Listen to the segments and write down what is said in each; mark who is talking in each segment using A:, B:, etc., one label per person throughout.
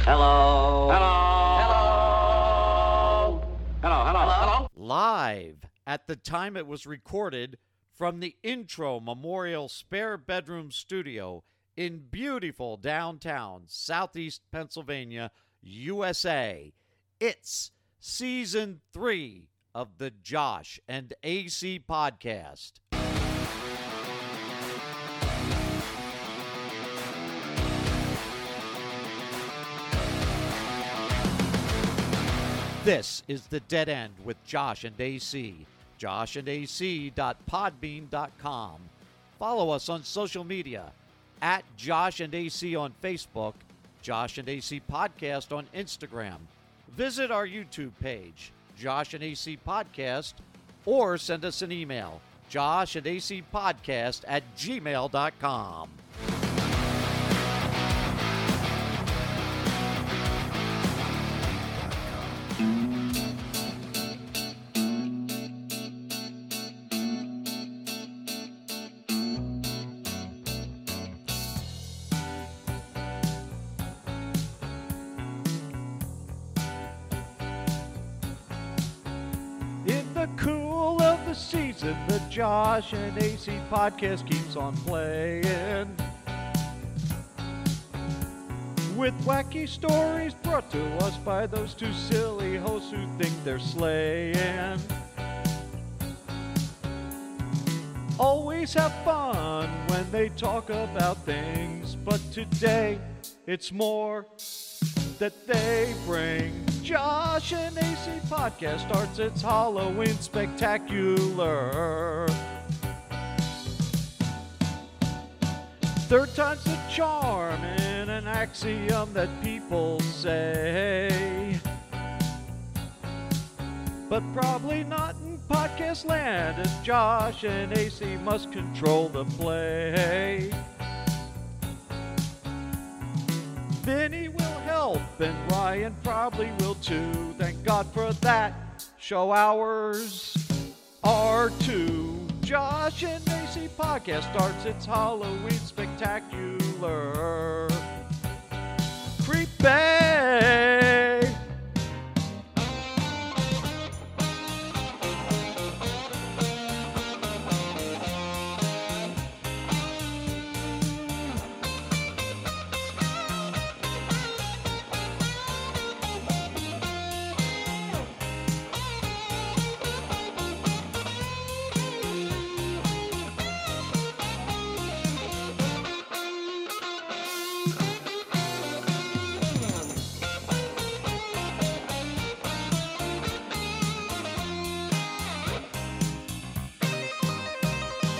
A: Hello. Hello. Hello. Hello. Hello. Hello.
B: live at the time it was recorded from the Intro Memorial Spare Bedroom Studio in beautiful downtown Southeast Pennsylvania, USA. It's season three of the Josh and AC podcast. This is The Dead End with Josh and AC. joshandac.podbean.com. Follow us on social media at Josh and AC on Facebook, Josh and AC Podcast on Instagram. Visit our YouTube page, Josh and AC Podcast, or send us an email, Josh and AC Podcast at gmail.com. In the cool of the season, the Josh and AC podcast keeps on playing. With wacky stories brought to us by those two silly hosts who think they're slaying. Always have fun when they talk about things, but today it's more that they bring. Josh and AC Podcast starts its Halloween spectacular. Third time's the charm in an axiom that people say. But probably not in podcast land, as Josh and AC must control the play. Vinny will help, and Ryan probably will too. Thank God for that. Show hours are two. Josh and AC podcast starts its Halloween spectacular. Creepy.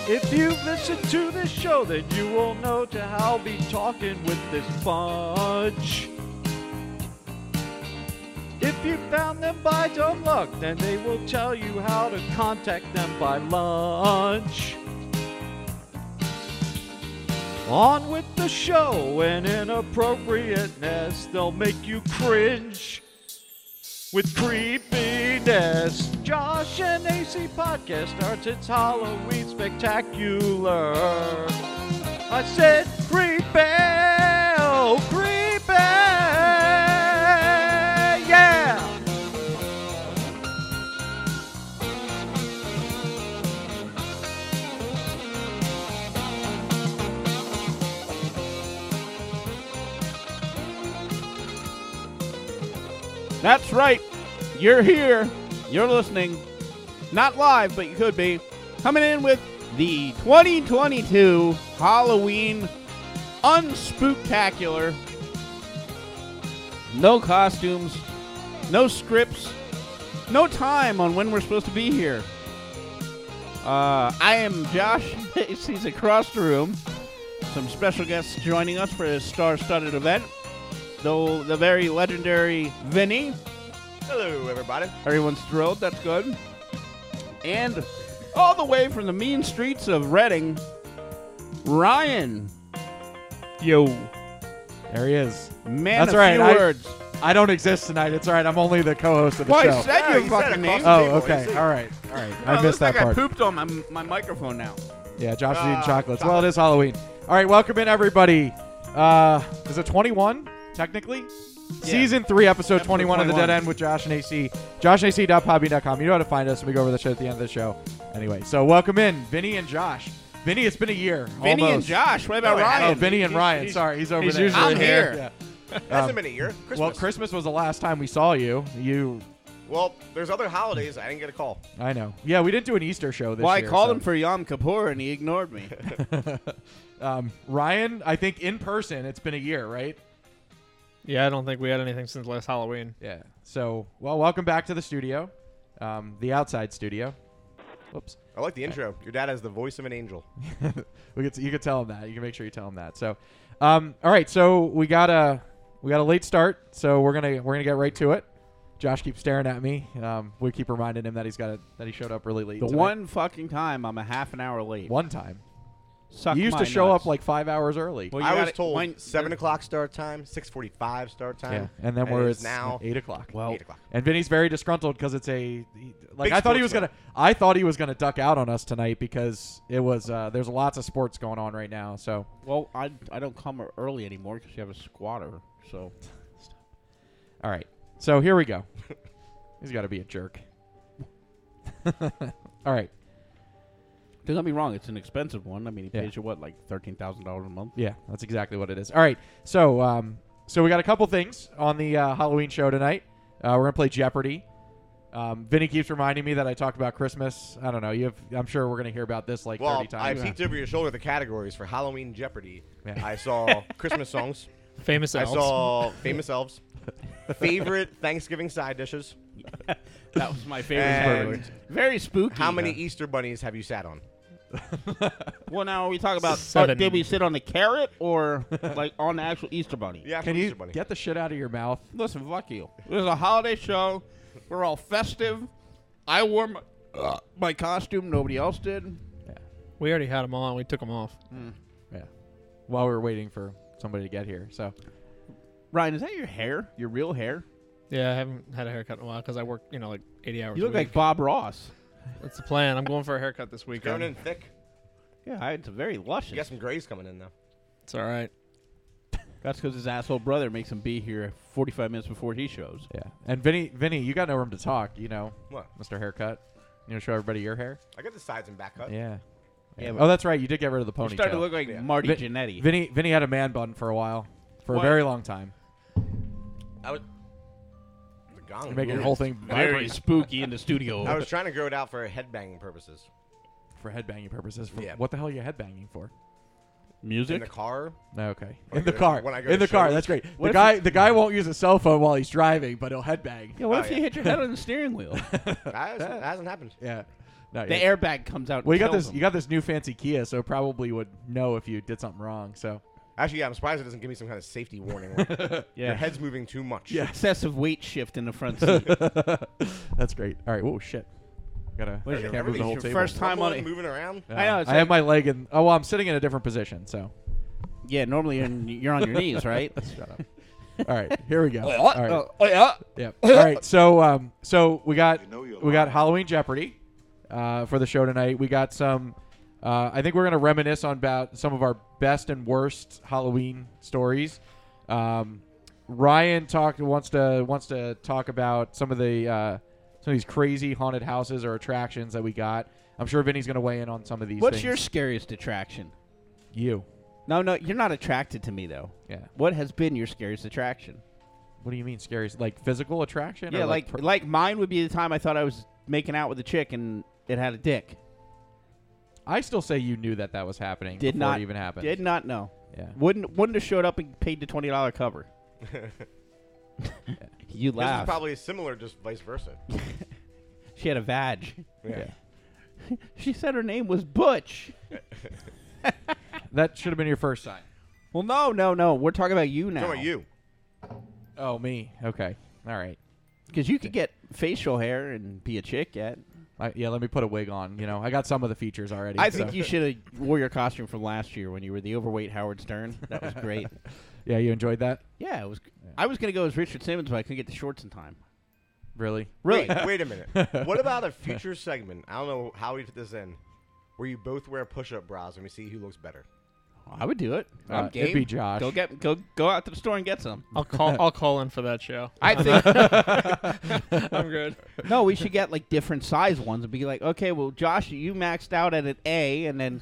B: If you listen to this show, then you will know to how I'll be talking with this fudge. If you found them by dumb luck, then they will tell you how to contact them by lunch. On with the show and inappropriateness, they'll make you cringe with creepiness. Josh and AC podcast starts its Halloween spectacular. I said creepy, oh, creepy, yeah.
C: That's right. You're here. You're listening. Not live, but you could be. Coming in with the 2022 Halloween Unspooktacular. No costumes, no scripts, no time on when we're supposed to be here. Uh, I am Josh. He's across the room. Some special guests joining us for this star studded event. Though the very legendary Vinny.
D: Hello, everybody.
C: Everyone's thrilled. That's good. And all the way from the mean streets of Reading, Ryan.
E: Yo. There he is.
C: Man
E: That's
C: of
E: right,
C: few
E: I-
C: words.
E: I don't exist tonight. It's all right. I'm only the co-host of the
C: Why
E: show.
C: is that
D: Yeah,
C: your
D: he said
C: fucking
D: across
C: name?
D: the-
E: oh,
D: People,
E: okay.
D: it's-
E: All right. All right.
C: Oh,
E: I
C: it
E: missed
C: looks
E: that
C: like
E: part.
C: I pooped on my, my microphone now.
E: Yeah, Josh is
D: Ah,
E: eating chocolates. Well, it is Halloween. All right, welcome in everybody. Uh, is it 21 technically? Season 3, episode,
F: Episode
E: 21, of The Dead
F: 21.
E: End with Josh and AC. JoshAC.podbean.com. You know how to find us, and we go over the show at the end of the show. Anyway, so welcome in, Vinny and Josh. Vinny, it's been a year.
F: Vinny and
E: almost.
F: Josh. What about
D: No, it
E: Oh,
F: Ryan?
E: Vinny and
D: He's-
E: Ryan.
D: he's-
E: Sorry, he's over
F: he's
E: there.
F: usually I'm here.
E: Yeah.
D: Hasn't
E: Um,
D: been a year. Christmas.
E: Well, Christmas was the last time we saw you. You,
D: Well, there's other holidays. I didn't get a call.
E: I know. Yeah, we didn't do an Easter show this
F: Well, I
E: year.
F: called
E: so-
F: him for Yom Kippur and he ignored me.
E: um, Ryan, I think in person, it's been a year, right?
G: Yeah, I don't think we had anything since last Halloween.
E: Yeah. So, well, welcome back to the studio, um, the outside studio. Whoops.
D: I like the intro. Your dad has the voice of an angel.
E: we could you could tell him that. You can make sure you tell him that. So, um, all right. So we got a we got a late start. So we're gonna we're gonna get right to it. Josh keeps staring at me. Um, we keep reminding him that he's got a, that he showed up really late.
F: the
E: tonight.
F: one fucking time I'm a half an hour late.
E: one time.
F: Suck
E: you used
F: my
E: to show
F: nuts.
E: up like five hours early.
F: Well, you
D: I was
F: gotta-
D: told
F: when-
D: seven o'clock start time, six forty-five start
E: yeah,
D: time.
E: and then
D: and
E: where
D: it's
E: it's
D: now
E: eight o'clock.
F: Well,
D: eight o'clock.
E: And Vinny's very disgruntled because it's a he- like
D: Big
E: I thought he was
D: sports
E: gonna I thought he was gonna duck out on us tonight because it was uh, there's lots of sports going on right now. So
F: Well, I, I don't come e-, early anymore because you have a squatter. So
E: all right, so here we go. He's got to be a jerk. all right,
F: don't get me wrong, it's an expensive one. I mean, he
E: Yeah.
F: pays you what, like thirteen thousand dollars a month?
E: yeah, that's exactly what it is. All right, so um, so we got a couple things on the uh, Halloween show tonight. Uh, we're gonna play Jeopardy. Um, Vinny keeps reminding me that I talked about Christmas. I don't know. You have, I'm sure we're gonna hear about this like
D: Well,
E: 30
D: I
E: times.
D: peeked over your shoulder at the categories for Halloween Jeopardy.
E: Yeah.
D: I saw Christmas songs.
G: Famous
D: I
G: elves.
D: saw famous elves. Favorite Thanksgiving side dishes.
F: That was my
D: And-
F: favorite. Very spooky.
D: How many Easter bunnies have you sat on?
F: Well, now are we talking about uh,
G: Seven.
F: did we sit on the carrot or like on the actual Easter bunny?
D: Yeah,
E: Can you
D: Easter bunny.
E: get the shit out of your mouth?
F: Listen, fuck you. It was a holiday show. We're all festive. I wore my, my costume. Nobody else did.
G: We already had them on. We took them off.
E: Yeah. While we were waiting for somebody to get here. So
F: Ryan, is that your hair? Your real hair?
G: Yeah, I haven't had a haircut in a while because I work, you know, like 80 hours
F: You look
G: a week.
F: like Bob Ross.
G: That's the plan. I'm going for a haircut this
D: Going
G: weekend.
D: in thick.
F: Yeah, I- it's very luscious.
D: You got some grays coming in though.
G: It's all right.
F: That's because his asshole brother makes him be here 45 minutes before he shows.
E: yeah. And Vinny Vinny, you got no room to talk, you know,
D: What?
E: Mr. Haircut. You know, show everybody your hair.
D: I got the sides and back cut.
E: Yeah.
F: Yeah, but-
E: oh, that's right. You did get rid of the
F: He's starting to
E: ponytail.
F: look like
D: Yeah.
F: Marty
E: Vin-
F: Jannetty.
E: Vinny Vinny had a man bun for a while, for
D: Why?
E: a very long time.
D: I was. The gong
E: You're making the
D: rules.
E: whole thing
F: very
E: vibrate
F: spooky in the studio.
D: I was trying to grow it out for headbanging purposes.
E: for headbanging purposes. For
D: Yeah.
E: What the hell are you headbanging for?
D: In
F: Music.
D: the car.
E: Okay.
D: When
E: In the
D: I go-
E: car.
D: when I go
E: In
D: to
E: the car.
D: shows.
E: That's great.
F: What
E: the
F: if
E: guy the guy won't use his cell phone while he's driving, but he'll headbang.
F: yeah, what
D: Oh,
F: if
D: yeah.
F: you hit your head on the steering wheel?
D: That hasn't, that hasn't happened.
E: Yeah. No,
F: the
E: yeah.
F: airbag comes out.
E: Well, you
F: and
E: got
F: kills
E: this.
F: him.
E: You got this new fancy Kia, so it probably would know if you did something wrong. So
D: Actually, yeah, I'm surprised it doesn't give me some kind of safety warning. like, Your
F: yeah.
D: head's moving too much.
E: Yeah.
F: Excessive weight shift in the front seat.
E: that's great. All right. Oh shit. Gotta.
F: What is
E: can't
F: your-
E: move the whole
D: everything's
E: table.
D: your
F: First time on
D: Rumbling,
F: it.
D: moving around.
E: Yeah.
F: I know, it's
E: I have
F: like-
E: my leg in. Oh well, I'm sitting in a different position. So.
F: Yeah, normally you're, in, you're on your knees, right?
E: Shut up. All right. Here
F: Oh,
E: we go. All right. Yeah. All right. So um. So we got we got Halloween Jeopardy, uh, for the show tonight. We got some. Uh, I think we're gonna reminisce on about some of our best and worst Halloween stories. Um, Ryan talked wants to wants to talk about some of the uh, some of these crazy haunted houses or attractions that we got. I'm sure Vinny's gonna weigh in on some of these.
F: What's
E: things.
F: your scariest attraction?
E: you?
F: No, no, you're not attracted to me though.
E: Yeah.
F: What has been your scariest attraction?
E: What do you mean scary? Like physical attraction?
F: Yeah,
E: or
F: like
E: per-
F: like mine would be the time I thought I was making out with a chick and it had a dick.
E: I still say you knew that that was happening.
F: Did
E: before
F: not-
E: it even happen.
F: Did not know.
E: Yeah.
F: Wouldn't wouldn't have showed up and paid the twenty dollar cover. you
D: This
F: laugh.
D: is probably similar, just vice versa.
F: she had a vag.
E: Yeah.
F: She said her name was Butch.
E: That should have been your first sign.
F: Well, no, no, no. We're talking about you
D: How
F: now.
D: about you?
E: Oh, me. Okay. All right.
F: Because you could get facial hair and be a chick yet.
E: I, yeah, let me put a wig on. You know, I got some of the features already.
F: I
E: so-
F: think you should have wore your costume from last year when you were the overweight Howard Stern. That was great.
E: Yeah, you enjoyed that?
F: yeah, it was. I was gonna go as Richard Simmons, but I couldn't get the shorts in time.
E: Really?
F: Really?
D: Wait, wait a minute. What about a future segment? I don't know how we fit this in, where you both wear push-up bras and we see who looks better.
F: I would do it.
E: Uh,
F: I'm game.
E: It'd be Josh.
F: Go get go go out to the store and get some.
G: I'll call. I'll call in for that show.
F: I think
G: I'm good.
F: no, we should get like different size ones and be like, okay, well, Josh, you maxed out at an A, and then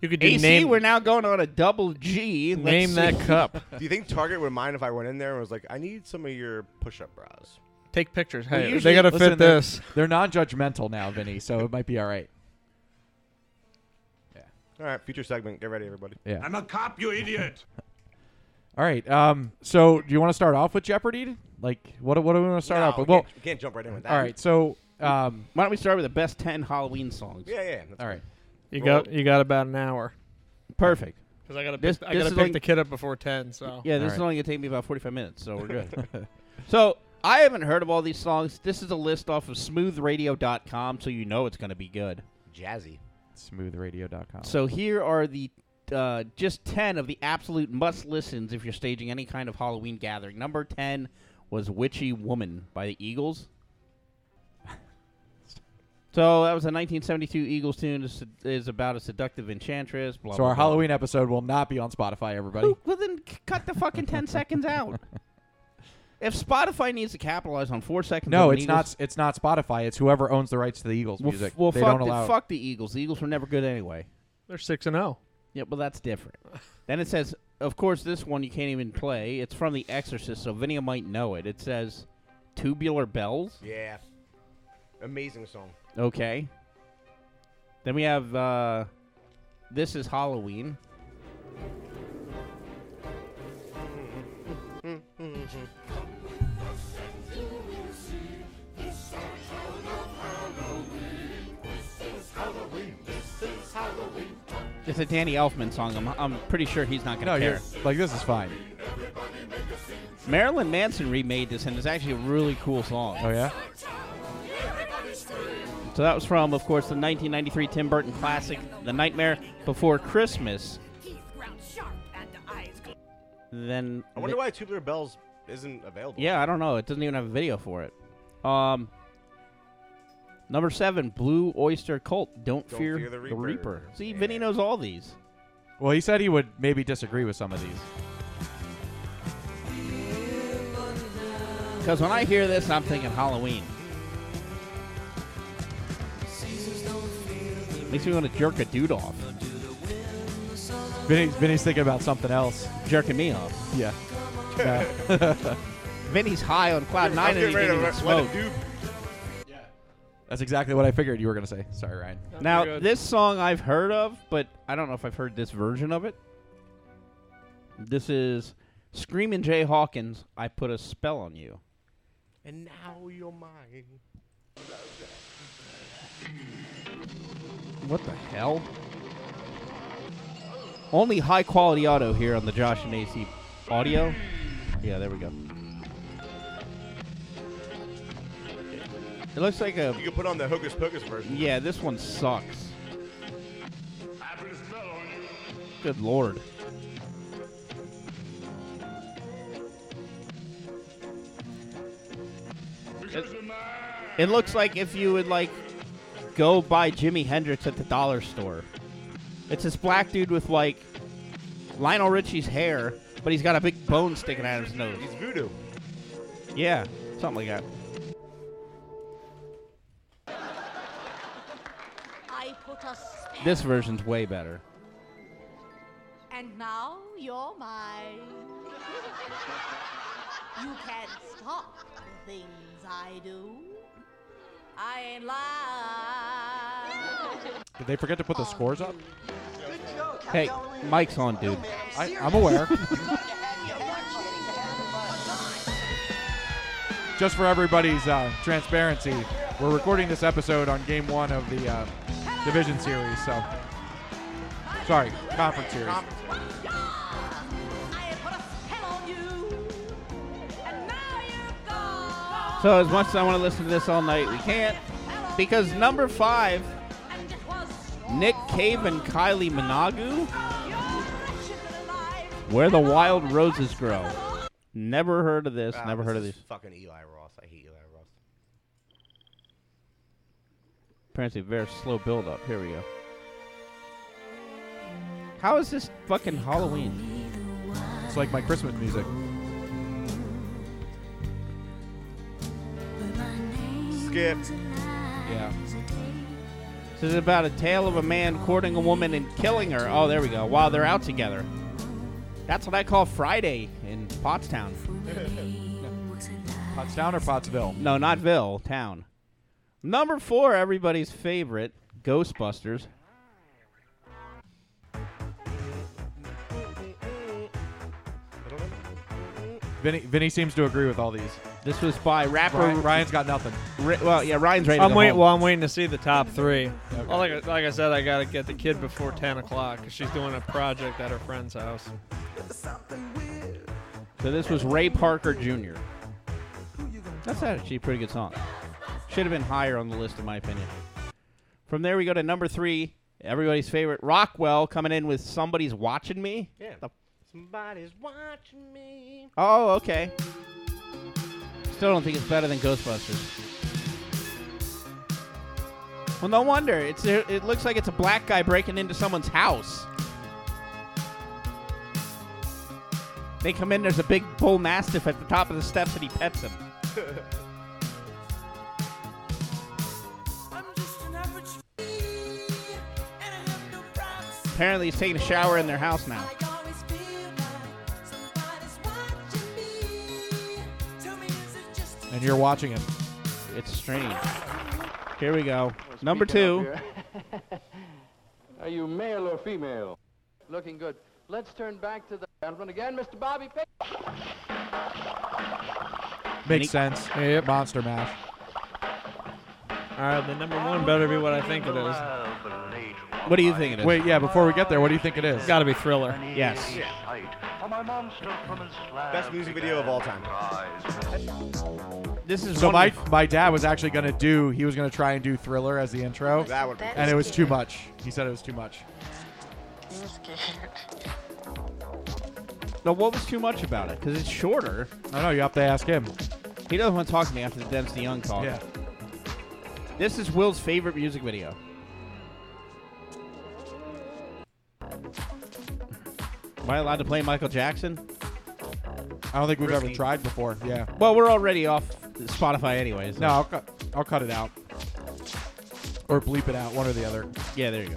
G: You could do
F: AC,
G: name.
F: we're now going on a double G. Let's
G: name
F: see.
G: that cup.
D: Do you think Target would mind if I went in there and was like, "I need some of your push-up bras"?
G: Take pictures. Hey,
F: usually-
G: they gotta
E: Listen,
G: fit
E: they're-
G: this.
E: They're non-judgmental now, Vinny, so it might be all right.
D: All right, future segment. Get ready, everybody.
E: Yeah.
H: I'm a cop, you idiot.
E: All right. Um. So, do you want to start off with Jeopardy? Like, what? What do we want to start
D: No,
E: off with?
D: we
E: Well,
D: can't, we can't jump right in with that.
E: all right. So, um.
F: Why don't we start with the best ten Halloween songs?
D: Yeah, yeah. yeah, that's
E: All right.
G: You got. You got about an hour.
F: Perfect.
G: Because I gotta. Pick,
F: This-
G: I
F: this
G: gotta
F: is
G: pick
F: like-
G: the kid up before ten. So
F: Yeah, this
E: All
F: is
E: right.
F: only gonna take me about forty-five minutes, so we're good. so I haven't heard of all these songs. This is a list off of SmoothRadio.com, so you know it's gonna be good.
D: Jazzy.
E: Smoothradio.com.
F: So here are the uh, just 10 of the absolute must listens if you're staging any kind of Halloween gathering. Number 10 was Witchy Woman by the Eagles. so that was a 1972 Eagles tune. This is about a seductive enchantress. Blah,
E: So
F: blah,
E: our
F: blah.
E: Halloween episode will not be on Spotify, everybody.
F: Who- Well, then c- cut the fucking 10 seconds out. If Spotify needs to capitalize on four seconds,
E: No,
F: of an
E: it's
F: Eagles-
E: not. It's not Spotify. It's whoever owns the rights to the Eagles
F: Well, f-
E: music.
F: well
E: they
F: fuck,
E: don't allow.
F: the, fuck the Eagles. The Eagles were never good anyway.
G: they're six and oh. zero.
F: Yeah, well, that's different. then it says, of course, this one you can't even play. It's from The Exorcist, so Vinny might know it. It says, Tubular Bells.
D: Yeah. Amazing song.
F: Okay. Then we have, uh, This is Halloween. It's a Danny Elfman song. I'm, I'm pretty sure he's not going to
E: No,
F: care.
E: you're like this is fine.
F: Marilyn Manson remade this, and it's actually a really cool song.
E: Oh yeah.
F: So that was from, of course, the 1993 Tim Burton classic, The Nightmare Before Christmas.
I: Teeth ground sharp and eyes gl-
F: Then,
D: I wonder why Tubular Bells isn't available.
F: yeah, I don't know. It doesn't even have a video for it. Um, number seven, Blue Oyster Cult. Don't,
D: Don't
F: fear,
D: Fear the Reaper.
F: See,
D: Yeah.
F: Vinny knows all these.
E: Well, he said he would maybe disagree with some of these.
F: Because when I hear this, I'm thinking Halloween. Makes me want to jerk a dude off,
E: Vinny's, Vinny's thinking about something else.
F: jerking me off.
E: Yeah.
F: Vinny's high on cloud
D: I'm
F: nine and
D: getting
F: he
D: ready
F: didn't
D: to
F: even
D: let,
F: smoke.
D: let a dude
E: That's exactly what I figured you were gonna say. Sorry, Ryan.
F: Now, this song I've heard of, but I don't know if I've heard this version of it. This is Screamin' Jay Hawkins, I Put a Spell on You.
D: And now you're mine.
F: What the hell? Only high quality audio here on the Josh and AC audio. Yeah, there we go. It looks like a.
D: You can put on the Hocus Pocus version.
F: Yeah, this one sucks. Good lord. It, it looks like if you would like go buy Jimi Hendrix at the dollar store. It's this black dude with like Lionel Richie's hair, but he's got a big bone sticking out of his nose.
D: He's voodoo.
F: Yeah, something like that.
I: I put a spell.
F: This version's way better.
I: And now you're mine. you can't stop the things I do. I ain't lying.
E: Did they forget to put the scores up?
F: Hey, Mike's on, dude.
E: I, I'm aware. Just for everybody's uh, transparency, we're recording this episode on Game One of the uh, Division Series. So, sorry, Conference Series.
I: I put a spell on you. And now you're gone.
F: So as much as I want to listen to this all night, we can't because number five,
I: And it was
F: Nick Cave and Kylie Minogue, "Where the Wild Roses Grow." Never heard of this.
D: Ah,
F: never heard of
D: is
F: these.
D: Fucking Eli Ross. I hate Eli Ross.
F: Apparently, very slow build up. Here we go. How is this fucking Halloween?
E: It's like my Christmas music.
D: Skip.
F: Yeah. This is about a tale of a man courting a woman and killing her. Oh, there we go. While they're out together. That's what I call Friday in Pottstown.
E: Pottstown or Pottsville?
F: No, not Ville, town. Number four, everybody's favorite, Ghostbusters.
E: Vinny, Vinny seems to agree with all these.
F: This was by rapper.
E: Ryan, Ryan's got nothing.
F: Ri- well, yeah, Ryan's right.
G: I'm waiting. Well, I'm waiting to see the top three. Well, like, I- like I said, I gotta get the kid before ten o'clock 'cause she's doing a project at her friend's house.
F: So this was Ray Parker Jr. That's actually a pretty good song. Should have been higher on the list, in my opinion. From there, we go to number three, everybody's favorite, Rockwell, coming in with "Somebody's Watching Me."
D: Yeah.
F: The-
D: Somebody's watching me.
F: Oh, okay. Still don't think it's better than Ghostbusters. Well, no wonder. It's it looks like it's a black guy breaking into someone's house. They come in. There's a big bull mastiff at the top of the steps, and he pets him. Apparently, he's taking a shower in their house now.
E: And you're watching him.
F: It's strange. Here we go. Number two.
A: Are you male or female? Looking good. Let's turn back to the gentleman again, Mr. Bobby Pig.
E: Makes sense. Monster Mash.
G: All right, the number one better be what I think it is.
F: What do you think it is?
E: Wait, yeah, before we get there, what do you think it is?
G: It's gotta be Thriller.
F: Yes. Ah,
D: Best music video of all time.
F: This is
E: So
F: one
E: my,
F: of-
E: my dad was actually going to do, he was going to try and do Thriller as the intro,
D: That would be
E: and it was too much. He said it was too much.
F: No, what was too much about it? Because it's shorter.
E: I don't know, you have to ask him.
F: He doesn't want to talk to me after the Dennis Young talk.
E: Yeah.
F: This is Will's favorite music video. Am I allowed to play Michael Jackson?
E: I don't think we've ever tried before. Yeah.
F: Well, we're already off Spotify, anyways.
E: No, I'll cut, I'll cut it out. Or bleep it out, one or the other.
F: Yeah, there you go.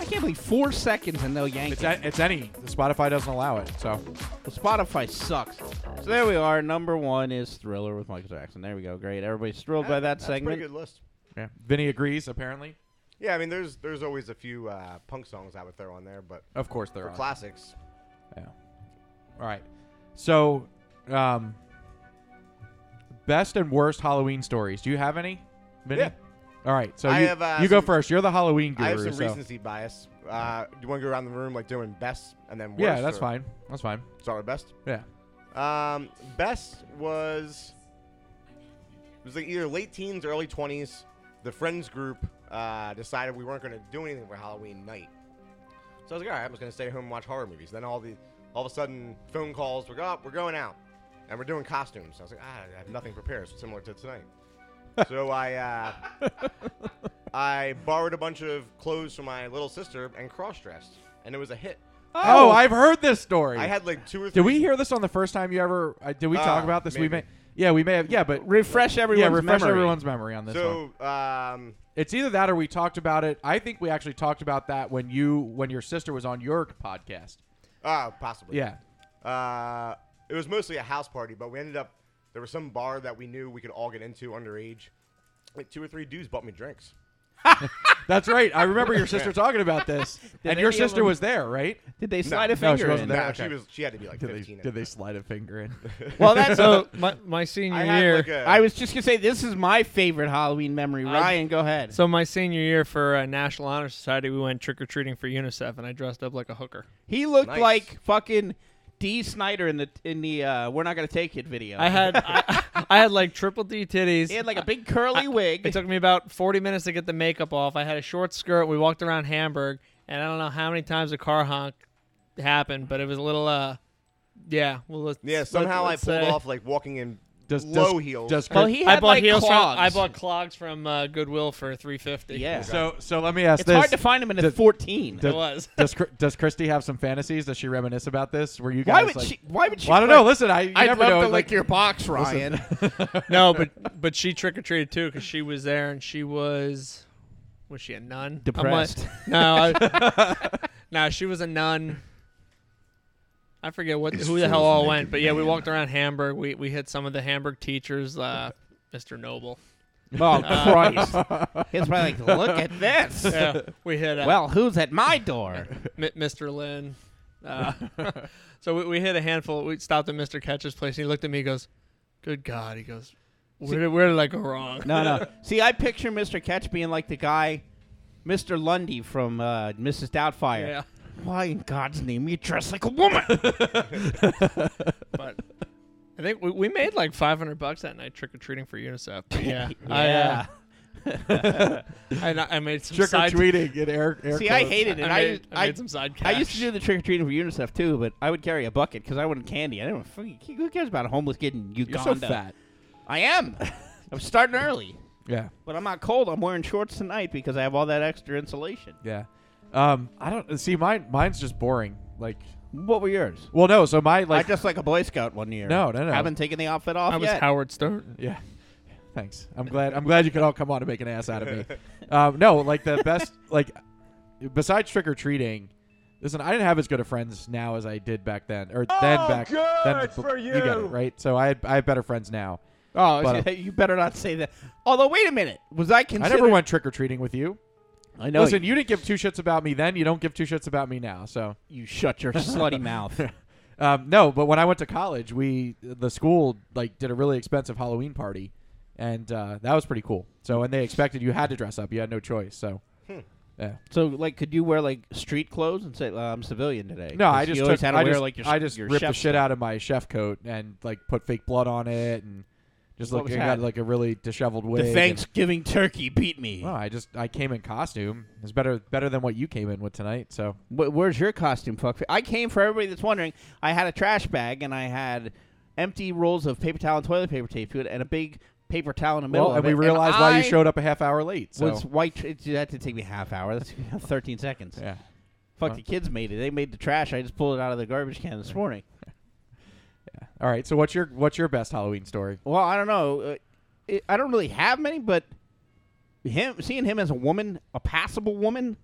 F: I can't believe four seconds and they'll yank
E: It's,
F: it.
E: a, it's any. Spotify doesn't allow it, so.
F: Well, Spotify sucks. So there we are. Number one is Thriller with Michael Jackson. There we go. Great. Everybody's thrilled by that
D: That's a
F: segment.
D: pretty good list.
E: Yeah. Vinny agrees, apparently.
D: Yeah, I mean, there's there's always a few uh, punk songs I would throw on there, but
E: Of course there
D: for
E: are.
D: classics,
E: Yeah. All right. So, um, best and worst Halloween stories. Do you have any, Vinny?
D: Yeah.
E: All right. So
D: I
E: you,
D: have, uh,
E: you go
D: some-
E: first. You're the Halloween guru.
D: I have some
E: so-
D: recency bias. Uh, do you want to go around the room like doing best and then worst?
E: Yeah, that's
D: or-
E: fine. That's fine.
D: Start with best.
E: Yeah.
D: Um, best was it was like either late teens, early twenties. The friends group uh, decided we weren't going to do anything for Halloween night, so I was like, all right, I'm just going to stay home and watch horror movies. Then all the all of a sudden, phone calls were up. We're going out, and we're doing costumes. I was like, ah, I have nothing prepared, so similar to tonight. so I uh, I borrowed a bunch of clothes from my little sister and cross dressed, and it was a hit.
E: Oh, I've heard this story.
D: I had like two or three.
E: Did we hear this on the first time you ever? Uh, did we
D: Uh,
E: talk about this? We may.
D: maybe.
E: Yeah, we may have. Yeah, but
F: Refresh
E: yeah,
F: everyone's
E: refresh
F: memory.
E: everyone's memory on this one.
D: So um,
E: It's either that or we talked about it. I think we actually talked about that when you when your sister was on your podcast.
D: Uh, possibly.
E: Yeah.
D: Uh, it was mostly a house party, but we ended up there was some bar that we knew we could all get into underage. Like two or three dudes bought me drinks.
E: That's right. I remember your sister talking about this. and your
F: any of
E: sister
F: them-
E: was there, right?
F: Did they slide
E: No,
F: a
E: she
F: finger
E: wasn't
F: in?
E: there.
D: Nah,
E: okay.
D: she was she had to be like
E: Did they,
D: fifteen.
E: did they slide a finger in?
F: Well, that's
G: So my, my senior
D: I had
G: year.
D: like a
F: I was just gonna say this is my favorite Halloween memory. Ryan, go ahead.
G: so my senior year for uh, National Honor Society, we went trick or treating for UNICEF, and I dressed up like a hooker.
F: he looked
D: Nice.
F: like fucking D. Snyder in the in the uh, "We're Not Gonna Take It" video.
G: I had I, I had like triple D titties.
F: he had like a big curly
G: I-
F: wig.
G: It took me about 40 minutes to get the makeup off. I had a short skirt. We walked around Hamburg, and I don't know how many times a car honk happened, but it was a little, uh, yeah. Well, let's,
D: yeah.
G: let's-
D: Somehow
G: let's
D: I pulled
G: say-
D: off like walking in
E: Does,
D: Low
E: does,
D: heels.
E: Does
G: Well,
E: Chris-
G: he
F: had,
G: I bought
F: like,
G: heels
F: clogs.
G: From, I bought clogs from uh, Goodwill for three fifty.
F: Yeah.
E: so so let me ask
F: It's
E: this.
F: hard to find him in the
E: Does-
F: 14.
E: does-
G: it was.
E: does Chr- does Christy have some fantasies? Does she reminisce about this? Were you guys
F: why would
E: like,
F: she? Why would she?
E: Well, I don't know. Listen, I you
F: I'd
E: never
F: love
E: know.
F: to
E: like
F: lick your box, Ryan.
G: no, but but she trick or treated too because she was there and she was was she a nun? I'm like-
F: Depressed.
G: no, I- no, she was a nun. I forget what who the hell all went, but yeah, we walked around Hamburg. We we hit some of the Hamburg teachers, uh, Mr. Noble.
F: oh Christ! He's probably like, look at this.
G: Yeah, we hit uh,
F: Well, who's at my door?
G: M- Mr. Lynn. Uh, so we, we hit a handful. We stopped at Mr. Ketch's place. And he looked at me. He goes, "Good God!" He goes, "Where did, where did I go wrong?"
F: No, no. See, I picture Mr. Ketch being like the guy, Mr. Lundy from uh, Mrs. Doubtfire.
G: Yeah,
F: Why in God's name are you dressed like a woman?
E: uh,
G: but I think we, we made like 500 bucks that night trick or treating for UNICEF. But yeah,
F: yeah.
G: I, uh, I I made some
E: trick or
G: side.
E: treating in air, air
F: See, I
E: quotes.
F: hated it.
G: I
F: I,
G: made, I,
F: I,
G: made some side
F: I
G: cash.
F: used to do the trick or treating for UNICEF too, but I would carry a bucket because I wanted candy. I didn't. fucking- Who cares about a homeless kid in
E: You're
F: Uganda?
E: so fat.
F: I am. I'm starting early,
E: Yeah,
F: but I'm not cold. I'm wearing shorts tonight because I have all that extra insulation.
E: yeah. Um, I don't see mine. Mine's just boring. Like,
F: What were yours?
E: well, no. So my
F: I
E: like,
F: just like a Boy Scout one year.
E: No, no, no.
F: Haven't taken the outfit off
G: I was
F: yet.
G: Howard Stern.
E: yeah. Thanks. I'm glad. I'm glad you could all come on and make an ass out of me. Um, no, like the best. Like, besides trick or treating, listen. I didn't have as good of friends now as I did back then, or then back then. Oh, For you. get it right. So I I have better friends now.
F: Oh,
E: But, uh,
F: you better not say that. Although, wait a minute. Was I
E: I
F: considered?
E: never went trick or treating with you.
F: I know.
E: Listen,
F: you,
E: you didn't give two shits about me then. You don't give two shits about me now. So
F: you shut your slutty mouth.
E: Um, no, but when I went to college, we the school like did a really expensive Halloween party, and uh, that was pretty cool. So and they expected you had to dress up; you had no choice. So
F: So, like, could you wear like street clothes and say, uh, "I'm civilian today"?
E: no,
F: 'Cause
E: I just
F: you
E: took,
F: always had to
E: I
F: wear
E: just,
F: like your
E: I just
F: your
E: ripped the
F: chef
E: shit
F: stuff.
E: out of my chef coat and like put fake blood on it and just
F: What
E: looked.
F: was
E: I
F: that?
E: got like a really disheveled wig.
F: The
E: and-
F: Thanksgiving turkey beat me.
E: well, I just I came in costume. It's better better than what you came in with tonight. So
F: Wh- where's your costume, fuck? I came for everybody that's wondering. I had a trash bag and I had empty rolls of paper towel and toilet paper tape to it, and a big paper towel in the middle.
E: well, and
F: of
E: we
F: it,
E: realized why you
F: I
E: showed up a half hour late. So
F: Was white. Tra- that did take me a half hour. That's thirteen seconds.
E: yeah,
F: Fuck,
E: Huh.
F: the kids made it. They made the trash. I just pulled it out of the garbage can this morning.
E: all right. So what's your what's your best Halloween story?
F: Well, I don't know. Uh, It, I don't really have many, but him seeing him as a woman, a passable woman,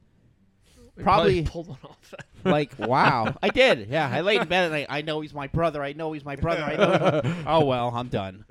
G: We
F: Probably-
G: pulled one off.
F: like wow, I did. Yeah, I laid in bed and I, I know he's my brother. I know he's my brother. I know. he's- oh well, I'm done.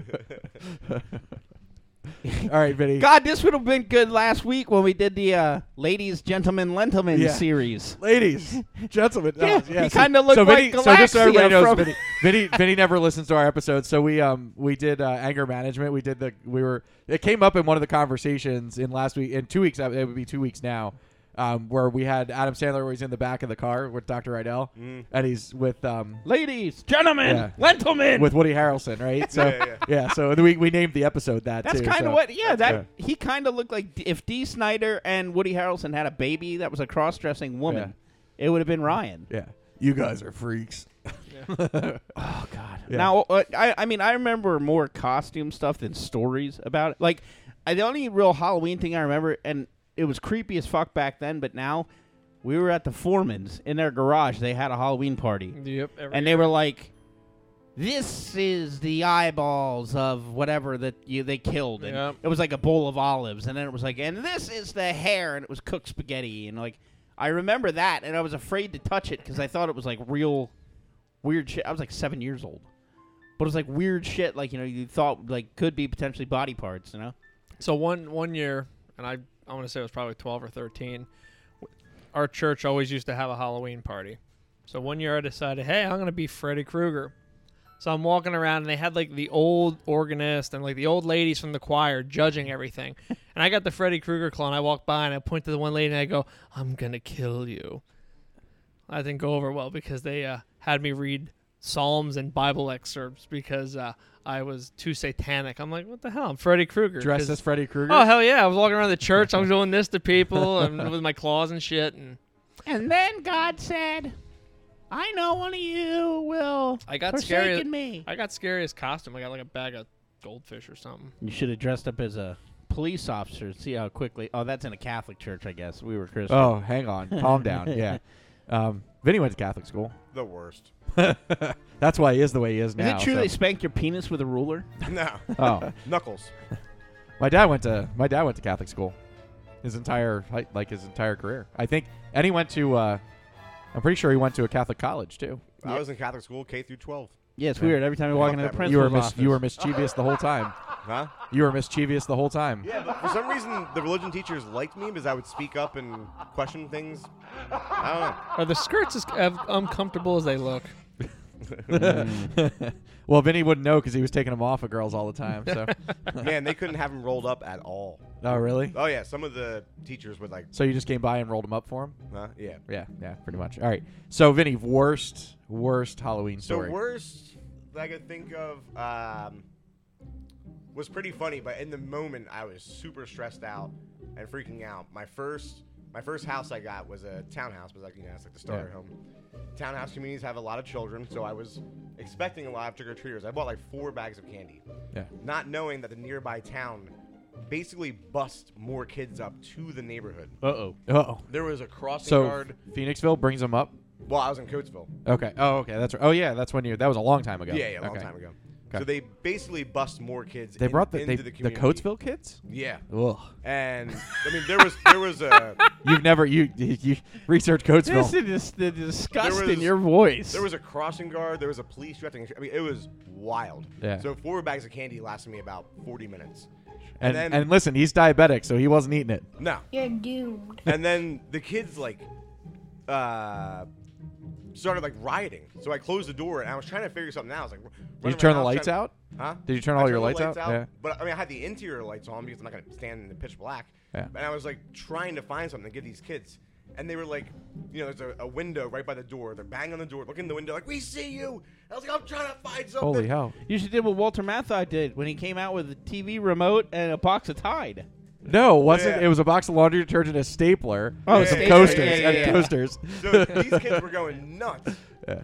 E: All right, Vinny.
F: God, this would have been good last week when we did the uh, ladies, gentlemen, lentlemen
E: Yeah.
F: series.
E: ladies, gentlemen.
F: Yeah,
E: uh,
F: he
E: so-
F: kinda looked
E: so
F: like
E: Vinny- So just so
F: Galaxia
E: everybody knows,
F: from-
E: Vinny, Vinny, Vinny never listens to our episodes. So we um we did uh, anger management. We did the we were it came up in one of the conversations in last week in two weeks. uh, It would be two weeks now. Um, where we had Adam Sandler, where he's in the back of the car with Dr. Rydell,
D: Mm.
E: and he's with um
F: Ladies, gentlemen,
E: Yeah.
F: gentlemen.
E: with Woody Harrelson, right? So
D: Yeah, yeah,
E: so we, we named the episode that.
F: That's
E: too,
F: kind of
E: so-
F: what. Yeah, that he kind of looked like D- if Dee Snyder and Woody Harrelson had a baby that was a cross-dressing woman, it would have been Ryan.
E: Yeah, you guys are freaks. Yeah.
F: Now, uh, I, I mean, I remember more costume stuff than stories about it. Like, I, the only real Halloween thing I remember, and it was creepy as fuck back then, but now we were at the Foreman's in their garage. They had a Halloween party,
G: Yep. every-
F: and they were like, "This is the eyeballs of whatever that you, they killed." And
G: Yep.
F: it was like a bowl of olives, and then it was like, "And this is the hair," and it was cooked spaghetti, and like. I remember that, and I was afraid to touch it because I thought it was like real weird shit. I was like seven years old, but it was like weird shit. Like you know, you thought like could be potentially body parts. You know,
G: So one one year, and I I want to say it was probably twelve or thirteen. w- Our church always used to have a Halloween party. So one year I decided, hey, I'm gonna be Freddy Krueger. So I'm walking around and they had like the old organist and like the old ladies from the choir judging everything. and I got the Freddy Krueger clone. I walk by and I point to the one lady and I go, I'm gonna kill you. I didn't go over well because they uh, had me read Psalms and Bible excerpts because uh, I was too satanic. I'm like, what the hell? I'm Freddy Krueger.
E: Dressed
G: 'cause-
E: as Freddy Krueger.
G: Oh hell yeah! I was walking around the church. I was doing this to people and with my claws and shit, and
F: and then God said, "I know one of you will
G: I got
F: forsaken
G: scary.
F: me."
G: I got scariest costume. I got like a bag of goldfish or something.
C: You should have dressed up as a police officer and see how quickly. Oh, that's in a Catholic church, I guess. We were Christian.
E: Oh, hang on. Calm down. Yeah. Um, Vinny went to Catholic school.
D: The worst.
E: That's why he is the way he is
C: Is
E: now.
C: it true
E: so-
C: they spank your penis with a ruler?
D: no.
E: oh,
D: Knuckles.
E: my dad went to my dad went to Catholic school, his entire hi- like his entire career. I think, and he went to. Uh, I'm pretty sure he went to a Catholic college too.
D: I was in Catholic school K through 12.
C: Yeah, it's weird. Every time you walk into the principal's
E: You were mis-
C: office,
E: you were mischievous the whole time.
D: Huh?
E: You were mischievous the whole time.
D: Yeah, but for some reason, the religion teachers liked me because I would speak up and question things. I
G: Are the skirts as as uncomfortable as they look?
E: Well, Vinny wouldn't know because he was taking them off of girls all the time. So,
D: don't know. Man, they couldn't have him rolled up at all.
E: oh really?
D: Oh, yeah. Some of the teachers would, like,
E: So you just came by and rolled them up for him?
D: huh? Yeah.
E: Yeah, yeah, pretty much. All right. So, Vinny, worst, worst Halloween
D: The
E: story.
D: worst that I could think of um, was pretty funny, but in the moment I was super stressed out and freaking out. My first my first house I got was a townhouse, but like you know, it's like the starter
E: Yeah.
D: home. Townhouse communities have a lot of children, so I was expecting a lot of trick or treaters. I bought like four bags of candy,
E: Yeah.
D: not knowing that the nearby town basically bust more kids up to the neighborhood.
E: Uh-oh. Uh-oh.
D: There was a crossing
E: So,
D: guard.
E: Phoenixville brings them up.
D: Well, I was in Coatesville.
E: Okay. Oh, okay. That's right. Oh, yeah. That's when you. That was a long time ago.
D: Yeah, yeah, a long
E: Okay.
D: time ago.
E: Okay.
D: So they basically bust more kids.
E: They
D: in-
E: brought the
D: into
E: they,
D: the,
E: the,
D: community.
E: Coatesville kids.
D: Yeah,
E: Ugh.
D: and I mean there was there was a
E: You've never you you, you research
C: This
E: Coatesville.
C: is just the disgust
D: There
C: in
D: was-
C: your voice.
D: there was a crossing guard, there was a police directing. I mean it was wild.
E: Yeah.
D: So four bags of candy lasted me about forty minutes.
E: And,
D: then-
E: and listen, he's diabetic, so he wasn't eating it.
D: No,
F: You're doomed.
D: and then the kids like uh started like rioting. So I closed the door and I was trying to figure something out. I was like, running
E: Did you
D: around
E: turn the
D: house
E: lights
D: trying-
E: out?
D: Huh?
E: Did you turn
D: I
E: all
D: turned
E: your
D: the
E: lights, out? Yeah.
D: But I mean, I had the interior lights on because I'm not going to stand in the pitch black.
E: Yeah.
D: And I was like trying to find something to give these kids. And they were like, you know, there's a, a window right by the door. They're banging on the door, looking in the window, like, we see you. I was like, I'm trying to find something.
E: Holy hell!
C: you should did what Walter Matthau did when he came out with a TV remote and a box of Tide.
E: No, it wasn't.
D: Yeah.
E: It was a box of laundry detergent, a stapler,
C: Oh,
E: and some
D: yeah, yeah,
E: coasters,
D: yeah, yeah,
E: and
D: yeah.
E: coasters.
D: So these kids were going nuts.
E: Yeah.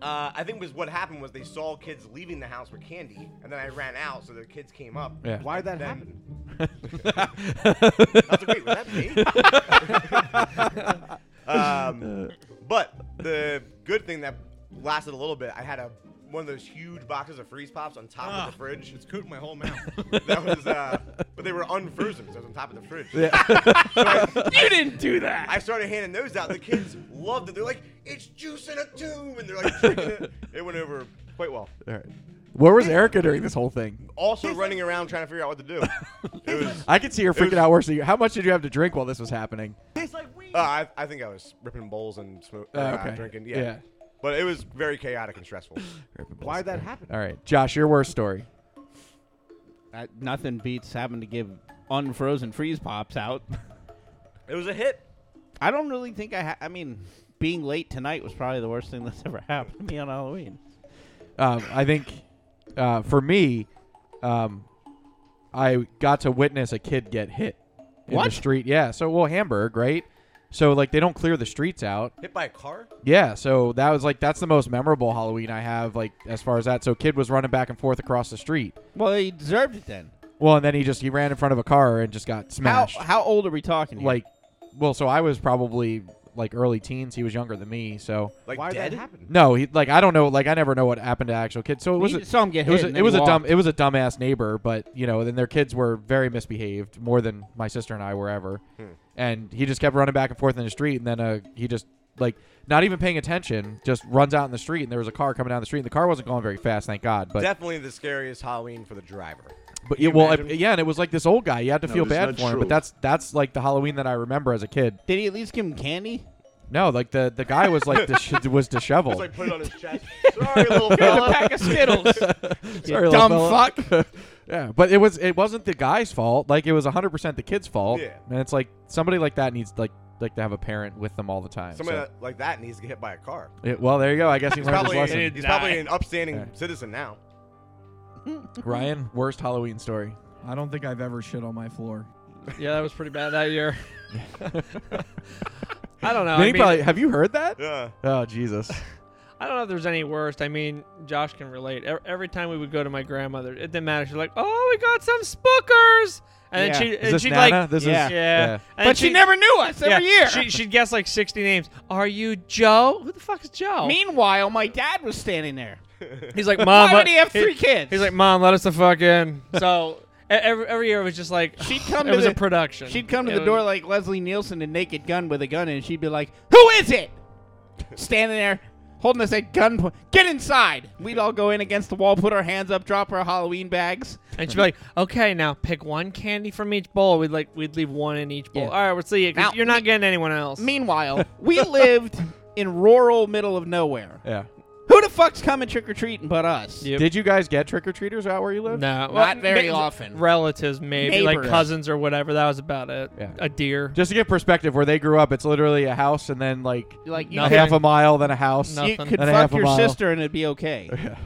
D: Uh, I think was what happened was they saw kids leaving the house with candy, and then I ran out, so the kids came up.
E: Yeah.
D: Why'd that happen? I was like, wait, was that me? um, but the good thing that lasted a little bit, I had a one of those huge boxes of freeze pops on top of the fridge. Ah, It's coating my whole mouth. that was, uh, but they were unfrozen, so it was on top of the fridge.
C: You didn't do that.
D: I started handing those out. The kids loved it. They're like, "It's juice in a tube," and they're like, drinking it. it went over quite well.
E: All right. Where was Erica during this whole thing?
D: Also running around trying to figure out what to do. It was. uh,
E: I could see her freaking
D: was-
E: out worse. Than you. How much did you have to drink while this was happening?
D: Uh, I, I think I was ripping bowls and smoke,
E: Oh,
D: uh,
E: okay.
D: drinking. Yeah.
E: Yeah.
D: but it was very chaotic and stressful.
E: Why'd that happen? All right, Josh, your worst story.
C: Uh, nothing beats having to give unfrozen freeze pops out.
D: It was a hit.
C: I don't really think I. Ha- I mean, being late tonight was probably the worst thing that's ever happened to me on Halloween.
E: Um, I think uh, for me, um, I got to witness a kid get hit in the
C: What?
E: street. Yeah. So, well, Hamburg, right? So, like, they don't clear the streets out.
D: Hit by a car.
E: Yeah, so that was like that's the most memorable Halloween I have, like as far as that. So kid was running back and forth across the street.
C: Well, he deserved it then.
E: Well, and then he just he ran in front of a car and just got
C: How
E: smashed.
C: how old are we talking? Here?
E: like, well, so I was probably like early teens. He was younger than me, so
D: Like
A: Why'd
D: dead.
A: that happen?
E: no, he like I don't know, like I never know what happened to actual kids. So it was
C: He
E: a-
C: saw him get
E: it
C: hit
E: was a,
C: and
E: it
C: then
E: was
C: he
E: a dumb
C: walked.
E: it was a dumbass neighbor, but you know, then their kids were very misbehaved, more than my sister and I were ever. And he just kept running back and forth in the street, and then uh, he just like not even paying attention, just runs out in the street, and there was a car coming down the street, and the car wasn't going very fast, thank God. But
D: Definitely the scariest Halloween for the driver.
E: but
D: you
E: yeah, well,
D: imagine?
E: yeah, and it was like this old guy. You had to feel
J: that's
E: bad
J: not
E: for him, but
J: true.
E: that's that's like the Halloween that I remember as a kid.
C: did he at least give him candy?
E: No, like the the guy was like dis- was disheveled.
D: Just like put it on his chest. Sorry, little
C: Here's a
D: fella.
C: pack of Skittles.
E: Sorry, little
C: dumb
E: fella.
C: fuck.
E: Yeah, but it was it wasn't the guy's fault. Like it was 100% the kid's fault.
D: Yeah.
E: And it's like somebody like that needs like like to have a parent with them all the time.
D: Somebody
E: so-
D: that- like that needs to get hit by a car.
E: Yeah, well, there you go. I guess he
D: He's
E: learned his
D: probably,
E: lesson.
D: he's probably an upstanding
E: Yeah.
D: citizen now.
E: Ryan, worst Halloween story.
K: I don't think I've ever shit on my floor.
G: Yeah, that was pretty bad that year. I don't know. I
E: Vinny
G: mean,
E: probably, have you heard that?
D: Yeah.
E: Oh Jesus!
G: I don't know if there's any worst. I mean, Josh can relate. Ev- Every time we would go to my grandmother, it didn't matter. She's like, "Oh, we got some spookers," and
D: Yeah.
G: then she
E: Is
G: and
E: this
G: she'd
E: Nana?
G: like,
E: This is-
G: yeah,
E: yeah.
G: And then
F: But she never knew us
G: yeah,
F: every year.
G: She, she'd guess like 60 names. Are you Joe? Who the fuck is Joe?
F: Meanwhile, my dad was standing there.
G: He's like, "Mom,
F: Why would
G: let-
F: he have three kids?"
G: He's like, "Mom, let us the fuck in." So e- every, every year it was just like
F: She'd come
G: it
F: to
G: was
F: the
G: a production.
F: She'd come to
G: It
F: the
G: was-
F: door like Leslie Nielsen in Naked Gun with a gun, and she'd be like, "Who is it?" Standing there, holding us at gunpoint. Get inside. We'd all go in against the wall, put our hands up, drop our Halloween bags.
G: And she'd be like, "Okay, now pick one candy from each bowl." We'd like we'd leave one in each bowl.
F: Yeah.
G: All right, we'll see you. 'cause
F: Now,
G: you're not getting anyone else.
F: Meanwhile, we lived in rural middle of nowhere.
E: Yeah.
F: Who the fuck's coming trick or treating but us?
G: Yep.
E: Did you guys get trick or treaters out where you
G: no,
E: live?
G: not
F: very often.
G: Relatives, maybe like
F: Neighbors.
G: cousins or whatever. That was about it.
E: Yeah.
G: A deer.
E: Just to give perspective, where they grew up, it's literally a house and then like
F: Like you
E: a
G: Nothing.
E: half a mile, then a house.
G: No.
F: could, you
G: Nothing.
F: could
E: And a half
F: fuck
E: a
F: your
E: mile.
F: sister and it'd be okay.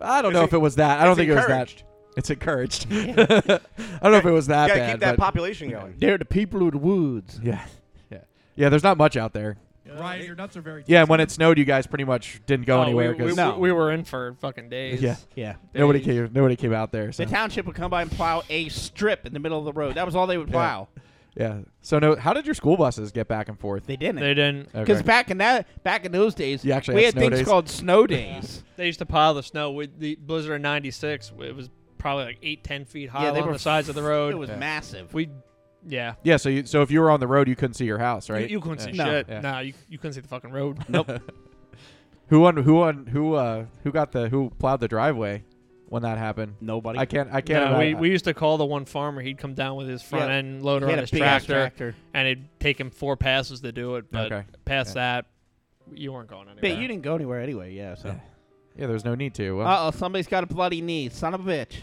E: I don't know if it was that. I don't
D: it's
E: think
D: encouraged.
E: it was that. It's encouraged. I don't know if it was that
D: gotta
E: bad.
D: keep that
E: but-
D: population going.
F: They're the people of the woods.
E: yeah. Yeah. Yeah, there's not much out there.
L: Ryan, your nuts are very.
E: Yeah, and when it snowed, you guys pretty much didn't go
G: Oh,
E: anywhere
G: we, we,
E: because
F: No.
G: we were in for fucking days.
E: Yeah.
F: Yeah.
E: nobody
G: days.
E: came. Nobody came out there. So
F: The township would come by and plow a strip in the middle of the road. That was all they would plow.
E: yeah. So no. How did your school buses get back and forth?
F: They didn't.
G: They didn't.
E: Okay.
F: Because back in that back in those days,
E: You actually
F: we
E: had
F: had
E: snow
F: things
E: days.
F: called snow days.
G: They used to pile the snow with the blizzard in '96. It was probably like eight, ten feet high
F: Yeah, they
G: on
F: were
G: the sides of the road.
F: It was massive.
G: we, yeah.
E: yeah. So you, so if you were on the road, you couldn't see your house, right?
G: You, you couldn't see
F: No.
G: shit.
E: Yeah.
G: Nah, you, you couldn't see the fucking road.
E: who won? Who won? Who uh? Who got the? Who plowed the driveway when that happened?
F: Nobody.
E: I can't. I can't.
G: No, we,
E: I-
G: we used to call the one farmer. He'd come down with his front
F: Yeah.
G: end loader
F: He
G: on
F: had a
G: his
F: big ass
G: tractor,
F: tractor.
G: and it'd take him four passes to do it. But
E: Okay.
G: past that, you weren't going anywhere.
F: But you didn't go anywhere anyway. Yeah. So.
E: yeah, there's no need to. Well,
F: Uh oh, somebody's got a bloody knee. Son of a bitch.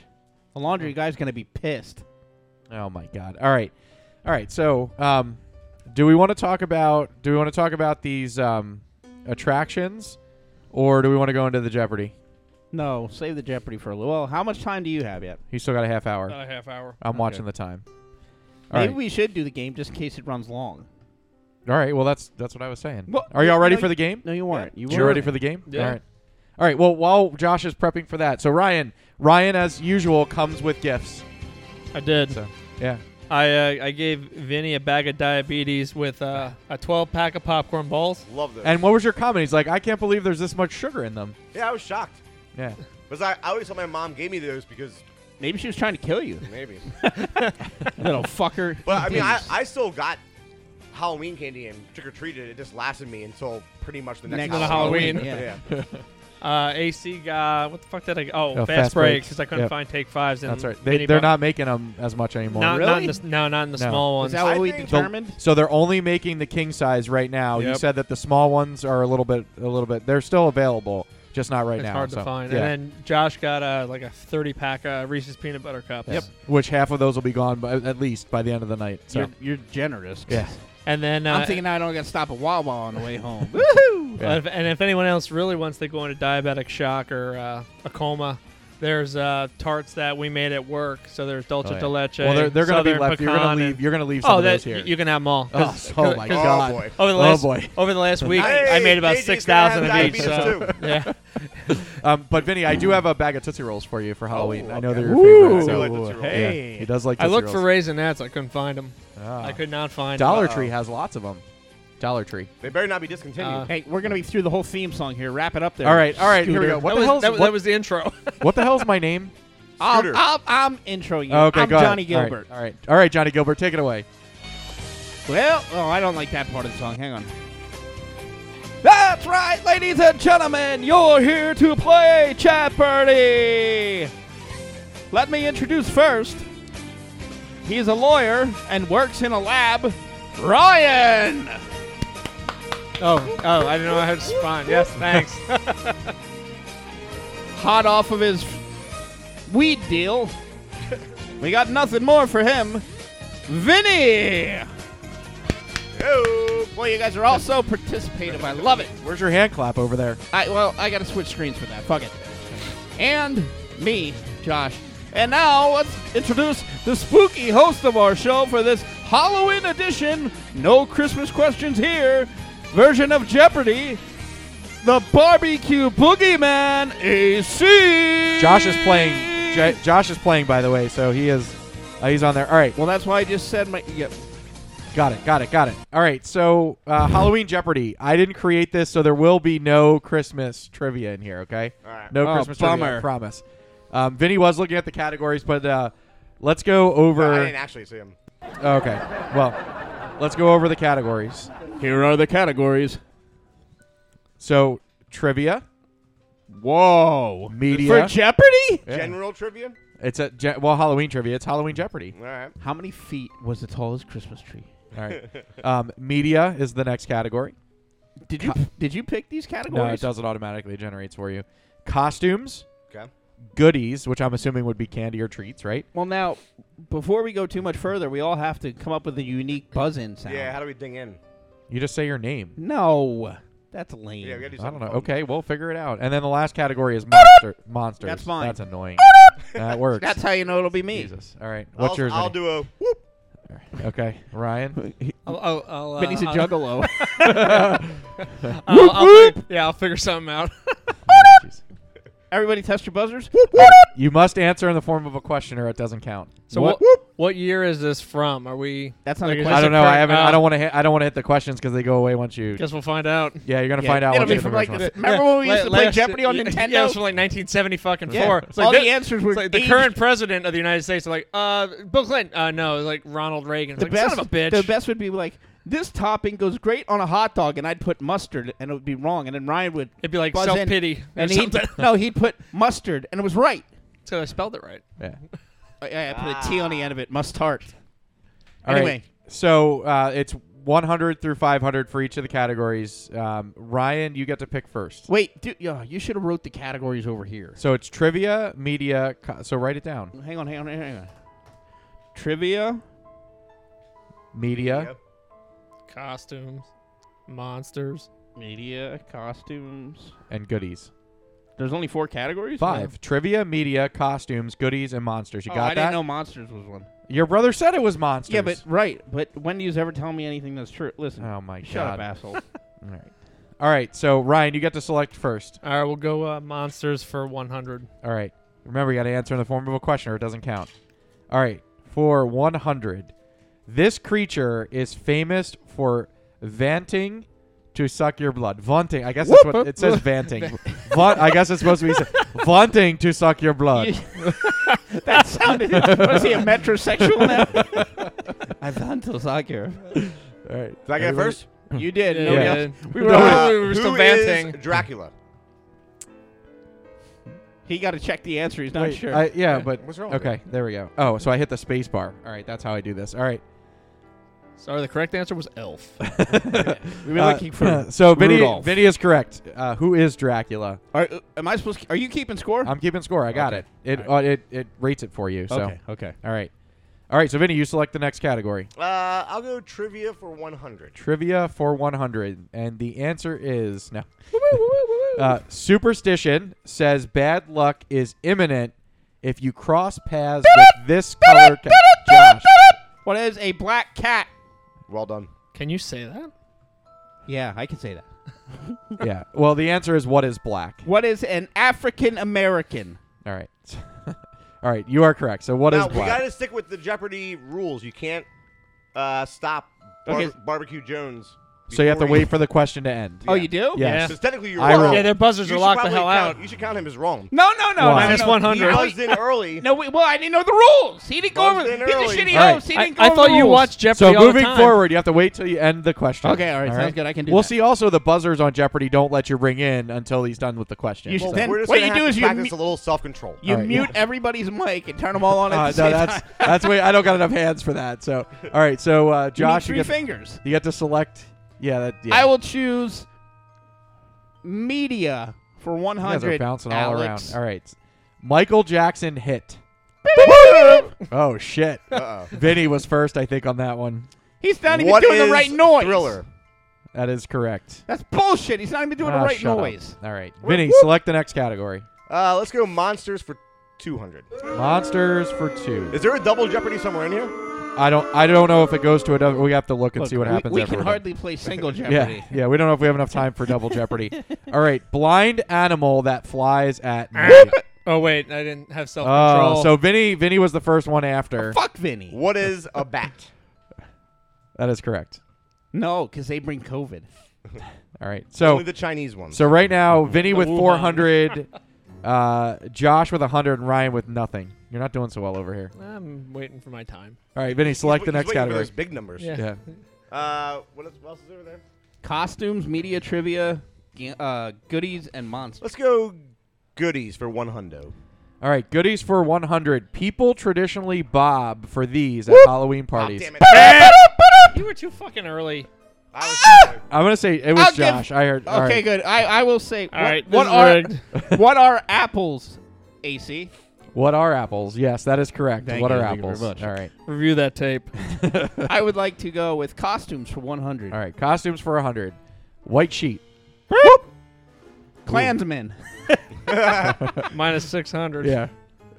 F: The laundry guy's gonna be pissed.
E: oh my god. All right, all right. So, um, do we want to talk about? Do we want to talk about these um attractions, or do we want to go into the Jeopardy?
F: No, save the Jeopardy for a little. Well, how much time do you have yet?
E: He's still got a half hour.
G: About a half hour.
E: I'm watching the time. All
F: Uh, Maybe
E: right.
F: we should do the game just in case it runs long.
E: All right. Well, that's that's what I was saying.
F: Well,
E: Are y'all ready
F: no,
E: for the game?
F: No, you weren't. You
E: You
F: were
E: ready for the game?
G: Yeah.
E: All right. All right. Well, while Josh is prepping for that, so Ryan, Ryan as usual comes with gifts.
G: I did.
E: So yeah,
G: I uh, I gave Vinny a bag of diabetes with uh, a 12 pack of popcorn balls.
D: Love those.
E: and what was your comment? He's like, I can't believe there's this much sugar in them.
D: yeah, I was shocked.
E: Yeah.
D: Because I, I always thought my mom gave me those because
F: Maybe she was trying to kill you,
D: maybe.
F: little fucker.
D: But I mean, I, I still got Halloween candy and trick or treated. It just lasted me until pretty much the next,
F: Next
G: Halloween.
F: Halloween,
D: yeah.
G: Uh, AC guy, what the fuck did I? Oh,
E: Oh,
G: fast,
E: Fast
G: break
E: Breaks.
G: because I couldn't
E: Yep.
G: find take fives. And
E: That's right.
G: Vinny
E: They, they're
G: bought-
E: not making them as much anymore.
G: Not, not in
F: Really?
G: the, s- no, not in the
E: No.
G: small
F: Is
G: ones.
F: that what
D: I
F: we
D: think-
F: determined?
E: So they're only making the king size right now. You
G: Yep.
E: said that the small ones are a little bit, a little bit. They're still available, just not right
G: it's
E: now.
G: hard to
E: so,
G: find.
E: yeah.
G: And then Josh got uh, like a 30 pack of Reese's peanut butter cups.
E: Yeah. Which half of those will be gone, by, at least by the end of the night. So
F: You're, you're generous.
E: yeah,
G: And then uh,
F: I'm thinking I don't gotta stop at Wawa on the way home.
E: Yeah.
G: Uh, if- and if anyone else really wants to go into diabetic shock or uh, a coma, there's uh, tarts that we made at work. So there's dulce
E: Oh, yeah.
G: de leche.
E: well, they're, they're going to be
G: southern
E: left. You're going
G: pecan,
E: to
G: and-
E: leave. You're going to leave some
G: Oh,
E: of those
G: that,
E: here.
G: you can have them all. 'Cause-
E: Oh, oh my
D: Oh,
E: god!
D: boy.
G: Over the
E: Oh,
G: last
E: boy.
G: over the last week, I
D: Hey,
G: made about
D: JJ's gonna
G: six thousand
D: have
G: of each. So,
D: diabetes
G: yeah,
E: Um, but Vinny, I do have a bag of Tootsie Rolls for you for
G: Oh,
E: Halloween. I know they're your
D: I
E: favorite.
D: do
E: So,
D: like Tootsie Rolls.
E: yeah,
F: Hey.
E: he does like.
G: I
E: Tootsie
G: looked for
E: Rolls.
G: raisinets. I couldn't find them.
E: Ah.
F: Oh.
G: I could not find 'em. Uh,
E: Dollar
D: Uh-oh.
E: Tree has lots of them. Dollar Tree.
D: They better not be discontinued.
G: Uh,
F: hey, we're gonna be through the whole theme song here. Wrap it up there.
E: All right, all right, here we
F: Scooter.
E: go. What
G: that
E: the
G: was,
E: hell's
G: that, was- that
E: what,
G: was the intro.
E: what the hell's my name?
F: I'll,
D: Scooter.
F: I'll, I'm introing you.
E: Okay,
F: I'm
E: go ahead.
F: Johnny
E: All right,
F: Gilbert.
E: All right, all right, Johnny Gilbert, take it away.
F: Well, oh, I don't like that part of the song. Hang on. That's right, ladies and gentlemen, you're here to play Jeopardy! Let me introduce first. He's a lawyer and works in a lab. Ryan!
G: oh, oh, I didn't know I had to respond. Yes, thanks.
F: Hot off of his weed deal. we got nothing more for him. Vinny!
D: Oh,
F: Well, you guys are all so participative. I love it.
E: Where's your hand clap over there?
F: I well, I gotta switch screens for that. Fuck it. And me, Josh. And now let's introduce the spooky host of our show for this Halloween edition. No Christmas questions here. Version of Jeopardy, the barbecue boogeyman AC.
E: Josh is playing. J- Josh is playing, by the way. So he is. Uh, he's on there. All right.
F: Well, that's why I just said my. Yep.
E: Got it. Got it. Got it. All right. So uh, Halloween Jeopardy. I didn't create this, so there will be no Christmas trivia in here. Okay.
D: All right.
E: No
F: Oh,
E: Christmas trivia. I
F: bummer.
E: promise. Um, Vinny was looking at the categories, but uh, let's go over.
D: No, I didn't actually see him.
E: okay. Well, let's go over the categories.
F: Here are the categories.
E: So trivia,
F: Whoa.
E: media.
F: For Jeopardy?
E: Yeah.
D: General trivia.
E: it's a Je- well Halloween trivia. It's Halloween Jeopardy.
D: All right.
F: How many feet was the tallest Christmas tree?
E: All right. um, media is the next category.
F: Did you did you pick these categories?
E: No, it doesn't automatically it generates for you. Costumes,
D: Okay.
E: goodies, which I'm assuming would be candy or treats, right?
F: Well, now, before we go too much further, we all have to come up with a unique buzz-in sound.
D: Yeah. How do we ding in?
E: You just say your name.
F: no, that's lame.
D: Yeah, we gotta do
E: I don't
D: something.
E: know.
D: fun.
E: Okay, we'll figure it out. And then the last category is monster monsters.
F: That's mine.
E: That's annoying. that works.
F: that's how you know it'll be me.
E: Jesus. All right.
D: I'll,
E: What's yours?
D: I'll
E: Vinny?
D: do a whoop.
E: Okay, Ryan.
G: I'll, I'll, I'll, uh,
F: But he's a
G: I'll-
F: juggalo.
G: I'll- I'll fig- yeah, I'll figure something out.
E: Jeez.
F: Everybody test your buzzers.
E: You must answer in the form of a question, or it doesn't count.
G: So what? What year is this from? Are we?
F: That's not a
G: is
F: question.
G: this
E: I don't know.
G: current-
E: I haven't. I
G: uh,
E: don't want to. hit I don't want to hit the questions because they go away once you.
G: Guess we'll find out.
E: Yeah, you're gonna
F: Yeah,
E: find out.
F: It'll
E: once you
F: be
E: hit
F: from
E: the
F: like.
E: first
F: the-
E: one.
F: Remember when we
G: La-
F: used to play
G: last-
F: Jeopardy on
G: yeah,
F: Nintendo?
G: Yeah, it was from like 1970 fucking
F: Yeah.
G: four. It's like
F: All the
G: thi-
F: answers were
G: it's like the
F: aged.
G: current president of the United States. Like, uh, Bill Clinton. Uh, no, like Ronald Reagan. It's
F: the
G: like,
F: best,
G: son of a bitch.
F: The best would be like this topping goes great on a hot dog, and I'd put mustard, and it would be wrong, and then Ryan would
G: It'd be like
F: buzz in,
G: self-pity or
F: and he'd,
G: something.
F: no, he'd put mustard, and it was right.
G: So I spelled it right.
E: Yeah.
F: I, I put a T on the end of it, mustard.
E: All right.
F: Anyway.
E: So uh, it's 100 through 500 for each of the categories. Um, Ryan, you get to pick first.
F: Wait, dude, yeah, you should have wrote the categories over here.
E: So it's trivia, media. Co- so write it down.
F: Hang on, hang on, hang on. Trivia,
E: Media.
D: Yep.
G: Costumes, monsters.
F: media, costumes.
E: and goodies.
F: There's only four categories.
E: Five trivia, media, costumes, goodies, and monsters. You
F: Oh,
E: got
F: I
E: that?
F: didn't know monsters was one.
E: Your brother said it was monsters.
F: Yeah, but right. But when do you ever tell me anything that's true? Listen.
E: oh my
F: shut
E: god!
F: up, asshole.
E: All right, all right. So Ryan, you get to select first.
G: All right, we'll go uh, monsters for 100.
E: All right. Remember, you got to answer in the form of a question, or it doesn't count. All right. For 100, this creature is famous for vanting to suck your blood. Vaunting. I guess that's what it says. Vanting. Va- I guess it's supposed to be vaunting to suck your blood.
F: that sounded. was he a metrosexual now? I found to soccer.
E: All right.
D: Did I get it
E: Everybody-
D: first?
F: You did.
G: Yeah.
F: nobody else.
G: Yeah.
F: We were.
D: Uh,
G: we were still
D: who is
G: vanting.
D: Dracula.
F: He got to check the answer. He's not
E: Wait,
F: sure.
E: I- yeah, but
D: What's wrong? with
E: okay. There we go. Oh, so I hit the space bar. All right. That's how I do this. All right.
G: Sorry, the correct answer was elf.
F: we were
E: Uh,
F: looking for.
E: so Vinny,
F: Rudolph.
E: Vinny is correct. Uh, who is Dracula?
F: Are, am I supposed? Are you keeping score?
E: I'm keeping score. I got
F: Okay.
E: it. It, uh, it it rates it for you. So
F: okay. Okay.
E: All right. All right, so Vinny, you select the next category.
D: it? Uh, I'll go trivia for 100.
E: Trivia for 100. And the answer is no. uh, superstition says bad luck is imminent if you cross paths with this color cat. Josh.
F: What is a black cat?
D: Well done.
G: Can you say that?
F: Yeah, I can say that.
E: Yeah. Well, the answer is what is black.
F: What is an African American?
E: All right. All right, you are correct. So what is
D: now, we
E: black?
D: got to stick with the Jeopardy rules. You can't uh, stop Bar-
F: Okay.
D: Barbecue Jones.
E: so you have to
D: before he-
E: wait for the question to end.
F: Oh, you do?
E: Yeah.
D: Because technically you're
E: I
D: wrong.
E: roll.
G: Yeah, their buzzers
D: You
G: are
D: should
G: locked the
D: probably
G: hell
D: count-
G: out.
D: You should count him as wrrong.
F: No, no, no,
E: Why?
F: no,
G: Minus
F: no.
G: one hundred.
D: He buzzed in early.
F: No, we, well, I didn't know the rules. He didn't go
D: Buzzed
F: over.
D: in
F: He's a
D: early.
F: shitty
E: All right.
F: host. He
G: I,
F: didn't go
G: I
F: over
G: thought
F: the
G: you
F: rules.
G: watched Jeopardy
E: So
G: all the
E: moving
G: time.
E: forward, you have to wait till you end the question.
F: Okay, all right, sounds good. I can do
E: We'll
F: that.
E: see. Also, the buzzers on Jeopardy don't let you ring in until he's done with the question.
F: You should-
E: So-
F: then
D: We're just
F: what
D: gonna
F: you
D: have
F: do
D: to
F: is you
D: practice
F: mute-
D: a little self-control.
F: You
E: All right,
F: mute everybody's mic and turn them all on at
E: Uh,
F: the
E: no,
F: same
E: that's
F: time.
E: that's way I don't got enough hands for that. So, all right. So, uh,
F: You need
E: Josh, you
F: three
E: get
F: fingers.
E: you get to select. Yeah, that. Yeah.
F: I will choose media for one
E: You guys
F: hundred.
E: are bouncing all
F: Alex.
E: around. All right. Michael Jackson hit. oh shit!
D: Uh-oh.
E: Vinny was first, I think, on that one.
F: He's not even
D: What
F: doing the
D: is
F: right noise.
D: Thriller.
E: That is correct.
F: That's bullshit. He's not even doing
E: Ah,
F: the right
E: shut up.
F: noise.
E: All right, Vinny, select the next category.
D: Uh, let's go monsters for 200.
E: Monsters for two.
D: Is there a double Jeopardy somewhere in here?
E: I don't. I don't know if it goes to another. We have to look and
F: Look,
E: see what
F: we-
E: happens.
F: We,
E: after
F: can
E: we're done.
F: hardly play single
E: Yeah,
F: Jeopardy.
E: yeah. We don't know if we have enough time for double jeopardy. All right, blind animal that flies at
F: Ah!
E: night.
G: Oh wait, I didn't have self control.
E: Oh, so Vinny, Vinny was the first one after.
F: Oh, Fuck Vinny.
D: What is a bat?
E: That is correct.
F: No, because they bring COVID.
E: All right. So
F: Oh.
D: Only the Chinese one.
E: so right now, Vinny with
G: Wuhan.
E: 400, uh, Josh with 100, and Ryan with nothing. You're not doing so well over here.
G: I'm waiting for my time.
E: All right, Vinny, select the next category.
D: Those big numbers.
G: Yeah.
E: Yeah.
D: Uh, what else, what else is over there?
F: Costumes, media trivia, ga- uh, goodies, and monsters.
D: Let's go goodies for one hundo.
E: All right, goodies for 100. People traditionally bob for these at Halloween parties.
D: Ah, Damn it.
G: You were too fucking early.
D: I was too
E: I'm gonna say it was
F: I'll give-
E: Josh. I heard. all
F: Okay,
E: right.
F: good. I, I will say.
G: All
F: what,
G: right,
F: what
G: this is
F: are
G: rigged.
F: what are apples? AC.
E: What are apples? Yes, that is correct.
F: Thank
E: what
F: you,
E: are
F: thank you very
E: apples?
F: much.
E: All right.
G: Review that tape.
F: I would like to go with costumes for 100.
E: All right. Costumes for 100. White sheet.
F: Klansmen.
G: Minus six hundred.
E: Yeah.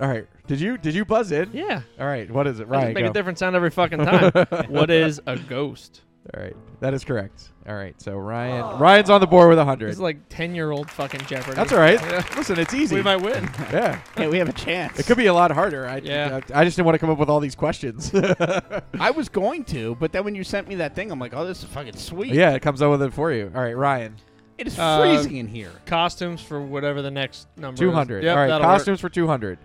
E: All right. Did you did you buzz in?
G: Yeah.
E: All right. What is it?
G: I
E: Right.
G: just make a different sound every fucking time. what is a ghost?
E: All right. That is correct. All right. So Ryan Ryan's on the board with 100.
G: This is Oh. like ten year old fucking Jeopardy.
E: That's all right.
G: Yeah.
E: Listen, it's easy.
G: We might win.
E: yeah.
F: hey, we have a chance.
E: It could be a lot harder. I,
G: Yeah.
E: I, I just didn't want to come up with all these questions.
F: I was going to, but then when you sent me that thing, I'm like, oh, this is fucking sweet.
E: yeah, it comes up with it for you. All right, Ryan.
F: It is
G: Uh,
F: freezing in here.
G: Costumes for whatever the next number. is.
E: 200.
G: Yep,
E: all right,
G: that'll work.
E: costumes for 200.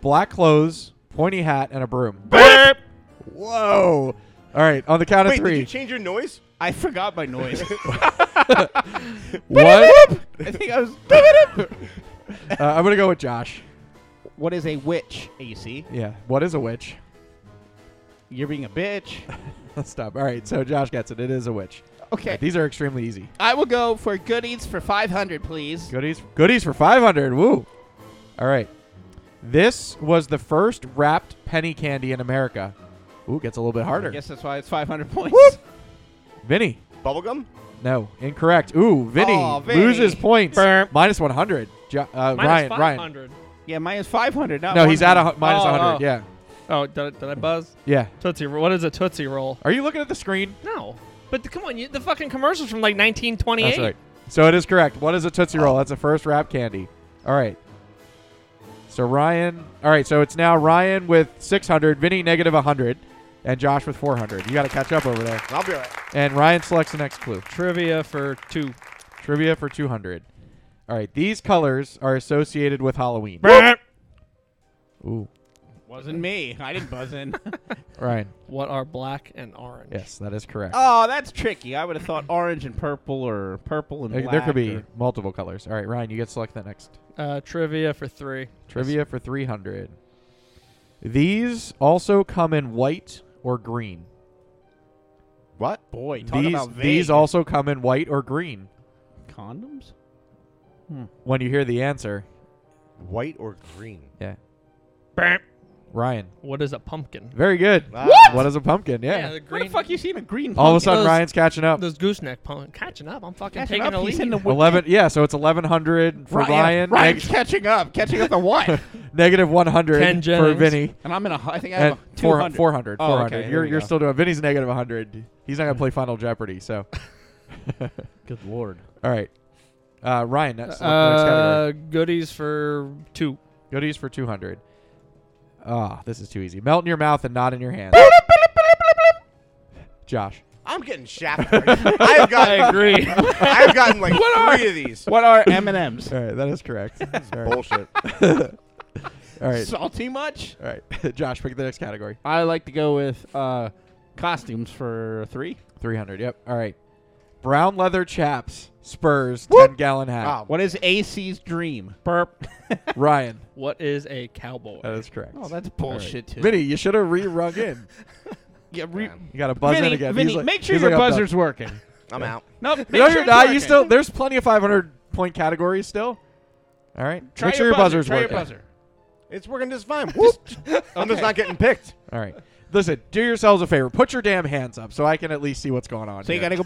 E: Black clothes, pointy hat, and a broom.
G: Burp.
E: Whoa. All right, on the count of
D: Wait, did
E: three.
D: you change your noise?
F: I forgot my noise.
E: What?
F: I think I was.
E: Uh, I'm going to go with Josh.
F: what is a witch, AC?
E: Yeah. What is a witch?
F: You're being a bitch.
E: Let's stop. All right, so Josh gets it. It is a witch. All
F: Okay.
E: right, these are extremely easy.
F: I will go for goodies for 500, please.
E: Goodies, goodies for 500. Woo. All right. This was the first wrapped penny candy in America. Ooh, gets a little bit harder.
F: I guess that's why it's 500 points.
E: Vinny.
D: Bubblegum?
E: No, incorrect. Ooh, Vinny,
F: Aw, Vinny.
E: loses points.
G: Burp.
E: Minus 100. Jo- uh,
G: Minus
E: Ryan, Ryan.
G: 500.
F: Yeah, minus 500. Not
E: No, he's at a, hu- minus
G: Oh,
E: 100.
G: oh.
E: Yeah.
G: Oh, did, did I buzz?
E: Yeah.
G: Tootsie. Roll. What is a Tootsie roll?
E: Are you looking at the screen?
G: No. But th- come on, you, the fucking commercials from like 1928.
E: That's right. So it is correct. What is a Tootsie Roll? That's the first wrap candy. All right. So Ryan. All right. So it's now Ryan with 600, Vinny negative 100, and Josh with 400. You got to catch up over there.
D: I'll be all right.
E: And Ryan selects the next clue.
G: Trivia for two.
E: Trivia for 200. All right. These colors are associated with Halloween.
G: Burp.
E: Ooh.
F: Wasn't me. I didn't buzz in.
E: Ryan.
G: What are black and orange?
E: Yes, that is correct.
F: oh, that's tricky. I would have thought orange and purple or purple and
E: There-
F: black.
E: there could be
F: or-
E: multiple colors. All right, Ryan, you get to select that next.
G: Uh, trivia for three.
E: Trivia for 300. These also come in white or green.
D: What?
F: Boy, talk
E: These,
F: about vague.
E: these also come in white or green.
F: Condoms?
E: When you hear the answer,
D: White or green?
E: yeah,
G: Burp.
E: Ryan,
G: What is a pumpkin?
E: very good.
D: What?
E: What is a pumpkin? Yeah. Oh.
G: the green,
F: Where the fuck you seen a green
E: All of a
F: pumpkin?
E: sudden,
G: Those-
E: Ryan's catching up.
G: Those gooseneck pumpkin. Catching up. I'm fucking
F: Catching
G: taking
F: up,
G: a
F: he's
G: lead.
F: in the w-
E: Eleven. Yeah, so it's 1100 for Ryan.
F: Ryan's
E: neg-
F: catching up. Catching up to what?
E: negative 100
G: Ken
E: for
G: Jennings.
E: Vinny.
F: and I'm in a. hu- I think I have
E: And
F: a
E: four-
F: 200.
E: 400.
F: Oh,
E: 400.
F: okay, there
E: you're
F: we
E: you're
F: go.
E: still doing. Vinny's negative 100. He's not gonna play Final Jeopardy. So,
F: Good lord.
E: all right, uh, Ryan, that's the next category.
G: Uh, goodies for two.
E: Goodies for 200. Ah, this is too easy. Melt in your mouth and not in your hand. Josh.
D: I'm getting shafted. I've
G: I
D: gotten,
G: agree.
D: I've gotten like three of these.
F: What are M and M's?
E: All right, that is correct. All right.
D: Bullshit.
E: All right.
F: Salty much?
E: All right. Josh, pick the next category.
F: I like to go with uh, costumes for three.
E: 300. Yep. All right. Brown leather chaps, spurs, 10 gallon hat.
D: Wow.
F: What is AC's dream?
G: Burp.
E: Ryan.
G: What is a cowboy?
E: That is correct.
F: Oh, that's bullshit too.
E: Uh, Vinny, you should have re-rung in.
F: yeah, re-
E: You got to buzz in
F: Vinny,
E: again.
F: Vinny,
E: He's like-
F: make sure
E: he's
F: your
E: like, I'm done.
F: buzzer's working.
D: I'm out.
F: Nope. Make
E: No,
F: sure
E: you're
F: it's
E: not. You
F: working.
E: still. There's plenty of 500 point categories still. All right.
F: Try
E: make sure your
F: buzzer,
E: buzzer's
F: try
E: working.
F: Your buzzer.
D: It's working just fine. Whoop. I'm just not getting picked.
E: All right. Listen, do yourselves a favor. Put your damn hands up so I can at least see what's going on.
F: So you
E: here.
F: gotta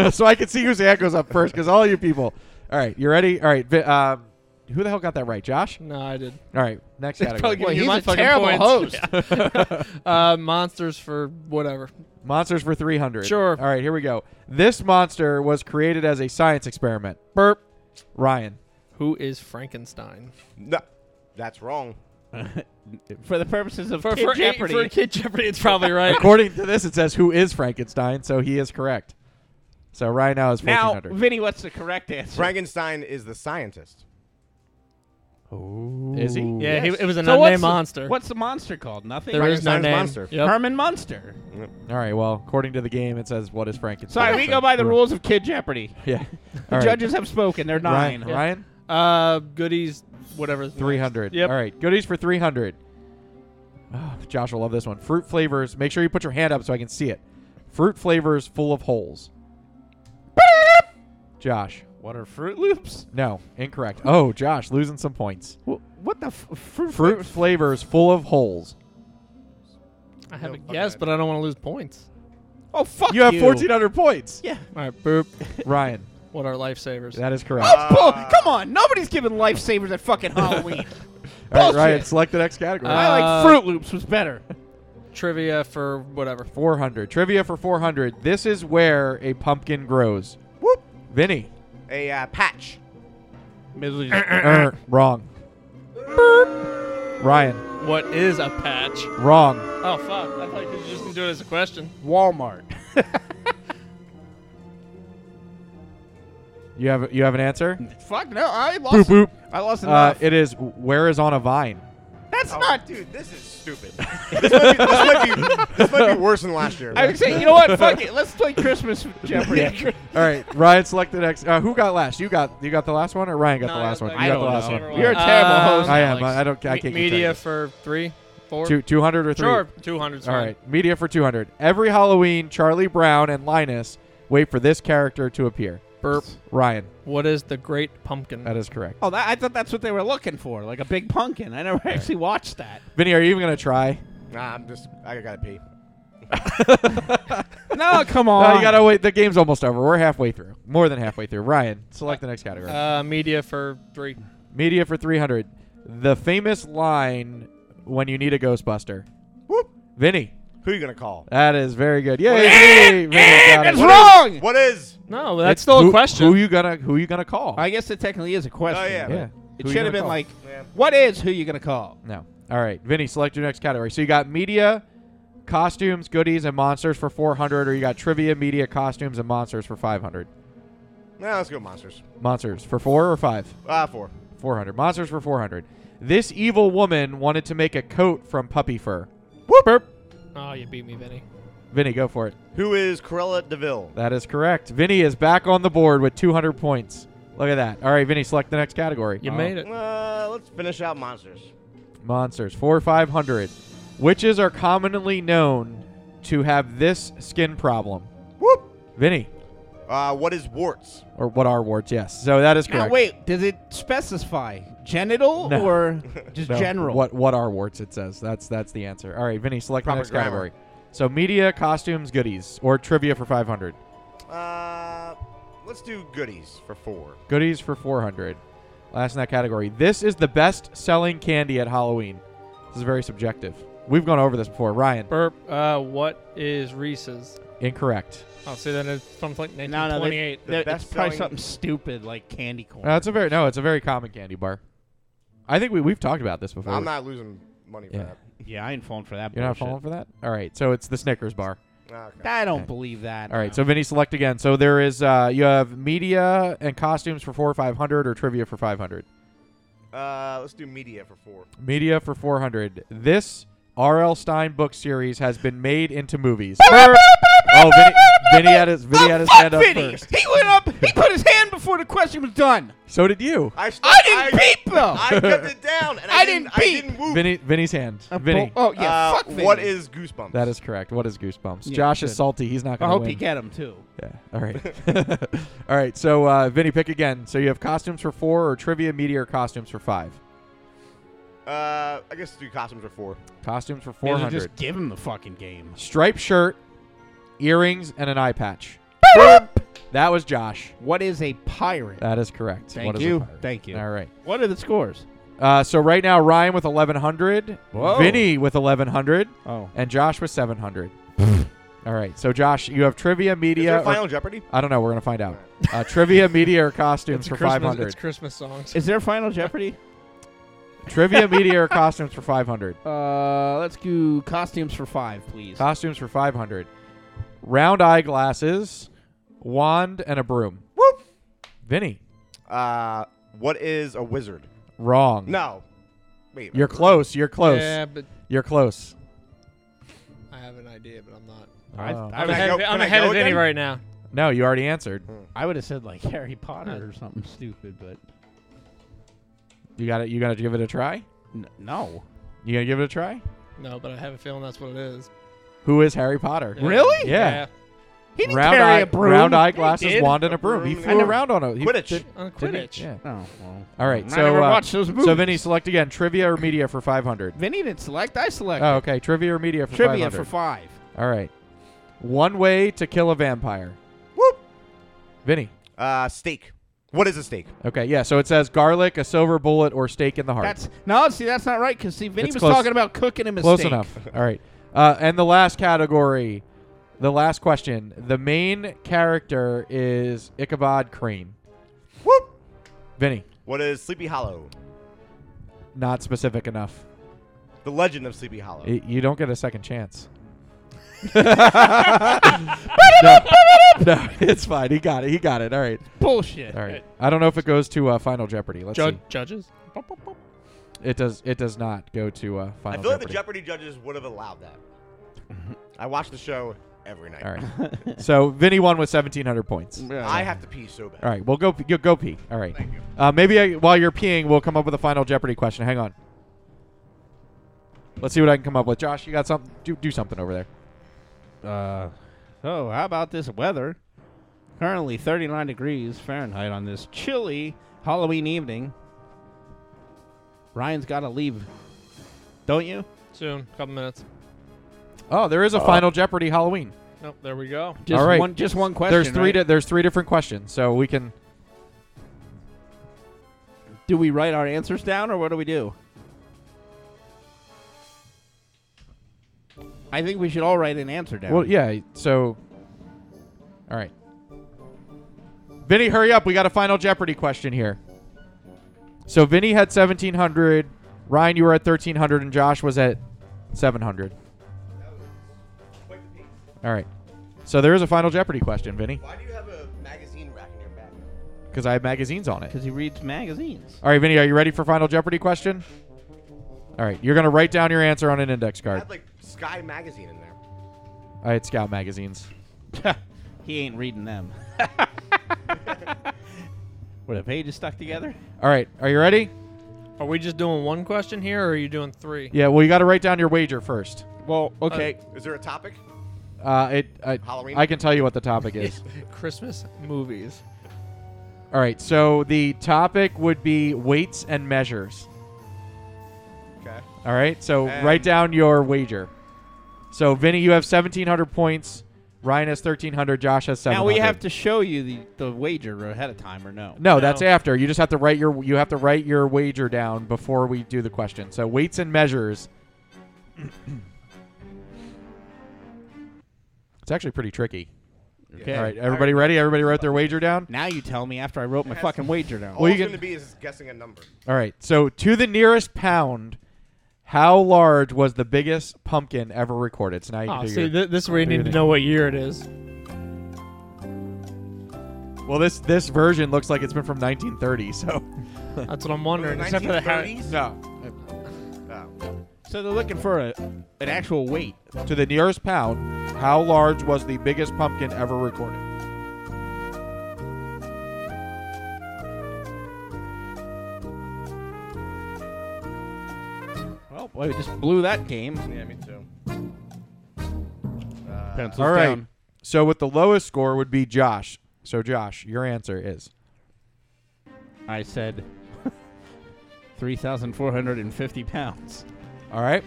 F: go.
E: so I can see whose hand goes up first because all you people. All right, you ready? All right, Vi- um, Who the hell got that right, Josh?
G: No, I did.
E: All right, next
G: Probably
E: category.
G: giving
F: Well,
G: you
F: he's
G: my
F: a
G: fucking
F: terrible
G: points. Yeah. uh, monsters for whatever.
E: Monsters for 300.
G: Sure.
E: All right, here we go. This monster was created as a science experiment.
G: Burp.
E: Ryan.
G: Who is Frankenstein?
D: No, that's wrong.
F: for the purposes of
G: For,
F: Kid
G: for, a-
F: Jeopardy.
G: for Kid Jeopardy, it's probably right.
E: According to this, it says who is Frankenstein, so he is correct. So Ryan now is
F: now,
E: 1400.
F: Vinny, what's the correct answer?
D: Frankenstein is the scientist.
E: Is he?
G: yeah, he, it was an
F: So what's
G: unnamed
F: the-
G: monster.
F: What's the monster called? Nothing.
G: There is no
D: Frankenstein's
G: name.
D: monster.
G: Yep.
F: Herman Munster.
E: All right, well, according to the game, it says what is Frankenstein.
F: Sorry, we
E: so-
F: go by the rules of Kid Jeopardy.
E: Yeah.
F: The
E: All right.
F: judges have spoken. They're nine.
E: Ryan, Ryan
G: Uh, goodies, whatever.
E: 300.
G: Yep.
E: All right, goodies for 300. Ah, Josh will love this one. Fruit flavors. Make sure you put your hand up so I can see it. Fruit flavors full of holes. Josh.
F: What are Fruit Loops?
E: No, incorrect. Oh, Josh, losing some points.
F: Wh- What the f- fruit?
E: Fruit flavors full of holes.
G: I have
D: No
G: a
D: fucking
G: guess, but I don't want to lose points.
F: Oh fuck!
E: You have 1,400 points.
F: Yeah.
G: All right, boop.
E: Ryan,
G: What are lifesavers?
E: that is correct.
F: Bull- come on! Nobody's giving lifesavers at fucking Halloween.
E: All right, Ryan,
F: bullshit.
E: select the next category.
G: Uh,
F: I like Fruit Loops was better.
G: Trivia for whatever.
E: 400. Trivia for 400. This is where a pumpkin grows.
D: Whoop.
E: Vinny.
D: A uh, patch.
F: Middle East-
E: Er, wrong. Ryan.
G: What is a patch?
E: Wrong.
G: Oh fuck! I thought you were just gonna do it as a question.
F: Walmart.
E: You have you have an answer?
F: Fuck no! I lost.
E: Boop boop.
F: I lost
E: Uh,
F: enough.
E: it is where is on a vine.
F: That's
D: Oh,
F: not.
D: dude, this is stupid. this, might be, this, might be, this might be worse than last year.
F: I would say, you know what? Fuck it. Let's play Christmas Jeopardy.
E: All right, Ryan, select the next. Uh, who got last? You got you got the last one, or Ryan got
G: No,
E: the
G: I
E: last
G: got
E: one.
G: the-
E: You
G: I
E: got
F: don't
E: the last
F: know.
E: one.
G: one.
F: You're a terrible
G: Um,
F: host.
E: I am.
F: Alex.
E: I don't. I
G: Me-
E: can't. keep
G: media
E: track
G: for three, four.
E: of it. Two, 200 or three.
G: Sure, two hundred.
E: All right, media for 200. Every Halloween, Charlie Brown and Linus wait for this character to appear.
G: Burp.
E: Ryan,
G: What is the Great Pumpkin?
E: that is correct.
F: Oh, that, I thought that's what they were looking for, like a big pumpkin. I never actually watched that.
E: Vinny, are you even gonna try?
D: nah, I'm just. I gotta pee.
F: No, come
E: Oh,
F: on.
E: you gotta wait. The game's almost over. We're halfway through. More than halfway through. Ryan, select the next category.
G: Uh, media for three.
E: media for 300. The famous line when you need a Ghostbuster.
D: Whoop.
E: Vinny,
D: Who you gonna call?
E: that is very good. Yay, Vinny, Vinny got
F: It's
E: it.
F: wrong.
D: What is?
G: No, that's
E: It's
G: still
E: who-
G: a question.
E: Who you gonna who you gonna call?
F: I guess it technically is a question.
D: Oh, yeah.
E: yeah.
F: It
E: Who you
F: should
E: gonna
F: have been
E: call?
F: like,
D: Yeah.
F: what is who you gonna call?
E: No. All right, Vinny, select your next category. So you got media, costumes, goodies, and monsters for 400, or you got trivia, media, costumes, and monsters for 500.
D: Nah, let's go monsters.
E: Monsters for four or five?
D: Ah, four.
E: 400. Monsters for 400. This evil woman wanted to make a coat from puppy fur.
G: oh, you beat me, Vinny.
E: Vinny, go for it.
D: Who is Corella Deville?
E: That is correct. Vinny is back on the board with 200 points. Look at that. All right, Vinny, select the next category.
G: You made it.
D: Uh, let's finish out monsters.
E: Monsters, four or five hundred. Witches are commonly known to have this skin problem.
D: Whoop.
E: Vinny,
D: Uh, what is warts?
E: or what are warts? Yes. So that is
F: Now
E: correct.
F: wait, does it specify genital
E: No.
F: or just
E: No,
F: general?
E: What what are warts? It says that's that's the answer. All right, Vinny, select
D: Proper
E: the next
D: grammar.
E: category. So media, costumes, goodies, or trivia for five hundred.
D: Uh, let's do goodies for four.
E: Goodies for four hundred. Last in that category. This is the best-selling candy at Halloween. This is very subjective. We've gone over this before. Ryan,
G: Burp. Uh, what is Reese's?
E: incorrect.
G: I'll say that it's from like
F: No, no, they,
G: 1928.
D: The
F: they're- it's
D: best
F: probably
D: selling-
F: something stupid like candy corn.
E: No, it's a very no. It's a very common candy bar. I think we we've talked about this before.
D: I'm not Oh, losing money for
E: Yeah.
F: yeah, I ain't falling for that.
E: You're not
F: bullshit.
E: falling for that. All right. So it's the Snickers bar.
D: that. Okay.
F: I don't
E: Okay.
F: believe that.
E: All right.
F: no.
E: So Vinny, select again. So there is uh, you have media and costumes for four or five hundred, or trivia for five hundred.
D: Uh, let's do media for four.
E: Media for four hundred. This R.L. Stein book series has been made into movies. oh, Vinny, Vinny had his Vinny had his
F: Oh, Fuck
E: hand up
F: Vinny!
E: first.
F: He went up. He put his hand before the question was done.
E: So did you,
D: I, st-
F: I didn't peep though.
D: I cut it down, and I,
F: I
D: didn't.
F: didn't peep.
D: I didn't whoop.
E: Vinny. Vinny's hand.
F: A
E: Vinny.
F: bull- oh yeah.
D: Uh,
F: fuck Vinny.
D: What is goosebumps?
E: That is correct. What is goosebumps?
F: Yeah,
E: Josh
F: good.
E: is salty. He's not
F: I
E: going to
F: hope
E: win.
F: you get him too.
E: Yeah. All right. All right. So, uh, Vinny, pick again. So you have costumes for four or trivia, meteor costumes for five.
D: Uh, I guess do costumes for four.
E: Costumes for
F: Maybe
E: 400.
F: Just give him the fucking game.
E: Striped shirt, earrings, and an eye patch. That was Josh.
F: What is a pirate?
E: That is correct.
F: Thank
E: What is a
F: you.
E: pirate?
F: Thank you.
E: All right.
F: What are the scores?
E: Uh, so right now, Ryan with 1,100,
F: Whoa.
E: Vinny with 1,100,
F: Oh.
E: and Josh with 700. All right. So, Josh, you have trivia,
D: Is
E: media.
D: there
E: or-
D: Final Jeopardy?
E: I don't know. We're going to find out. Uh, trivia, media, or costumes
G: It's
E: for
G: Christmas,
E: 500.
G: It's Christmas songs.
F: Is there Final Jeopardy?
E: trivia, media, or costumes for 500.
F: Uh, let's do costumes for five, please.
E: Costumes for 500. Round eyeglasses, wand, and a broom.
D: Whoop.
E: Vinny,
D: Uh, what is a wizard?
E: wrong.
D: No. Wait.
E: You're close. You're close.
G: Yeah, but
E: You're close.
G: I have an idea, but I'm not.
F: I,
E: Oh.
F: I
G: I'm
D: Can
F: would-
D: I
G: ahead,
D: go-
G: of-
D: can
G: I'm
D: I
G: ahead
D: go
G: of Vinny
D: again?
G: right now.
E: No, you already answered.
F: I would have said like Harry Potter or something stupid, but
E: You got to You got to give it a try.
F: n- no.
E: You gonna give it a try?
G: No, but I have a feeling that's what it is.
E: Who is Harry Potter?
G: Yeah.
F: Really?
E: Yeah.
F: He didn't
E: Round
F: carry
E: eye,
F: a broom.
E: round eye
G: He
E: glasses,
G: did.
E: wand, and a broom. He
D: broom.
E: flew
D: I never-
E: around on it. He
D: Quidditch.
E: did-
G: On
E: didn't he?
G: Quidditch.
E: Yeah.
F: Oh, well.
E: All right.
F: I
E: so
F: never
E: uh,
F: watched those movies.
E: so Vinny, select again. Trivia or media for 500.
F: Vinny didn't select. I selected.
E: Oh, okay. Trivia or media for
F: Trivia
E: 500.
F: for five.
E: All right. One way to kill a vampire.
D: Whoop.
E: Vinny.
D: Uh, steak. What is a steak?
E: Okay. Yeah. So it says garlic, a silver bullet, or stake in the heart.
F: That's no. See, that's not right because see, Vinny
E: It's
F: was
E: close.
F: talking about cooking a mistake.
E: Close enough. All right. Uh, and the last category, the last question. The main character is Ichabod Crane.
D: Whoop.
E: Vinny,
D: What is Sleepy Hollow?
E: not specific enough.
D: The Legend of Sleepy Hollow.
E: Y- You don't get a second chance. no. No, it's fine. He got it. He got it. All right.
F: Bullshit.
E: All right. I don't know if it goes to uh, Final Jeopardy. Let's
G: Judge,
E: see.
G: judges.
E: It does. It does not go to uh,
D: I
E: Final
D: feel like the
E: Jeopardy.
D: Jeopardy judges would have allowed that. I watch the show every night.
E: All right. so Vinny won with seventeen hundred points.
F: Yeah.
D: I have to pee so bad.
E: All right. Well, go p- go, go pee. All right.
D: Mm. Thank you.
E: Uh, maybe I, while you're peeing, we'll come up with a Final Jeopardy question. Hang on. Let's see what I can come up with. Josh, you got something? Do, do something over there.
F: Uh, so how about this weather? Currently 39 degrees Fahrenheit on this chilly Halloween evening. Ryan's got to leave, don't you?
G: Soon, couple minutes.
E: Oh, there
F: Uh,
E: is a Final Jeopardy Halloween.
G: Nope, there we go.
F: Just
E: All right.
F: one, just one question.
E: There's three.
F: right?
E: Di- there's three different questions, so we can.
F: do we write our answers down, or what do we do? I think we should all write an answer down.
E: Well, yeah. So. All right. Vinny, hurry up. We got a Final Jeopardy question here. So Vinny had 1700. Ryan, you were at 1300, and Josh was at 700. All right. So there is a Final Jeopardy question, Vinny,
D: Why do you have a magazine rack in your back?
E: because I have magazines on it.
F: because he reads magazines.
E: All right, Vinny, are you ready for Final Jeopardy question? All right, you're going to write down your answer on an index
D: I
E: card.
D: had like Sky magazine in there.
E: I had Scout magazines.
F: he ain't reading them. Were the pages stuck together?
E: All right, are you ready?
G: Are we just doing one question here, or are you doing three?
E: Yeah, well, you got to write down your wager first.
F: Well, okay.
D: Is there a topic?
E: Uh, it I,
D: Halloween?
E: I can tell you what the topic is.
G: Christmas movies.
E: All right, so the topic would be weights and measures.
D: Okay.
E: All right, so
D: And-
E: write down your wager. So Vinny, you have seventeen hundred points. Ryan has thirteen hundred. Josh has seven.
F: now we have to show you the, the wager ahead of time, or no?
E: No, that's
G: No.
E: after. You just have to write your you have to write your wager down before we do the question. So weights and measures. it's actually pretty tricky.
F: Okay.
E: All right, everybody ready? Everybody wrote their wager down?
F: Now you tell me after I wrote my fucking wager down.
D: All
E: Well, you
D: it's
E: can-
D: going to be is guessing a number.
E: All right. So to the nearest pound, how large was the biggest pumpkin ever recorded? So now you can
G: Oh,
E: do
G: see,
E: your-
G: th- this is where you
E: do your
G: need to
E: thing.
G: know what year it is.
E: Well, this this version looks like it's been from 1930. So
G: That's what I'm wondering.
D: the
G: Except for the hat.
D: 1930s?
E: no.
D: Oh.
F: So they're looking for a, an actual weight.
E: To the nearest pound, how large was the biggest pumpkin ever recorded?
F: Well, boy, we just blew that game.
D: Yeah, me too.
F: Pencils
E: Uh, All right.
F: down.
E: So with the lowest score would be Josh. So Josh, your answer is
F: I said 3,450 pounds.
E: all right.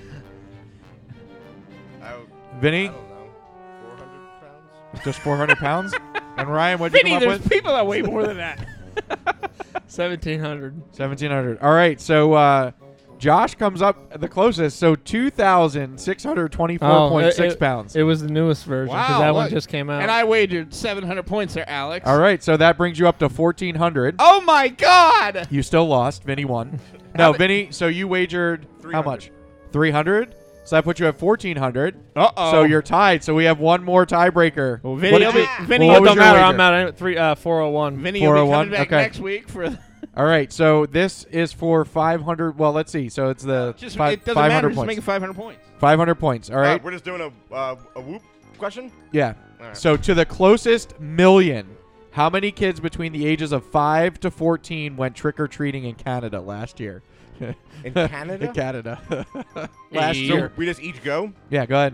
D: I, I
E: Vinny,
D: don't know. 400 pounds?
E: just 400 pounds. And Ryan, what'd you
G: Vinny,
E: come up
G: there's
E: with?
G: people that weigh more than that. 1700.
E: 1700. All right, so uh, Josh comes up the closest, so 2,624.6 pounds.
G: Oh, It was the newest version because that one
C: look.
G: just came out.
C: And I wagered 700 points there, Alex.
E: All right, so that brings you up to 1,400.
C: Oh my God!
E: You still lost. Vinny won. No, Vinny, so you wagered how
D: 300.
E: much? 300? So that puts you at 1,400.
C: Uh oh.
E: So you're tied. So we have one more tiebreaker.
C: Well,
E: What
C: Vinny,
E: did
C: will be,
E: you-
C: Vinny,
E: what
G: it
E: was
G: don't
E: your
G: matter.
E: wager?
G: I'm out. I- Three, uh, 401.
C: Vinny will be
E: 401?
C: coming back
E: Okay.
C: next week for. The,
E: All right, so this is for 500. Well, let's see. So it's the
C: just
E: fi-
C: it doesn't
E: 500
C: matter. Just
E: points.
C: make it 500 points.
E: 500 points. All
D: All
E: right.
D: right, we're just doing a uh, a whoop question.
E: yeah.
D: All right.
E: So to the closest million, how many kids between the ages of 5 to 14 went trick or treating in Canada last year?
D: In Canada?
E: in Canada. last
D: So
E: year.
D: we just each go.
E: Yeah, go ahead.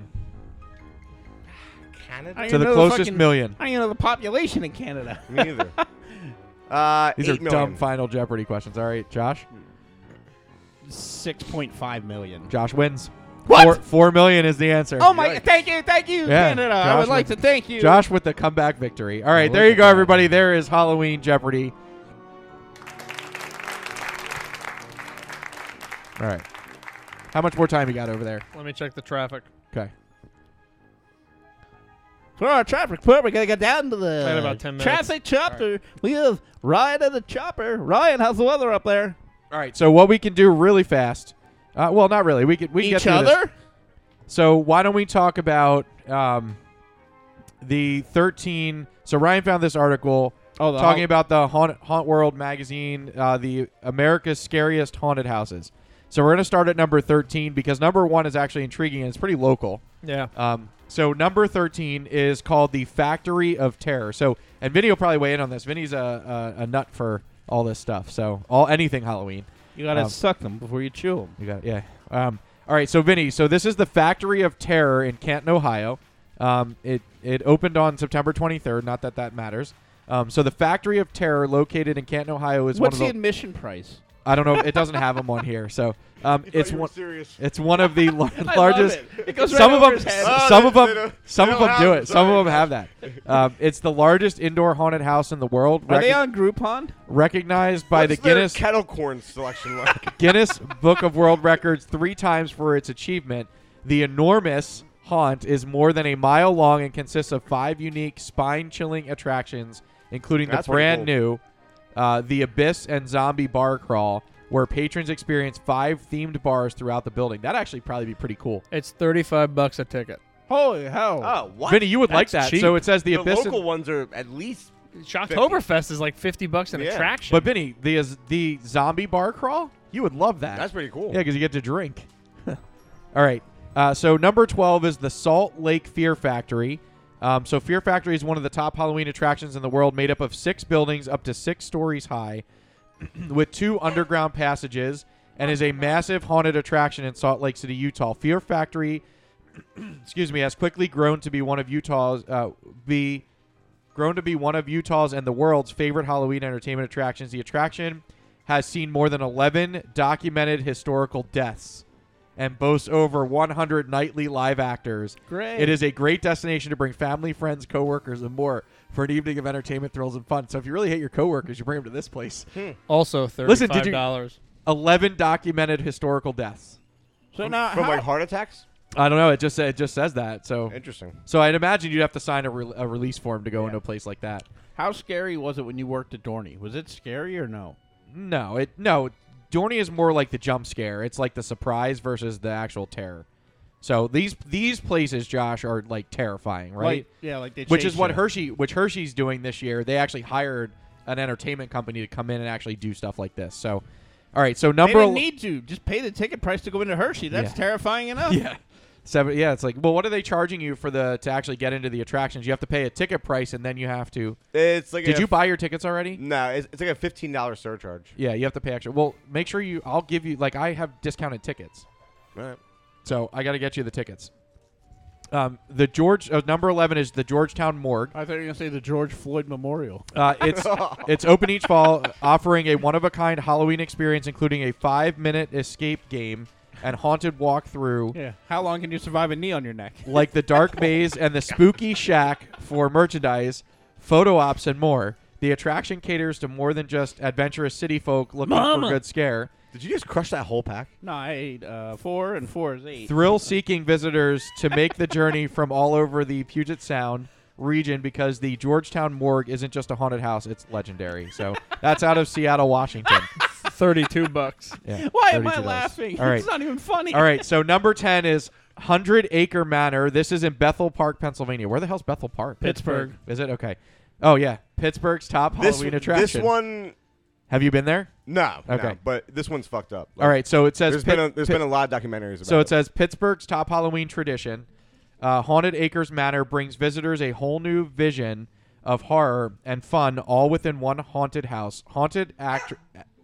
C: I
D: Canada?
C: don't
E: To
C: even
E: the
C: know
E: closest
C: fucking-
E: million.
C: I don't even know the population in Canada.
D: Me either. Uh,
E: These are
D: eight million. Hmm.
E: dumb Final Jeopardy questions. All right, Josh.
C: 6.5 million.
E: Josh wins.
C: What?
E: Four, four million is the answer.
C: Oh my!
D: Yikes.
C: Thank you, thank you,
E: Yeah,
C: Canada. I
E: Josh
C: would like to
E: wins.
C: thank you.
E: Josh with the comeback victory. All right,
C: Look
E: there you
C: at
E: go,
C: that.
E: everybody. There is Halloween Jeopardy. All right. How much more time you got over there?
G: Let me check the traffic.
E: Okay.
C: For our traffic report, we're gonna get down to the
G: We had about 10 minutes.
C: traffic chopper. We have Ryan and the chopper. Ryan, how's the weather up there?
E: All right. So what we can do really fast? Uh, well, not really. We could we can
C: Each
E: get through this.
C: other?
E: So why don't we talk about um, the thirteen? So Ryan found this article
C: Oh, the
E: talking
C: hol-
E: about the haunt, haunt World magazine, uh, the America's scariest haunted houses. So we're gonna start at number thirteen because number one is actually intriguing and it's pretty local.
G: Yeah.
E: Um, so number thirteen is called the Factory of Terror. So and Vinny will probably weigh in on this. Vinny's a, a, a nut for all this stuff. So all anything Halloween.
C: You gotta
E: Um,
C: suck them before you chew them.
E: You got it. Yeah. Um, all right. So Vinny, so this is the Factory of Terror in Canton, Ohio. Um, it it opened on September 23rd. Not that that matters. Um, so the Factory of Terror, located in Canton, Ohio, is
C: What's the
E: one of the.
C: admission price?
E: I don't know. It doesn't have them on here. So um,
D: You thought
E: it's
D: you were
E: one.
D: serious.
E: It's one of the lar- largest.
C: it. It goes right
E: some of
C: over
E: them,
C: his head.
D: Oh,
E: some
D: they-
E: of them,
D: they don't-
E: some
D: they
E: of
D: don't
E: them do
D: have
E: it. Some of
D: them.
E: them have that. Um, it's the largest indoor haunted house in the world,
C: Are they
E: recog-
C: on Groupon?
E: recognized by
D: What's
E: the
D: their
E: Guinness
D: kettle corn selection like.
E: Guinness Book of World Records three times for its achievement. The enormous haunt is more than a mile long and consists of five unique spine-chilling attractions, including
D: That's
E: the
D: pretty
E: brand
D: cool.
E: new uh, The Abyss and Zombie Bar Crawl, where patrons experience five themed bars throughout the building. That'd actually probably be pretty cool.
G: It's 35 bucks a ticket.
C: Holy hell!
D: oh, what?
E: Vinny, you would like
G: That's
E: that.
G: cheap.
E: So it says The,
D: the
E: Abyss. and-
D: local ones are at least.
G: Shocktoberfest is like 50 bucks an
D: Yeah.
G: attraction.
E: but Vinny, the the zombie bar crawl, you would love that.
D: That's pretty cool.
E: Yeah, because you get to drink. All right. Uh, so number twelve is the Salt Lake Fear Factory. Um, so Fear Factory is one of the top Halloween attractions in the world, made up of six buildings up to six stories high, with two underground passages, and is a massive haunted attraction in Salt Lake City, Utah. Fear Factory, excuse me, has quickly grown to be one of Utah's uh, be grown to be one of Utah's and the world's favorite Halloween entertainment attractions. The attraction has seen more than 11 documented historical deaths and boasts over 100 nightly live actors.
C: Great.
E: It is a great destination to bring family, friends, coworkers, and more for an evening of entertainment, thrills, and fun. So if you really hate your coworkers, you bring them to this place.
G: also
E: Listen, did
G: $35.
E: you-
G: dollars.
E: 11 documented historical deaths.
C: so now,
D: From
C: how,
D: like heart attacks.
E: I don't know. It just it just says that. So
D: Interesting.
E: so I'd imagine you'd have to sign a, re- a release form to go into a place like that.
C: how scary was it when you worked at Dorney? Was it scary or no?
E: No, it no. Dorney is more like the jump scare. It's like the surprise versus the actual terror. So these these places, Josh, are like terrifying, right?
C: Like, yeah, like they.
E: which is
C: chase
E: what
C: you.
E: Hershey, which Hershey's doing this year. They actually hired an entertainment company to come in and actually do stuff like this. So, all right. So
C: They
E: number
C: didn't
E: el-
C: need to just pay the ticket price to go into Hershey. That's
E: Yeah.
C: terrifying enough.
E: yeah. Seven, yeah, it's like, well, what are they charging you for the to actually get into the attractions? You have to pay a ticket price, and then you have to.
D: It's like
E: Did
D: a,
E: you buy your tickets already?
D: No, it's, it's like a fifteen dollar surcharge.
E: Yeah, you have to pay extra. Well, make sure you. I'll give you like I have discounted tickets.
D: Right.
E: So I got to get you the tickets. Um, the George uh, number eleven is the Georgetown Morgue.
C: I thought you were gonna say the George Floyd Memorial.
E: Uh, it's it's open each fall, offering a one of a kind Halloween experience, including a five minute escape game and haunted walkthrough,
C: Yeah. How long can you survive a knee on your neck?
E: like the Dark Maze and the Spooky Shack for merchandise. photo ops, and more. The attraction caters to more than just adventurous city folk looking for
C: Mama.
E: a good scare.
D: Did you just crush that whole pack?
C: No, I ate uh, four, and four is eight.
E: Thrill seeking visitors to make the journey from all over the Puget Sound region because the Georgetown morgue isn't just a haunted house, it's legendary. So that's out of Seattle, Washington.
G: 32 bucks.
E: Yeah,
C: Why am I
E: $32.
C: laughing?
E: All right.
C: It's not even funny.
E: All right, so number 10 is 100 Acre Manor. This is in Bethel Park, Pennsylvania. Where the hell's Bethel Park?
G: Pittsburgh.
E: Is it? Okay. Oh, yeah. Pittsburgh's top
D: This,
E: Halloween
D: this
E: attraction.
D: one,
E: Have you been there?
D: no, no,
E: Okay.
D: but this one's fucked up.
E: All right, so it says
D: There's
E: Pit-
D: been a, there's
E: Pit-
D: been a lot of documentaries about
E: So it
D: it.
E: says Pittsburgh's top Halloween tradition, uh, Haunted Acres Manor brings visitors a whole new vision of horror and fun, all within one haunted house. Haunted act,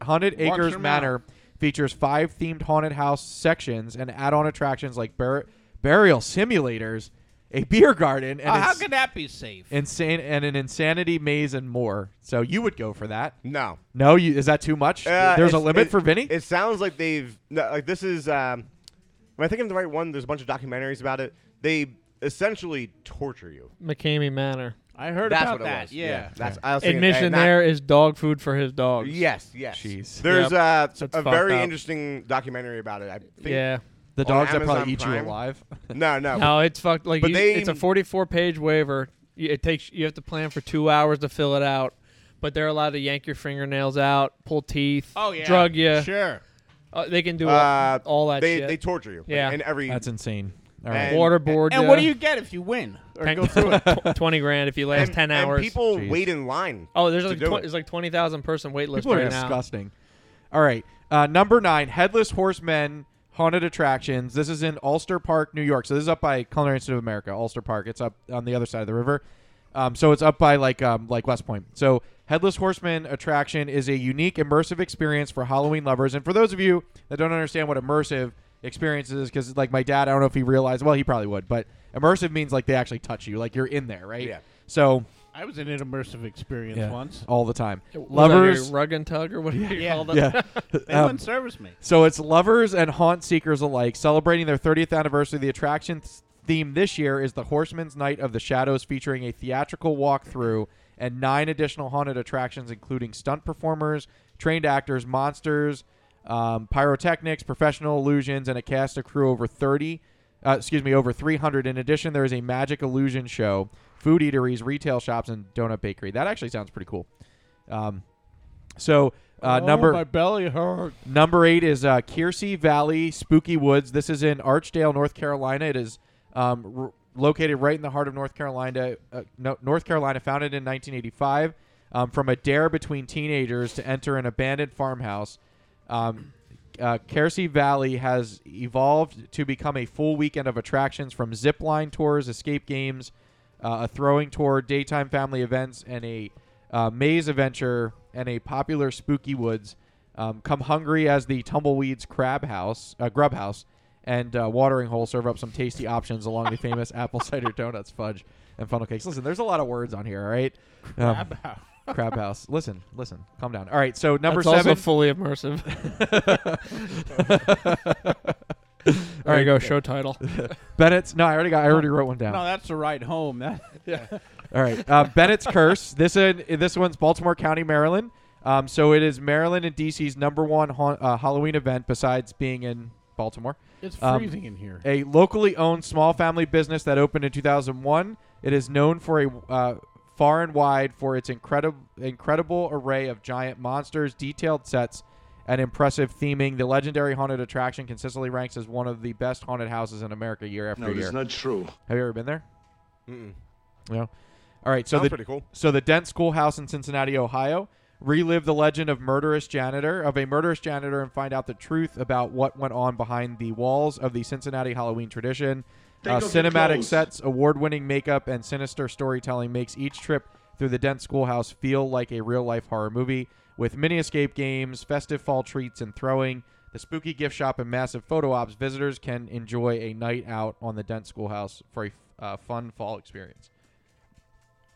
E: Haunted Acres
C: your
E: Manor features five themed haunted house sections and add-on attractions like bur- burial simulators, a beer garden,
D: Oh,
E: and
C: Uh, how
E: ins-
C: can that be safe?
E: insane and an insanity maze and more. So you would go for that?
D: no.
E: No, you, is that too much?
D: Uh,
E: There's a
D: it's-
E: limit
D: it-
E: for Vinny.
D: It sounds like they've no, like this is. Um, am I thinking of the right one? There's a bunch of documentaries about it. They essentially torture you.
G: McCamey Manor.
C: I heard
D: That's
C: about
D: what
C: that.
D: it was.
C: Yeah.
D: that's I was thinking-
G: Admission
D: and that-
G: there is dog food for his dogs.
D: Yes, yes.
E: Jeez.
D: There's uh,
G: That's
D: a
G: fucked
D: very
G: up.
D: interesting documentary about it. I think.
G: Yeah.
E: the
D: on
E: dogs that probably
D: Amazon
E: eat you
D: Prime?
E: alive.
D: No, no.
G: No, it's fucked. Like
D: But
G: you,
D: they-
G: it's a 44 page waiver. You- It takes you have to plan for two hours to fill it out. But they're allowed to yank your fingernails out, pull teeth,
C: Oh yeah.
G: drug you.
C: Sure.
G: Uh, they can do
D: Uh,
G: all, all that
D: they
G: shit.
D: they torture you. like,
G: Yeah.
D: in every
E: That's insane. All right.
D: And-
G: Waterboard.
C: And
G: ya.
C: what do you get if you win or
G: Ten-
C: go through it?
G: tw- Twenty grand if you last
D: and,
G: ten
D: and
G: hours.
D: people
E: Jeez.
D: wait in line.
G: oh, there's
D: to
G: like
D: do
G: tw-
D: it.
G: there's like twenty thousand person wait list
E: People are
G: right now.
E: disgusting. All right. Uh, number nine, Headless Horsemen Haunted Attractions. This is in Ulster Park, New York. So this is up by Culinary Institute of America, Ulster Park. It's up on the other side of the river. Um, so it's up by like um, like West Point. So Headless Horseman attraction is a unique immersive experience for Halloween lovers. And for those of you that don't understand what immersive experience is, because like my dad, I don't know if he realized. Well, he probably would, but immersive means like they actually touch you, like you're in there, right?
D: Yeah.
E: So
C: I was in an immersive experience once.
E: all the time,
G: Was that your
E: lovers.
G: rug and tug or whatever you
C: Yeah.
G: call them.
E: Yeah.
C: They
E: Um,
C: wouldn't service me.
E: So it's lovers and haunt seekers alike celebrating their 30th anniversary. The attraction th- theme this year is the Horseman's Night of the Shadows, featuring a theatrical walkthrough and nine additional haunted attractions, including stunt performers, trained actors, monsters, um, pyrotechnics, professional illusions, and a cast of crew over 30. Uh, excuse me, over 300. In addition, there is a magic illusion show, food eateries, retail shops, and donut bakery. That actually sounds pretty cool. Um, so
F: Oh
E: uh, number
C: Oh, belly hurt.
E: Number eight is uh, Kiersey Valley Spooky Woods. This is in Archdale, North Carolina. It is um, r- located right in the heart of North Carolina. Uh, no, North Carolina, founded in 1985, um, from a dare between teenagers to enter an abandoned farmhouse. Um, uh, Kiersey Valley has evolved to become a full weekend of attractions from zip line tours, escape games, uh, a throwing tour, daytime family events, and a uh, maze adventure and a popular spooky woods. Um, come hungry as the tumbleweeds crab house, uh, grub house, and uh, watering hole serve up some tasty options along the famous apple cider donuts, fudge, and funnel cakes. Listen, there's a lot of words on here. All right, crab house. crab house. Listen, listen, calm down. All right, so number
G: That's
E: seven.
G: also fully immersive. there you
E: right.
G: go. Show title.
E: Bennett's. No, I already got. I already wrote one down.
C: No, that's the ride home. That
E: All right, uh, Bennett's Curse. This in, this one's Baltimore County, Maryland. Um, so it is Maryland and DC's number one ha- uh, Halloween event, besides being in Baltimore.
C: it's
E: Um,
C: freezing in here.
E: A locally owned small family business that opened in 2001. It is known for a uh, far and wide for its incredible incredible array of giant monsters, detailed sets, and impressive theming. The legendary haunted attraction consistently ranks as one of the best haunted houses in America year after year.
F: not true.
E: Have you ever been there?
D: Mm-mm.
E: No. All right. So
D: Sounds
E: the,
D: pretty cool.
E: so the Dent Schoolhouse in Cincinnati, Ohio, relive the legend of murderous janitor of a murderous janitor and find out the truth about what went on behind the walls of the Cincinnati Halloween tradition.
F: Take
E: Uh,
F: off your
E: cinematic
F: clothes.
E: sets, award-winning makeup, and sinister storytelling makes each trip through the Dent Schoolhouse feel like a real-life horror movie. With mini escape games, festive fall treats, and throwing, the spooky gift shop and massive photo ops, visitors can enjoy a night out on the Dent Schoolhouse for a uh, fun fall experience.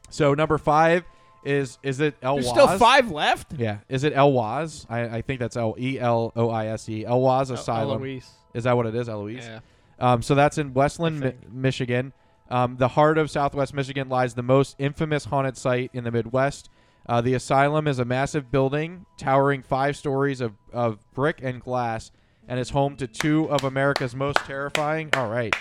E: So number five is is it El
C: There's
E: Waz?
C: still five left.
E: Yeah, is it El Waz? I, I think that's L E L O I S E. El
D: Uh,
E: Waz Asylum.
G: Oh, Eloise.
E: Is that what it is, Eloise?
G: Yeah.
E: Um, so that's in Westland,
G: I
E: Mi-
G: think.
E: Michigan. Um, the heart of Southwest Michigan lies the most infamous haunted site in the Midwest. Uh, the asylum is a massive building towering five stories of, of brick and glass and is home to two of America's most terrifying, all right,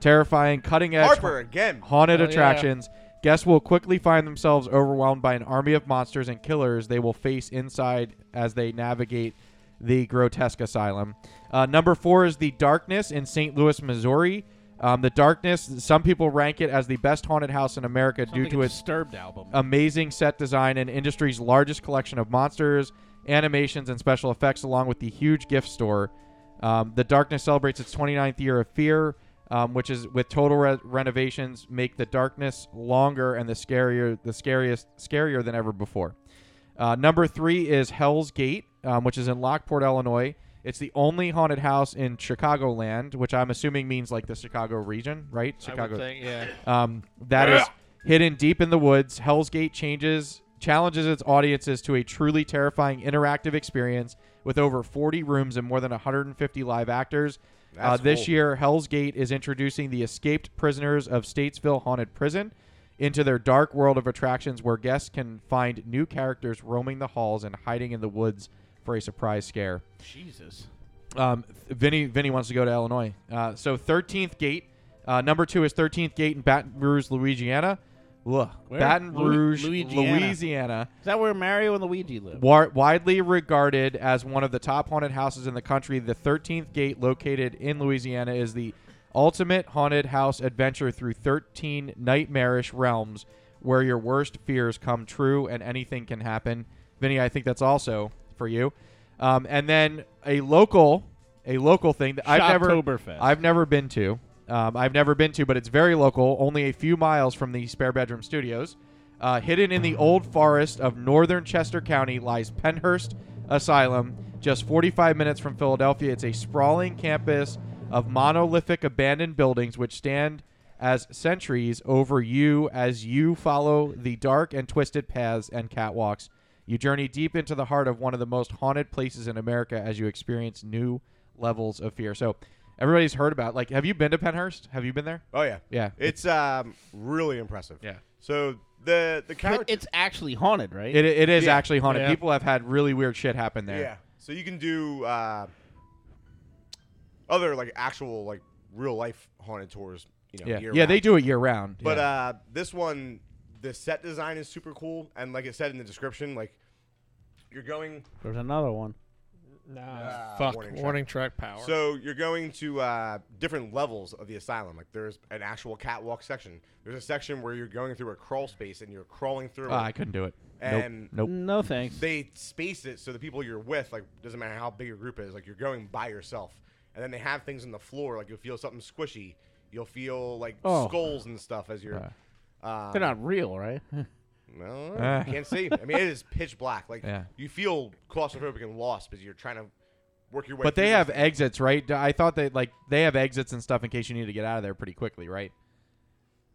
E: terrifying cutting edge
D: Harper again.
E: haunted
G: Hell yeah.
E: attractions, guests will quickly find themselves overwhelmed by an army of monsters and killers they will face inside as they navigate the grotesque asylum. Uh, number four is the Darkness in St. Louis, Missouri. Um, the Darkness. Some people rank it as the best haunted house in America due to Uh, its
F: disturbed album.
E: amazing set design and industry's largest collection of monsters, animations, and special effects, along with the huge gift store. Um, the Darkness celebrates its 29th year of fear, um, which is with total re- renovations make the darkness longer and the scarier, the scariest, scarier than ever before. Uh, number three is Hell's Gate, um, which is in Lockport, Illinois. It's the only haunted house in Chicagoland, which I'm assuming means like the Chicago region, right?
G: I would
E: Chicago.
G: think, yeah.
E: Um, that is hidden deep in the woods. Hell's Gate changes challenges its audiences to a truly terrifying interactive experience with over 40 rooms and more than 150 live actors. Uh,
D: That's
E: this
D: cool.
E: year, Hell's Gate is introducing the escaped prisoners of Statesville Haunted Prison into their dark world of attractions where guests can find new characters roaming the halls and hiding in the woods for a surprise scare.
F: Jesus.
E: Um, Vinny, Vinny wants to go to Illinois. Uh, so 13th Gate. Uh, number two is 13th Gate in Baton Rouge, Louisiana. Ugh.
F: Where?
E: Baton
F: Lu-
E: Rouge,
F: Louisiana.
E: Louisiana.
F: Is that where Mario and Luigi live?
E: War- widely regarded as one of the top haunted houses in the country, the 13th Gate, located in Louisiana, is the ultimate haunted house adventure through 13 nightmarish realms where your worst fears come true and anything can happen. Vinny, I think that's also for you. Um, and then a local, a local thing that I've never,
F: Shocktoberfest.
E: I've never been to. Um, I've never been to, but it's very local, only a few miles from the spare bedroom studios. Uh, hidden in the old forest of northern Chester County lies Penhurst Asylum, just 45 minutes from Philadelphia. It's a sprawling campus of monolithic abandoned buildings which stand as sentries over you as you follow the dark and twisted paths and catwalks. You journey deep into the heart of one of the most haunted places in America as you experience new levels of fear. So, everybody's heard about like have you been to Penhurst? Have you been there?
D: Oh yeah,
E: Yeah.
D: It's um really impressive.
E: Yeah.
D: So the the
F: But
D: character.
F: it's actually haunted, right?
E: It, it is
D: Yeah.
E: actually haunted.
G: Yeah.
E: People have had really weird shit happen there.
D: Yeah. So you can do uh, other like actual like real life haunted tours. You know,
E: Yeah,
D: year
E: yeah they
D: round.
E: do it year round.
D: But
E: yeah.
D: uh, this one, the set design is super cool, and like it said in the description, like you're going,
F: There's another one.
G: Nah,
D: Ah,
G: fuck.
D: warning
G: Warning,
D: track.
G: track power.
D: so you're going to uh, different levels of the asylum. Like there's an actual catwalk section. There's a section where you're going through a crawl space and you're crawling through.
E: Ah,
D: it.
E: I couldn't do it.
D: And-
E: nope. nope.
F: No thanks.
D: they space it so the people you're with, like, doesn't matter how big your group is, like, you're going by yourself. And then they have things on the floor, like, you'll feel something squishy. You'll feel, like,
F: Oh.
D: skulls and stuff as you're. Uh,
F: They're not real, right?
D: Well,
E: Ah.
D: can't see. I mean, it is pitch black. Like,
E: Yeah.
D: you feel claustrophobic and lost because you're trying to work your way
E: But they
D: through
E: have
D: this.
E: exits, right? D- I thought they like they have exits and stuff in case you need to get out of there pretty quickly, right?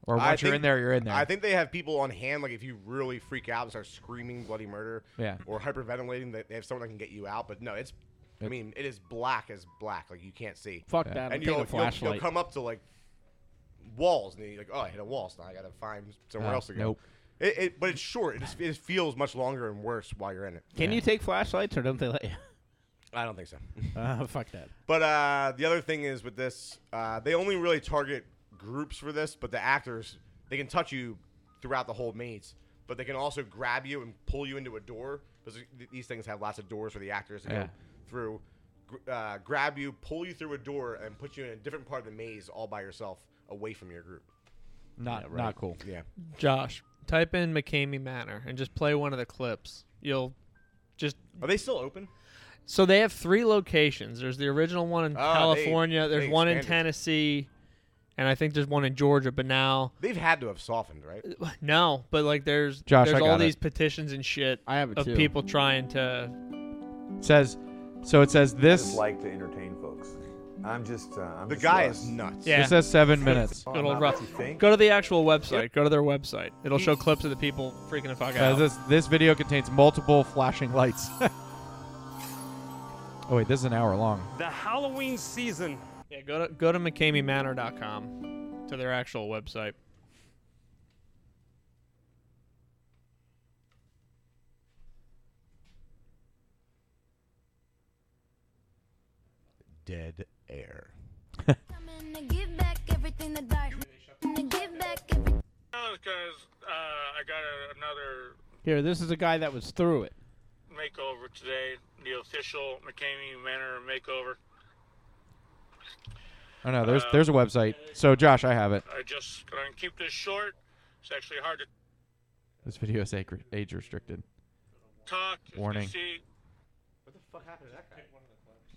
E: Or
D: I
E: once you're
D: think-
E: in there, you're in there.
D: I think they have people on hand. Like, if you really freak out and start screaming bloody murder
E: Yeah.
D: or hyperventilating, they- they have someone that can get you out. But no, it's. I mean, it is black as black. Like, you can't see.
F: Fuck that. I'm
D: and
F: taking
D: you'll,
F: a
D: you'll,
F: flashlight.
D: you'll come up to like walls, and then you're like, oh, I hit a wall, so now I gotta find somewhere
F: Oh,
E: Ah,
D: else to go.
E: nope.
D: It, it, but it's short. It, just, it feels much longer and worse while you're in it.
F: Can you take flashlights or don't they let you?
D: I don't think so.
F: Uh, fuck that.
D: but uh, the other thing is with this, uh, they only really target groups for this, but the actors they can touch you throughout the whole maze, but they can also grab you and pull you into a door because these things have lots of doors for the actors to
E: Yeah.
D: go through. gr- Uh, grab you, pull you through a door, and put you in a different part of the maze all by yourself, away from your group.
E: not not cool.
D: Yeah.
G: Josh, type in McCamey Manor and just play one of the clips. You'll just
D: Are they still open?
G: so they have three locations. There's the original one in
D: Ah, they-
G: California. there's
D: they
G: one in
D: expanded.
G: Tennessee, and I think there's one in Georgia. But now,
D: They've had to have softened, right?
G: Uh, no. But like, there's
E: Josh,
G: there's
E: I
G: all
E: got it.
G: these petitions and shit
F: I have it
G: of
F: too.
G: people trying to.
E: It says so. It says this.
J: just like to entertain folks. I'm just uh, I'm
D: The
J: just
D: guy
J: Russ.
D: is nuts.
G: Yeah.
E: It says seven minutes.
J: Oh, I'm
G: Little
J: not
G: rough.
J: what you think.
G: Go to the actual website. Go to their website. It'll show
D: He's-
G: clips of the people freaking the fuck
E: Uh,
G: out.
E: this this video contains multiple flashing lights. oh wait, this is an hour long.
M: The Halloween season
G: Yeah, go to go to McCameyManor.com. to their actual website.
D: Dead air.
M: because uh, I got a, another
F: Here, this is a guy that was through it.
M: makeover today, the official McCamey Manor makeover.
E: Oh no, there's there's a website. So Josh, I have it.
M: I just gonna keep this short. It's actually hard to
E: This video is acre- age restricted.
M: talk. as you
E: Warning.
M: see.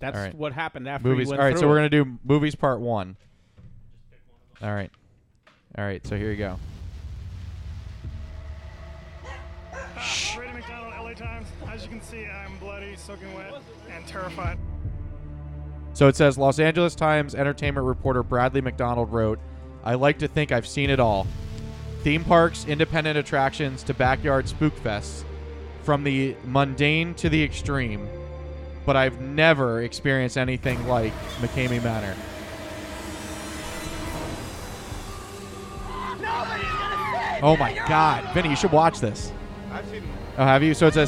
F: That's
E: All right.
F: what happened after he
E: Movies. All
F: went
E: right,
F: through
E: so we're
F: it.
E: gonna do movies part one. All right, all right. So here you go.
N: Brady McDonald, LA Times. As you can see, I'm bloody, soaking wet, and terrified.
E: So it says Los Angeles Times entertainment reporter Bradley McDonald wrote, I like to think I've seen it all. Theme parks, independent attractions to backyard spook fests, from the mundane to the extreme, but I've never experienced anything like McCamey Manor. Oh my god, Vinny, you should watch this.
D: I've seen
E: Oh, have you? So it's a,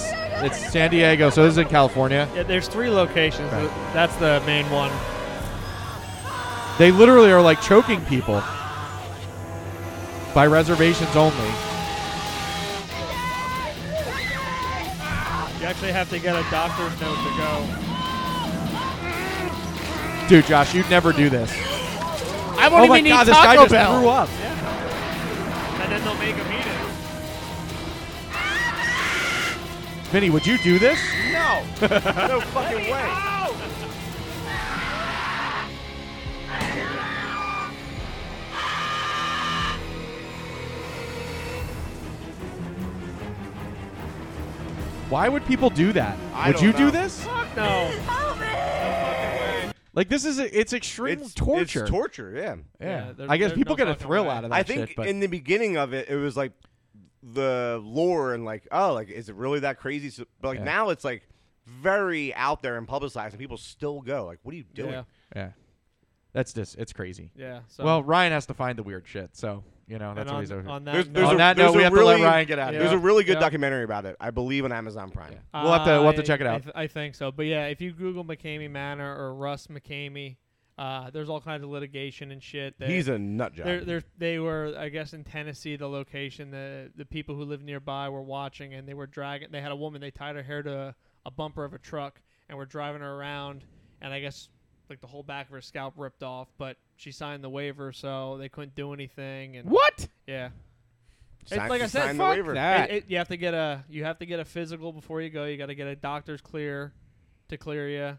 E: it's San Diego. So this is in California.
G: Yeah, there's three locations. That's the main one.
E: They literally are like choking people by reservations only.
G: You actually have to get a doctor's note to go.
E: Dude, Josh, you'd never do this.
F: I won't
E: oh my
F: even
E: god,
F: eat
E: this guy
F: Taco
E: just
F: Bell.
E: threw up.
G: And then they'll make them eat it.
E: Vinny, would you do this?
D: No, no fucking way.
E: Why would people do that?
D: I
E: would
D: don't
E: you
D: know.
E: do this?
G: Fuck no.
E: Like this is a, it's extreme
D: It's
E: torture.
D: It's torture. Yeah.
E: yeah,
G: Yeah, there-
E: I guess
G: there's
E: people
G: no
E: get a
G: fucking
E: thrill
G: way.
E: out of that
D: I think
E: shit. But
D: in the beginning of it, it was like the lore and like, oh, like is it really that crazy? So- But like
E: Yeah.
D: now it's like very out there and publicized, and people still go. Like, what are you doing?
G: Yeah.
E: yeah, that's just it's crazy.
G: Yeah. So.
E: well, Ryan has to find the weird shit, so you know that's
G: and
E: what
G: on,
E: he's over.
G: on that
D: There's,
G: note-
D: there's
E: On
D: a,
E: that
D: there's
E: note,
D: a
E: we have to
D: really,
E: let Ryan get out of
G: Yeah.
D: There's a really good
G: Yeah.
D: documentary about it, I believe, on Amazon Prime.
E: We'll have to- we'll have to
G: I-
E: check it
G: I
E: out.
G: th- I, think so, but yeah, if you Google McCamey Manor or Russ McCamey, uh, there's all kinds of litigation and shit. That
D: He's a nut job.
G: they're, they're, they were, I guess, in Tennessee. The location, the the people who lived nearby were watching, and they were dragging. They had a woman. They tied her hair to a, a bumper of a truck, and were driving her around. And I guess like the whole back of her scalp ripped off, but she signed the waiver, so they couldn't do anything. And
F: What?
G: Yeah,
D: Sign-
G: it's like I
D: just
G: said,
D: sign the
G: fuck
D: waiver.
F: that.
G: it, it- you have to get a you have to get a physical before you go. You got to get a doctor's clear to clear you.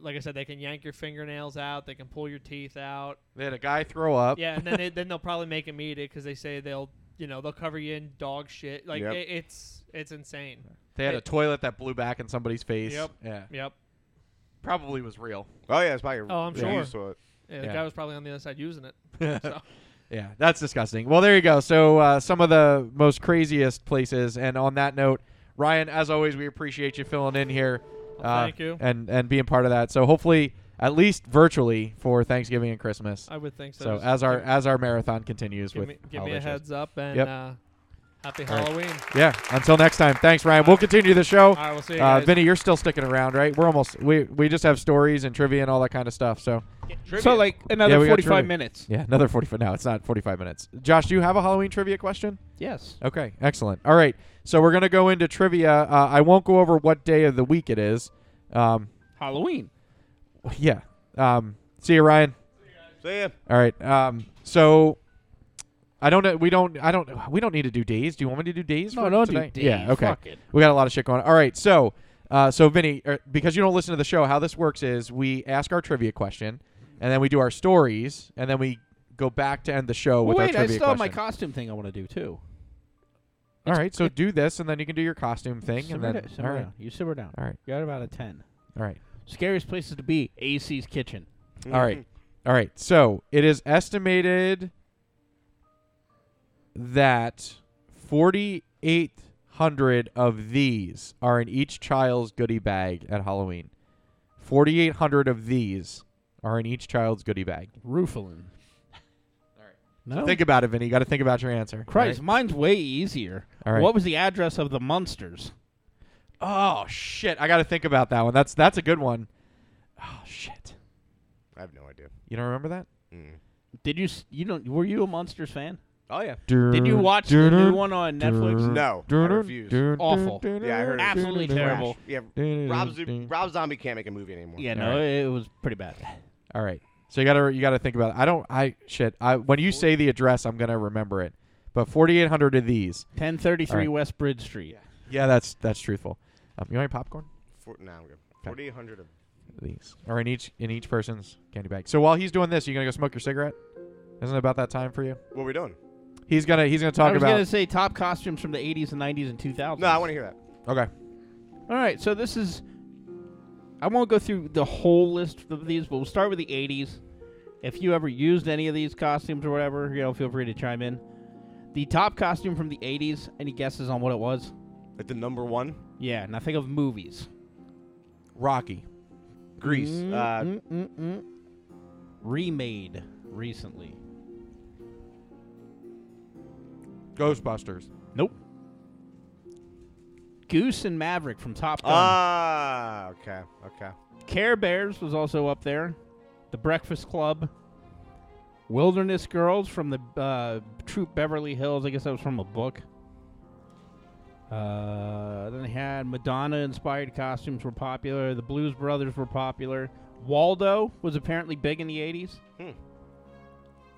G: Like I said, they can yank your fingernails out. They can pull your teeth out.
E: They had a guy throw up.
G: Yeah, and then they, then they'll probably make them eat it because they say they'll you know they'll cover you in dog shit. Like
D: Yep.
G: it, it's it's insane.
E: They had a
G: It-
E: toilet that blew back in somebody's face.
G: Yep.
E: Yeah,
G: Yep.
E: probably was real.
D: Oh yeah, it's probably.
G: Oh, I'm
D: yeah,
G: sure.
D: used to it.
G: Yeah, the
E: Yeah.
G: guy was probably on the other side using it. So.
E: Yeah, that's disgusting. Well, there you go. So uh, some of the most craziest places. And on that note, Ryan, as always, we appreciate you filling in here. uh,
G: Well, thank you.
E: And and being part of that. So hopefully, at least virtually for Thanksgiving and Christmas.
G: I would think so.
E: So
G: Just
E: as our
G: give-
E: as our marathon continues
G: give
E: with
G: me, give me
E: holiday
G: a
E: shows.
G: heads up and
E: Yep.
G: uh, happy
E: All right.
G: Halloween.
E: Yeah. Until next time. Thanks, Ryan. We'll continue the show.
G: All right, we'll see you
E: Uh,
G: guys.
E: Vinny, you're still sticking around, right? We're almost we we just have stories and trivia and all that kind of stuff. So
F: So like another
E: Yeah, we got
F: 45
E: trivia.
F: minutes.
E: yeah, another forty five. No, it's not forty five minutes. Josh, do you have a Halloween trivia question?
F: Yes.
E: Okay, excellent. All right, so we're gonna go into trivia. Uh, I won't go over what day of the week it is. Um,
F: Halloween.
E: yeah. Um, see you, Ryan.
D: So yeah,
E: All right. Um, so I don't know. We don't. I don't. We don't need to do days. Do you want me to do days?
F: No,
E: for
F: don't do
E: today?
F: days.
E: Yeah. Okay.
F: Fuck it.
E: We got a lot of shit going. on. All right. So, uh, so Vinny, er, because you don't listen to the show, how this works is we ask our trivia question, and then we do our stories, and then we go back to end the show with our
F: Wait,
E: trivia
F: I still have my
E: question.
F: costume thing I want to do too.
E: All right. So do this, and then you can do your costume thing,
F: Simmer
E: and then
F: down, simmer
E: all right.
F: down. You simmer down.
E: All right.
F: You got about a 10.
E: All right.
F: Scariest places to be, AC's kitchen.
E: All right. All right. So it is estimated that 4,800 of these are in each child's goodie bag at Halloween. 4,800 of these are in each child's goodie bag.
F: Rufalin.
E: All right.
F: No.
E: Think about it, Vinny. You got to think about your answer.
F: Christ,
E: right?
F: mine's way easier.
E: All right.
F: What was the address of the Munsters?
E: Oh shit! I got to think about that one. That's that's a good one. Oh shit!
D: I have no idea.
E: You don't remember that?
F: Did you s- you don't were you a Monsters fan?
D: Oh yeah.
F: Did you watch the new one on Netflix?
D: No, I refuse.
F: Awful.
D: Yeah, I heard it was
F: absolutely
D: trash.
F: terrible.
D: Yeah, Rob, Zo- Rob Zombie can't make a movie anymore.
F: Yeah, no, it was pretty bad.
E: All right. So you gotta you gotta think about it. I don't I shit. I when you say the address, I'm gonna remember it. But 4,800 of these.
F: 1033
E: All right.
F: West Bridge Street.
E: Yeah, that's that's truthful. Um, you want any popcorn?
D: For, nah, I'm good. Forty eight hundred of
E: These or in each in each person's candy bag. So while he's doing this, you gonna go smoke your cigarette? Isn't it about that time for you?
D: what we doing?
E: He's gonna he's gonna
F: I
E: talk
F: was
E: about.
F: gonna say top costumes from the 80s and 90s and 2000s.
D: No, I want to hear that.
E: okay.
F: All right, so this is. I won't go through the whole list of these, but we'll start with the 80s. If you ever used any of these costumes or whatever, you know, feel free to chime in. The top costume from the 80s, any guesses on what it was?
D: Like the number one,
F: Yeah, and I think of movies.
E: Rocky,
D: Grease. Uh,
F: Mm, mm, mm. Remade recently.
E: Ghostbusters.
F: Nope. Goose and Maverick from Top Gun.
D: Ah, okay, okay.
F: Care Bears was also up there. The Breakfast Club. Wilderness Girls from the uh, Troop Beverly Hills. I guess that was from a book. Uh, then they had Madonna inspired costumes were popular. The Blues Brothers were popular. Waldo was apparently big in the 80s.
D: Hmm.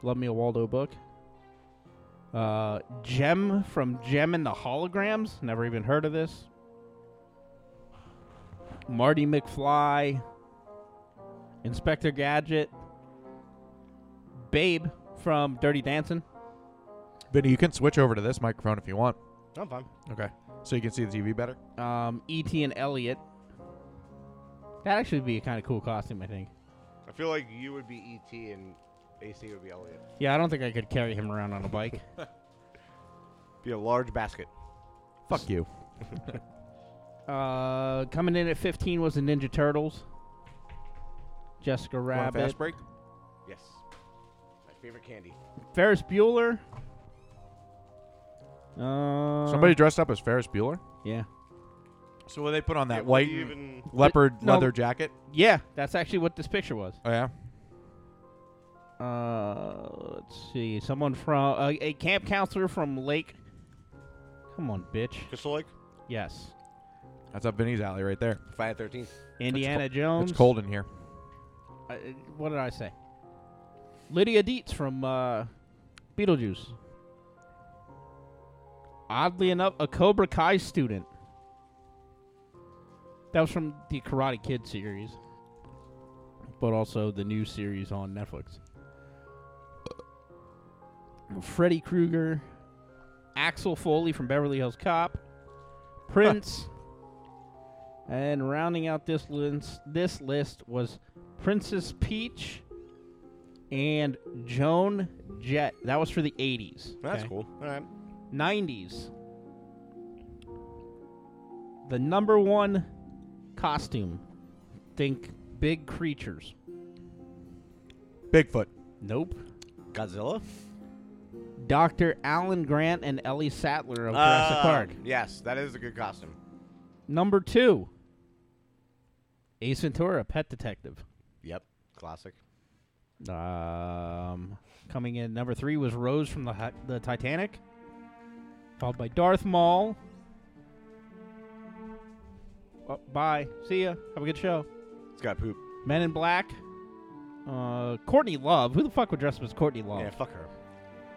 F: Love me a Waldo book. Uh, Gem from Gem and the Holograms. Never even heard of this. Marty McFly, Inspector Gadget, Babe from Dirty Dancing.
E: Vinny, you can switch over to this microphone if you want.
D: I'm fine.
E: Okay. So you can see the TV better.
F: um, E.T. and Elliot. That actually would be a kind of cool costume, I think.
D: I feel like you would be ET and AC would be Elliot.
F: Yeah, I don't think I could carry him around on a bike.
D: Be a large basket.
E: Fuck you.
F: uh, coming in at 15 was the Ninja Turtles. Jessica
E: Want a
F: Rabbit.
E: fast break?
D: Yes. My favorite candy.
F: Ferris Bueller. Uh,
E: Somebody dressed up as Ferris Bueller.
F: Um, Yeah.
E: So what they put on
D: Yeah,
E: that
D: what
E: white
D: do you
E: and
D: even-
E: leopard
F: No.
E: leather jacket?
F: Yeah, that's actually what this picture was.
E: Oh yeah.
F: Uh, let's see. Someone from uh, a camp counselor from Lake. Come on, bitch.
D: Crystal Lake,
F: Yes.
E: That's up Vinny's alley right there.
D: Friday Thirteenth.
F: Indiana
E: it's
F: Jones.
E: It's cold in here.
F: Uh, uh, what did I say? Lydia Dietz from uh, Beetlejuice. Oddly enough, a Cobra Kai student. That was from the Karate Kid series, but also the new series on Netflix. Freddy Krueger, Axel Foley from Beverly Hills Cop, Prince, and rounding out this list, this list was Princess Peach and Joan Jett. That was for the 80s.
D: That's
F: okay?
D: cool. All right.
F: 90s. The number one costume. Think big creatures.
E: Bigfoot.
F: Nope.
D: Godzilla.
F: Dr. Alan Grant and Ellie Sattler of
D: Ah.
F: Jurassic Park.
D: Uh, Yes, that is a good costume.
F: Number two. Ace Ventura, Pet Detective.
D: Yep. Classic.
F: Um, coming in number three was Rose from the Hi- the Titanic, followed by Darth Maul. Oh, bye. See ya. Have a good show.
D: It's got poop.
F: Men in Black. Uh, Courtney Love. Who the fuck would dress up as Courtney Love?
D: Yeah, fuck her.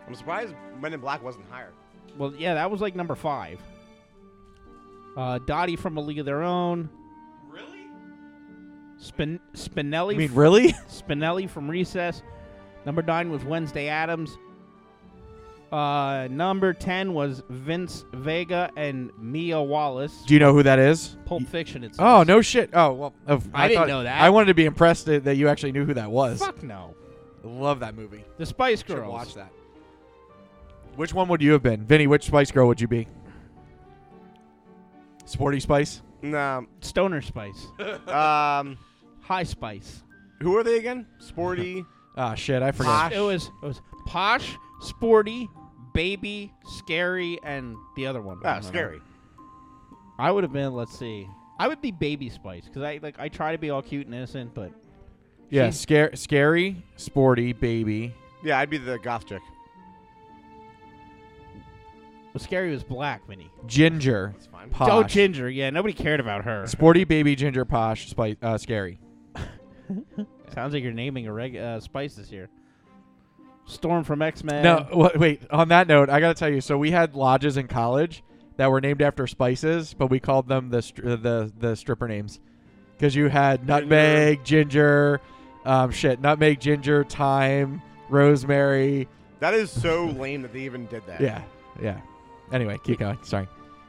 D: I'm surprised Men in Black wasn't higher.
F: Well, yeah, that was like number five. Uh, Dottie from A League of Their Own. Really? Spin- Spinelli.
E: I mean,
F: fr-
E: really?
F: Spinelli from Recess. Number nine was Wednesday Adams. Uh, number ten was Vince Vega and Mia Wallace.
E: Do you know who that is?
F: Pulp Fiction. It's
E: Oh no shit! Oh well, of-
F: I didn't
E: thought-
F: know that.
E: I wanted to be impressed that, that you actually knew who that was.
F: fuck no.
E: Love that movie.
F: The Spice
E: Should
F: Girls.
E: watch that. Which one would you have been, Vinny? Which Spice Girl would you be? Sporty Spice.
D: Nah.
F: Stoner Spice.
D: Um,
F: High Spice.
D: who are they again? Sporty.
E: Ah shit, I forgot.
F: It was it was posh, sporty, baby, scary, and the other one.
D: Ah, scary.
F: I would have been. Let's see. I would be baby Spice because I like I try to be all cute and innocent, but
E: Yeah, scare, scary, sporty, baby.
D: Yeah, I'd be the goth chick.
F: well, scary was black, Minnie.
E: Ginger. Posh.
F: Oh, Ginger. Yeah, nobody cared about her.
E: Sporty, baby, ginger, posh, spice, uh, scary.
F: Sounds like you're naming a reg- uh, spice this year. Storm from X Men.
E: No, wa- wait. On that note, I gotta tell you. So we had lodges in college that were named after spices, but we called them the str- the the stripper names because you had nutmeg, ginger, um, shit, nutmeg, ginger, thyme, rosemary.
D: That is so lame that they even did that.
E: Yeah, yeah. Anyway, keep going. Sorry.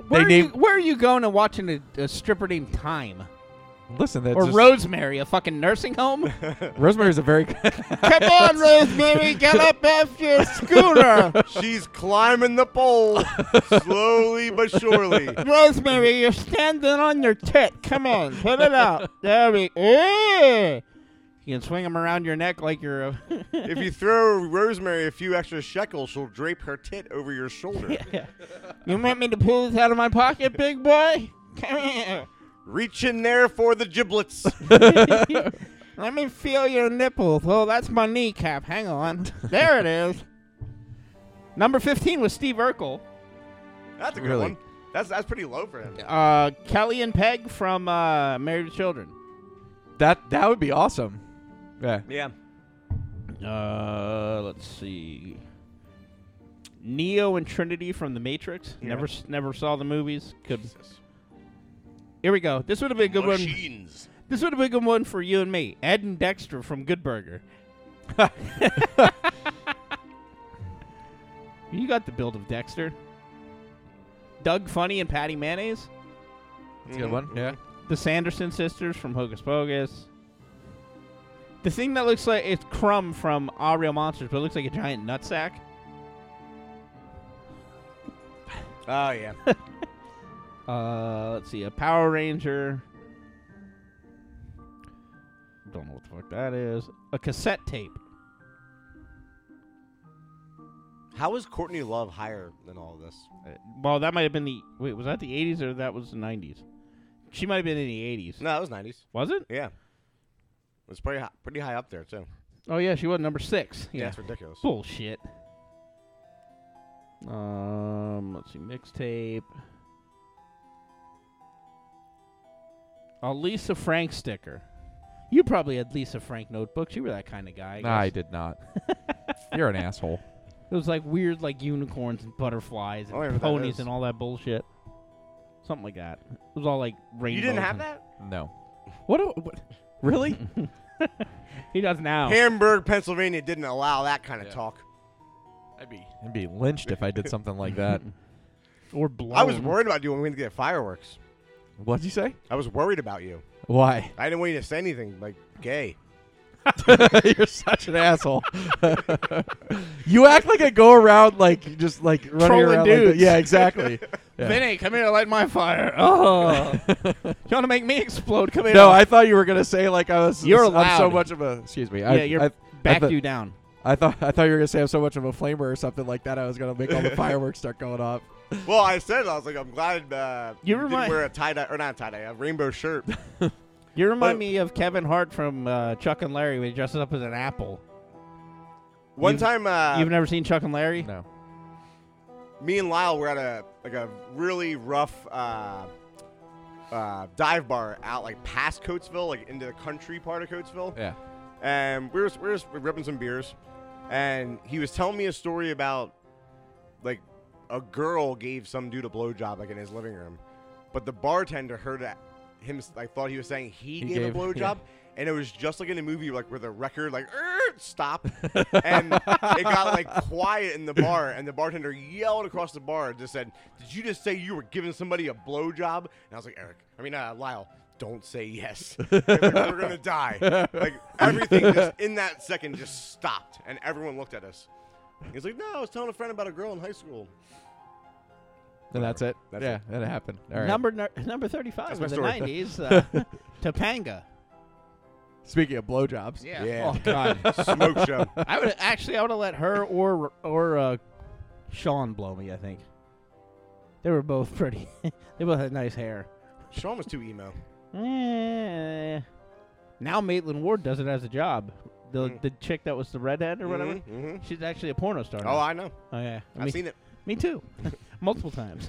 F: Where,
E: they
F: are
E: named.
F: you, where are you going and watching a, a stripper named Time?
E: Listen, that's
F: or
E: just-
F: Rosemary, a fucking nursing home?
E: Rosemary's a very.
F: Come on, Rosemary, get up off your scooter.
D: She's climbing the pole slowly but surely.
F: Rosemary, you're standing on your tit. Come on, put it out. There we Eh. You can swing them around your neck like you're a.
D: If you throw Rosemary a few extra shekels, she'll drape her tit over your shoulder.
F: you want me to pull this out of my pocket, big boy? Come here.
D: Reach in there for the giblets.
F: Let me feel your nipples. Oh, that's my kneecap. Hang on. There it is. Number 15 was Steve Urkel.
D: That's a good
F: Really?
D: one. That's that's pretty low for him.
F: Uh, Kelly and Peg from uh, Married with Children.
E: That that would be awesome. Yeah.
D: Yeah.
F: Uh, let's see. Neo and Trinity from The Matrix.
D: Yeah.
F: Never, s- never saw the movies. Could. Here we go. This would have been a good
D: Machines.
F: one. This would have been a good one for you and me. Ed and Dexter from Good Burger. you got the build of Dexter. Doug Funny and Patty Mayonnaise.
E: That's
F: Mm-hmm.
E: a good one. Yeah.
F: The Sanderson sisters from Hocus Pocus. The thing that looks like it's Crumb from All Real Monsters, but it looks like a giant nutsack.
D: Oh yeah.
F: uh, let's see, a Power Ranger. Don't know what the fuck that is. A cassette tape.
D: How is Courtney Love higher than all this?
F: Uh, Well, that might have been the wait. Was that the '80s or that was the '90s? She might have been in the '80s.
D: No, it was nineties.
F: Was it?
D: Yeah. It's pretty high, pretty high up there too.
F: Oh yeah, she was number six.
D: Yeah,
F: Yeah,
D: it's ridiculous.
F: Bullshit. Um, let's see, mixtape. A Lisa Frank sticker. You probably had Lisa Frank notebooks. You were that kind of guy. I,
E: Nah, I
F: guess.
E: did not. You're an asshole.
F: It was like weird, like unicorns and butterflies
D: I wonder
F: and
D: what Oh, that
F: ponies
D: is.
F: and all that bullshit. Something like that. It was all like rainbow.
D: You didn't have that?
E: No. What? a- what really?
F: he does now.
D: Hamburg, Pennsylvania didn't allow that kind of talk.
E: I'd be. I'd be lynched if I did something like that.
F: Or blown.
D: I was worried about you when we went to get fireworks.
E: What'd you say?
D: I was worried about you.
E: Why?
D: I didn't want you to say anything like gay.
E: You're such an asshole. you act like I go around like just like running
F: Trolling
E: around. Like
F: dudes.
E: that. yeah, exactly. Yeah.
F: Vinny, come here, light my fire. Oh, you want to make me explode? Come here.
E: No, I thought you were gonna say like I was.
F: You're
E: I'm so
F: loud.
E: much of a. Excuse me.
F: Yeah,
E: I,
F: you're-
E: I, I
F: back
E: thought-
F: you down.
E: I thought I thought you were gonna say I'm so much of a flamer or something like that. I was gonna make all the fireworks start going off.
D: Well, I said I was like, I'm glad uh,
F: You
D: you, didn't
F: remind-
D: wear a tie dye or not a tie dye, a rainbow shirt.
F: You remind
D: But-
F: me of Kevin Hart from uh, Chuck and Larry when he dresses up as an apple.
D: One
F: You've-
D: time, uh,
F: you've never seen Chuck and Larry?
E: No.
D: me and Lyle were at a like a really rough uh, uh, dive bar out like past Coatesville, like into the country part of Coatesville.
E: Yeah.
D: And we were we were just ripping some beers, and he was telling me a story about like a girl gave some dude a blowjob like in his living room, but the bartender heard that him like thought he was saying
E: He
D: he, gave,
E: gave-
D: a
E: yeah.
D: blowjob. And it was just like in a movie, like where the record, like, "Er, stop, and it got like quiet in the bar, and the bartender yelled across the bar, just said, "Did you just say you were giving somebody a blowjob?" And I was like, "Eric, I mean uh, Lyle, don't say yes. Like, we're gonna die." Like everything just in that second just stopped, and everyone looked at us. He's like, "No, I was telling a friend about a girl in high school."
E: And that's it.
D: That's
E: yeah, that happened. All right.
F: Number ner- number thirty-five
D: That's
F: in
D: my
F: the
D: story.
F: nineties. Uh, Topanga.
E: Speaking of blowjobs.
C: Yeah.
F: Yeah.
E: Oh, God.
F: I would actually. I would have let her or or uh, Sean blow me. I think they were both pretty. they both had nice hair.
D: Sean was too emo.
F: Eh. Now Maitland Ward does it as a job. The
D: Hmm.
F: the chick that was the redhead or whatever.
D: Mhm, mhm.
F: She's actually a porno star.
D: Oh,
F: now.
D: I know.
F: Oh yeah,
D: I've seen it.
F: Me too, multiple times.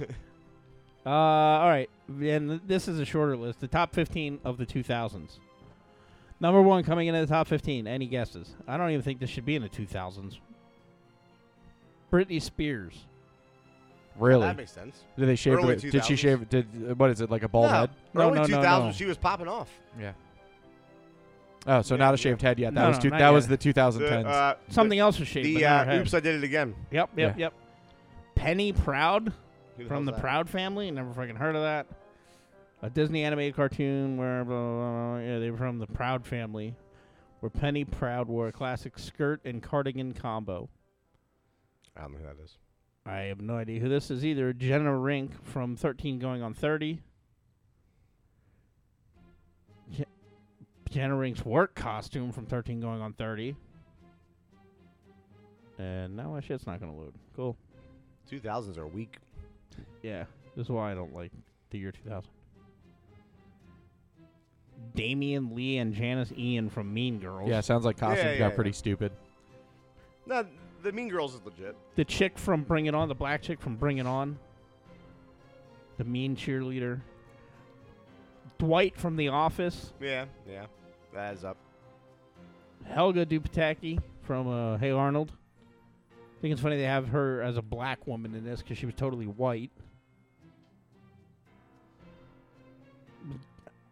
F: uh, all right, and th- this is a shorter list. The top fifteen of the two thousands. Number one coming into the top fifteen. Any guesses? I don't even think this should be in the two thousands. Britney Spears.
E: Really?
D: That makes sense.
E: Did they shave?
D: Early
E: it? did she
D: 2000s?
E: shave? Did uh, what is it like a bald head?
D: Early 2000s, she was popping off.
E: Yeah. Oh, so not a shaved head yet. That
F: No,
E: was
F: no,
E: two,
F: not
E: that was
F: yet.
E: the 2010s.
D: The, uh,
F: Something
D: the-
F: else was shaved, but
D: The
F: not
D: uh,
F: her head.
D: oops, I did it again.
F: Yep, yep,
E: Yeah.
F: yep. Penny Proud
D: Who the
F: from
D: hell's
F: the
D: that?
F: Proud family. Never fucking heard of that. A Disney animated cartoon where blah, blah, blah, blah, yeah, they were from the Proud family, where Penny Proud wore a classic skirt and cardigan combo.
D: I don't know who that is.
F: I have no idea who this is either. Jenna Rink from 13 going on 30. Je- Jenna Rink's work costume from 13 going on 30. And now my shit's not going to load. Cool.
D: 2000s are weak.
F: Yeah, this is why I don't like the year 2000. Damian Lee and Janice Ian from Mean Girls.
E: yeah, sounds like costumes
D: Yeah, yeah,
E: got
D: yeah.
E: pretty stupid.
D: No, the Mean Girls is legit.
F: The chick from Bring It On, the black chick from Bring It On. The mean cheerleader. Dwight from The Office.
D: Yeah, yeah. That is up.
F: Helga Dupataki from uh, Hey Arnold. I think it's funny they have her as a black woman in this because she was totally white.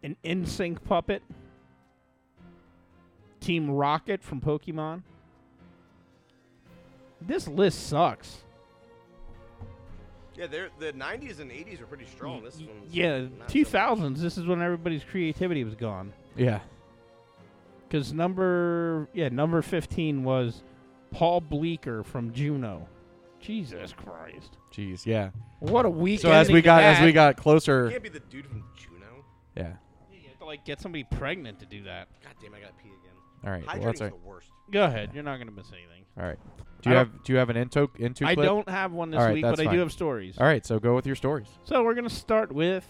F: An NSYNC puppet. Team Rocket from Pokemon. This list sucks.
D: Yeah, they're, the 90s and 80s are pretty strong. This one's
F: Yeah,
D: not
F: two thousands. This is when everybody's creativity was gone.
E: Yeah.
F: Because number yeah number fifteen was Paul Bleeker from Juno. Jesus Christ!
E: Jeez, yeah.
F: What a week.
E: So as we
F: ending
E: got
F: to
E: as
F: that.
E: we got closer,
D: be the dude from Juno.
E: yeah.
F: You have to like get somebody pregnant to do that.
D: God damn, I gotta pee again.
E: All right, well,
D: Hydrating's
E: that's all
D: the
E: right.
D: worst.
F: Go ahead. You're not gonna miss anything.
E: All right. Do
F: I
E: you
F: don't-
E: have do you have an into into?
F: I
E: clip?
F: don't have one this
E: All right,
F: week, but
E: that's
F: I do
E: fine.
F: have stories.
E: All right, so go with your stories.
F: So we're gonna start with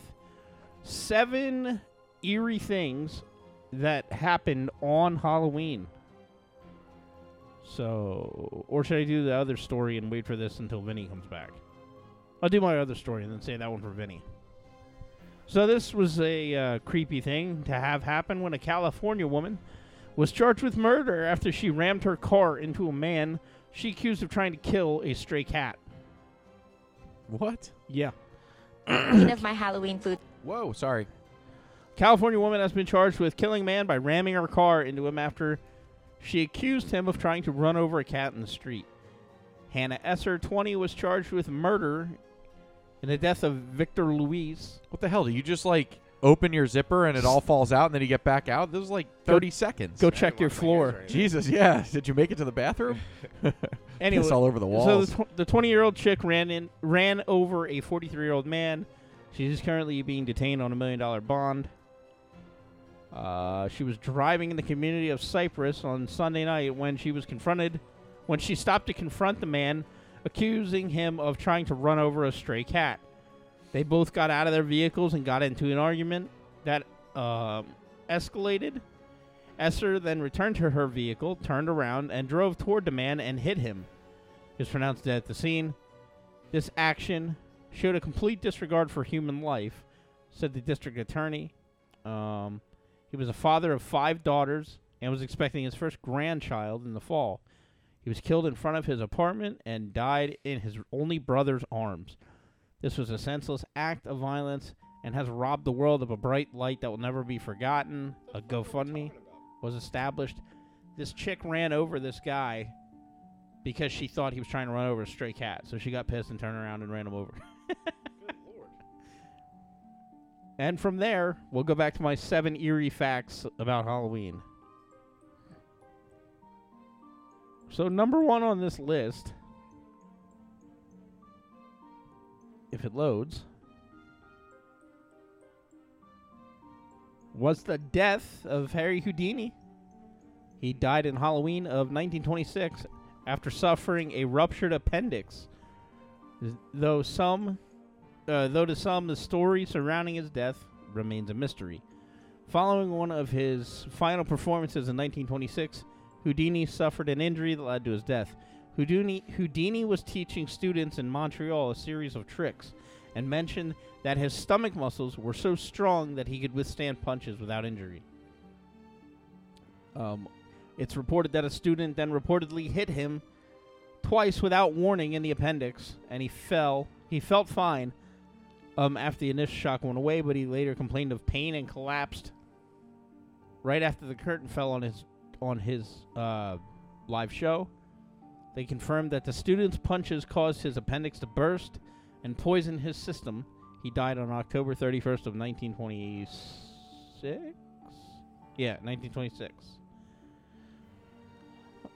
F: seven eerie things that happened on Halloween. So, or should I do the other story and wait for this until Vinny comes back? I'll do my other story and then say that one for Vinny. So this was a uh, creepy thing to have happen when a California woman was charged with murder after she rammed her car into a man she accused of trying to kill a stray cat.
E: What?
F: Yeah.
O: of my Halloween food.
E: Whoa, sorry.
F: California woman has been charged with killing man by ramming her car into him after she accused him of trying to run over a cat in the street. Hannah Esser, 20, was charged with murder in the death of Victor Luis.
E: What the hell? Do you just like open your zipper and it all falls out and then you get back out? This is like 30 seconds.
F: Go check your floor.
E: Jesus, yeah. Did you make it to the bathroom?
F: Anyway,
E: Piss all over the walls.
F: So the twenty-year-old chick ran in, ran over a forty-three-year-old man. She's currently being detained on a million-dollar bond. Uh, she was driving in the community of Cyprus on Sunday night when she was confronted, when she stopped to confront the man, accusing him of trying to run over a stray cat. They both got out of their vehicles and got into an argument that um, escalated. Esther then returned to her vehicle, turned around, and drove toward the man and hit him. He was pronounced dead at the scene. This action showed a complete disregard for human life, said the district attorney. Um, he was a father of five daughters and was expecting his first grandchild in the fall. He was killed in front of his apartment and died in his only brother's arms. This was a senseless act of violence and has robbed the world of a bright light that will never be forgotten. A GoFundMe was established. This chick ran over this guy because she thought he was trying to run over a stray cat. So she got pissed and turned around and ran him over. And from there, we'll go back to my seven eerie facts about Halloween. So, number one on this list, if it loads, was the death of Harry Houdini. He died in Halloween of 1926 after suffering a ruptured appendix. Though some, uh, though to some, the story surrounding his death remains a mystery. Following one of his final performances in 1926, Houdini suffered an injury that led to his death. Houdini, Houdini was teaching students in Montreal a series of tricks and mentioned that his stomach muscles were so strong that he could withstand punches without injury. Um, it's reported that a student then reportedly hit him twice without warning in the appendix, and he fell. He felt fine um, after the initial shock went away, but he later complained of pain and collapsed right after the curtain fell on his on his uh, live show. They confirmed that the student's punches caused his appendix to burst and poison his system. He died on October 31st of 1926. Yeah, 1926.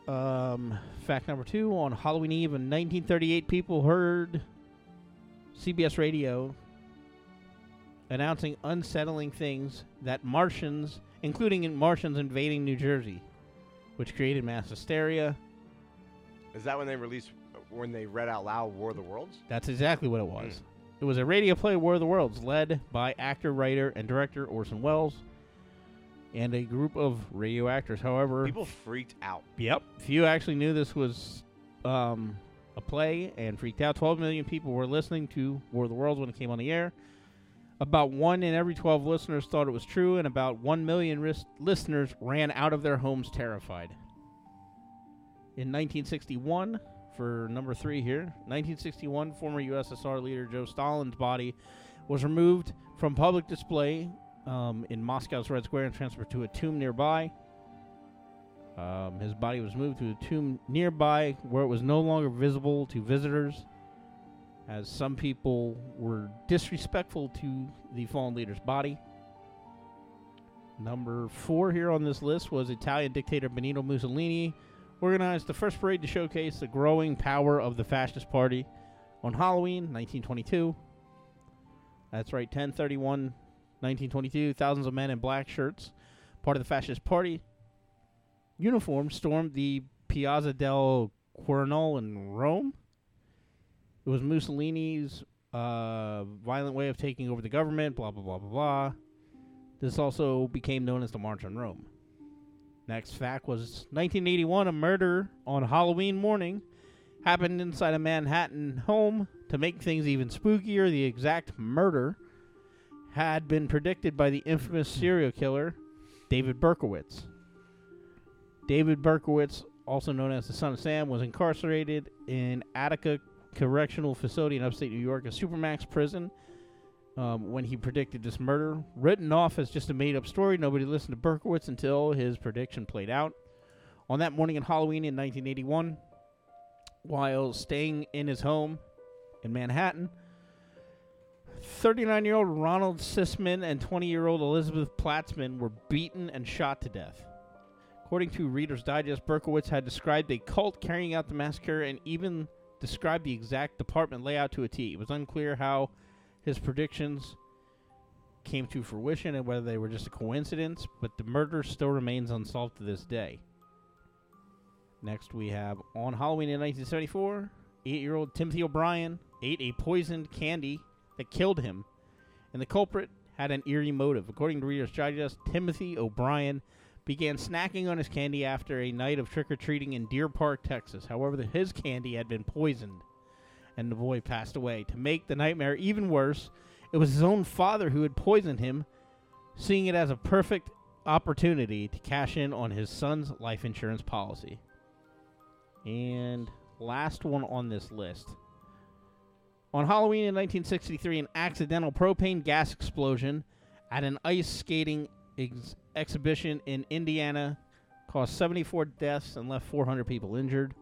F: Um, fact number two on Halloween Eve in 1938, people heard CBS radio announcing unsettling things that Martians, including in Martians invading New Jersey, which created mass hysteria.
D: Is that when they released, when they read out loud War of the Worlds?
F: That's exactly what it was. It was a radio play, War of the Worlds, led by actor, writer, and director Orson Welles and a group of radio actors. However,
D: People freaked out.
F: Yep. Few actually knew this was um, a play and freaked out. 12 million people were listening to War of the Worlds when it came on the air. About one in every 12 listeners thought it was true, and about 1 million ris- listeners ran out of their homes terrified. In 1961, for number three here, 1961, former USSR leader Joe Stalin's body was removed from public display um, in Moscow's Red Square and transferred to a tomb nearby. Um, his body was moved to a tomb nearby where it was no longer visible to visitors, as some people were disrespectful to the fallen leader's body. Number four here on this list was Italian dictator Benito Mussolini organized the first parade to showcase the growing power of the fascist party on Halloween 1922. That's right, 1031 1922, thousands of men in black shirts, part of the fascist party uniform, stormed the Piazza del Quirinale in Rome. It was Mussolini's uh, violent way of taking over the government, blah, blah, blah, blah, blah. This also became known as the March on Rome. Next fact was 1981, a murder on Halloween morning happened inside a Manhattan home. To make things even spookier, the exact murder had been predicted by the infamous serial killer, David Berkowitz. David Berkowitz, also known as the Son of Sam, was incarcerated in Attica Correctional Facility in upstate New York, a supermax prison, um, when he predicted this murder. Written off as just a made up story, nobody listened to Berkowitz until his prediction played out. On that morning in Halloween in 1981, while staying in his home in Manhattan, 39 year old Ronald Sisman and 20 year old Elizabeth Platzman were beaten and shot to death. According to Reader's Digest, Berkowitz had described a cult carrying out the massacre and even described the exact department layout to a T. It was unclear how his predictions came to fruition and whether they were just a coincidence, but the murder still remains unsolved to this day. Next, we have on Halloween in 1974, eight year old Timothy O'Brien ate a poisoned candy that killed him, and the culprit had an eerie motive. According to Reader's Digest, Timothy O'Brien began snacking on his candy after a night of trick or treating in Deer Park, Texas. However, the- his candy had been poisoned, and the boy passed away. To make the nightmare even worse, it was his own father who had poisoned him, seeing it as a perfect opportunity to cash in on his son's life insurance policy. And last one on this list. On Halloween in 1963, an accidental propane gas explosion at an ice skating ex- exhibition in Indiana caused 74 deaths and left 400 people injured.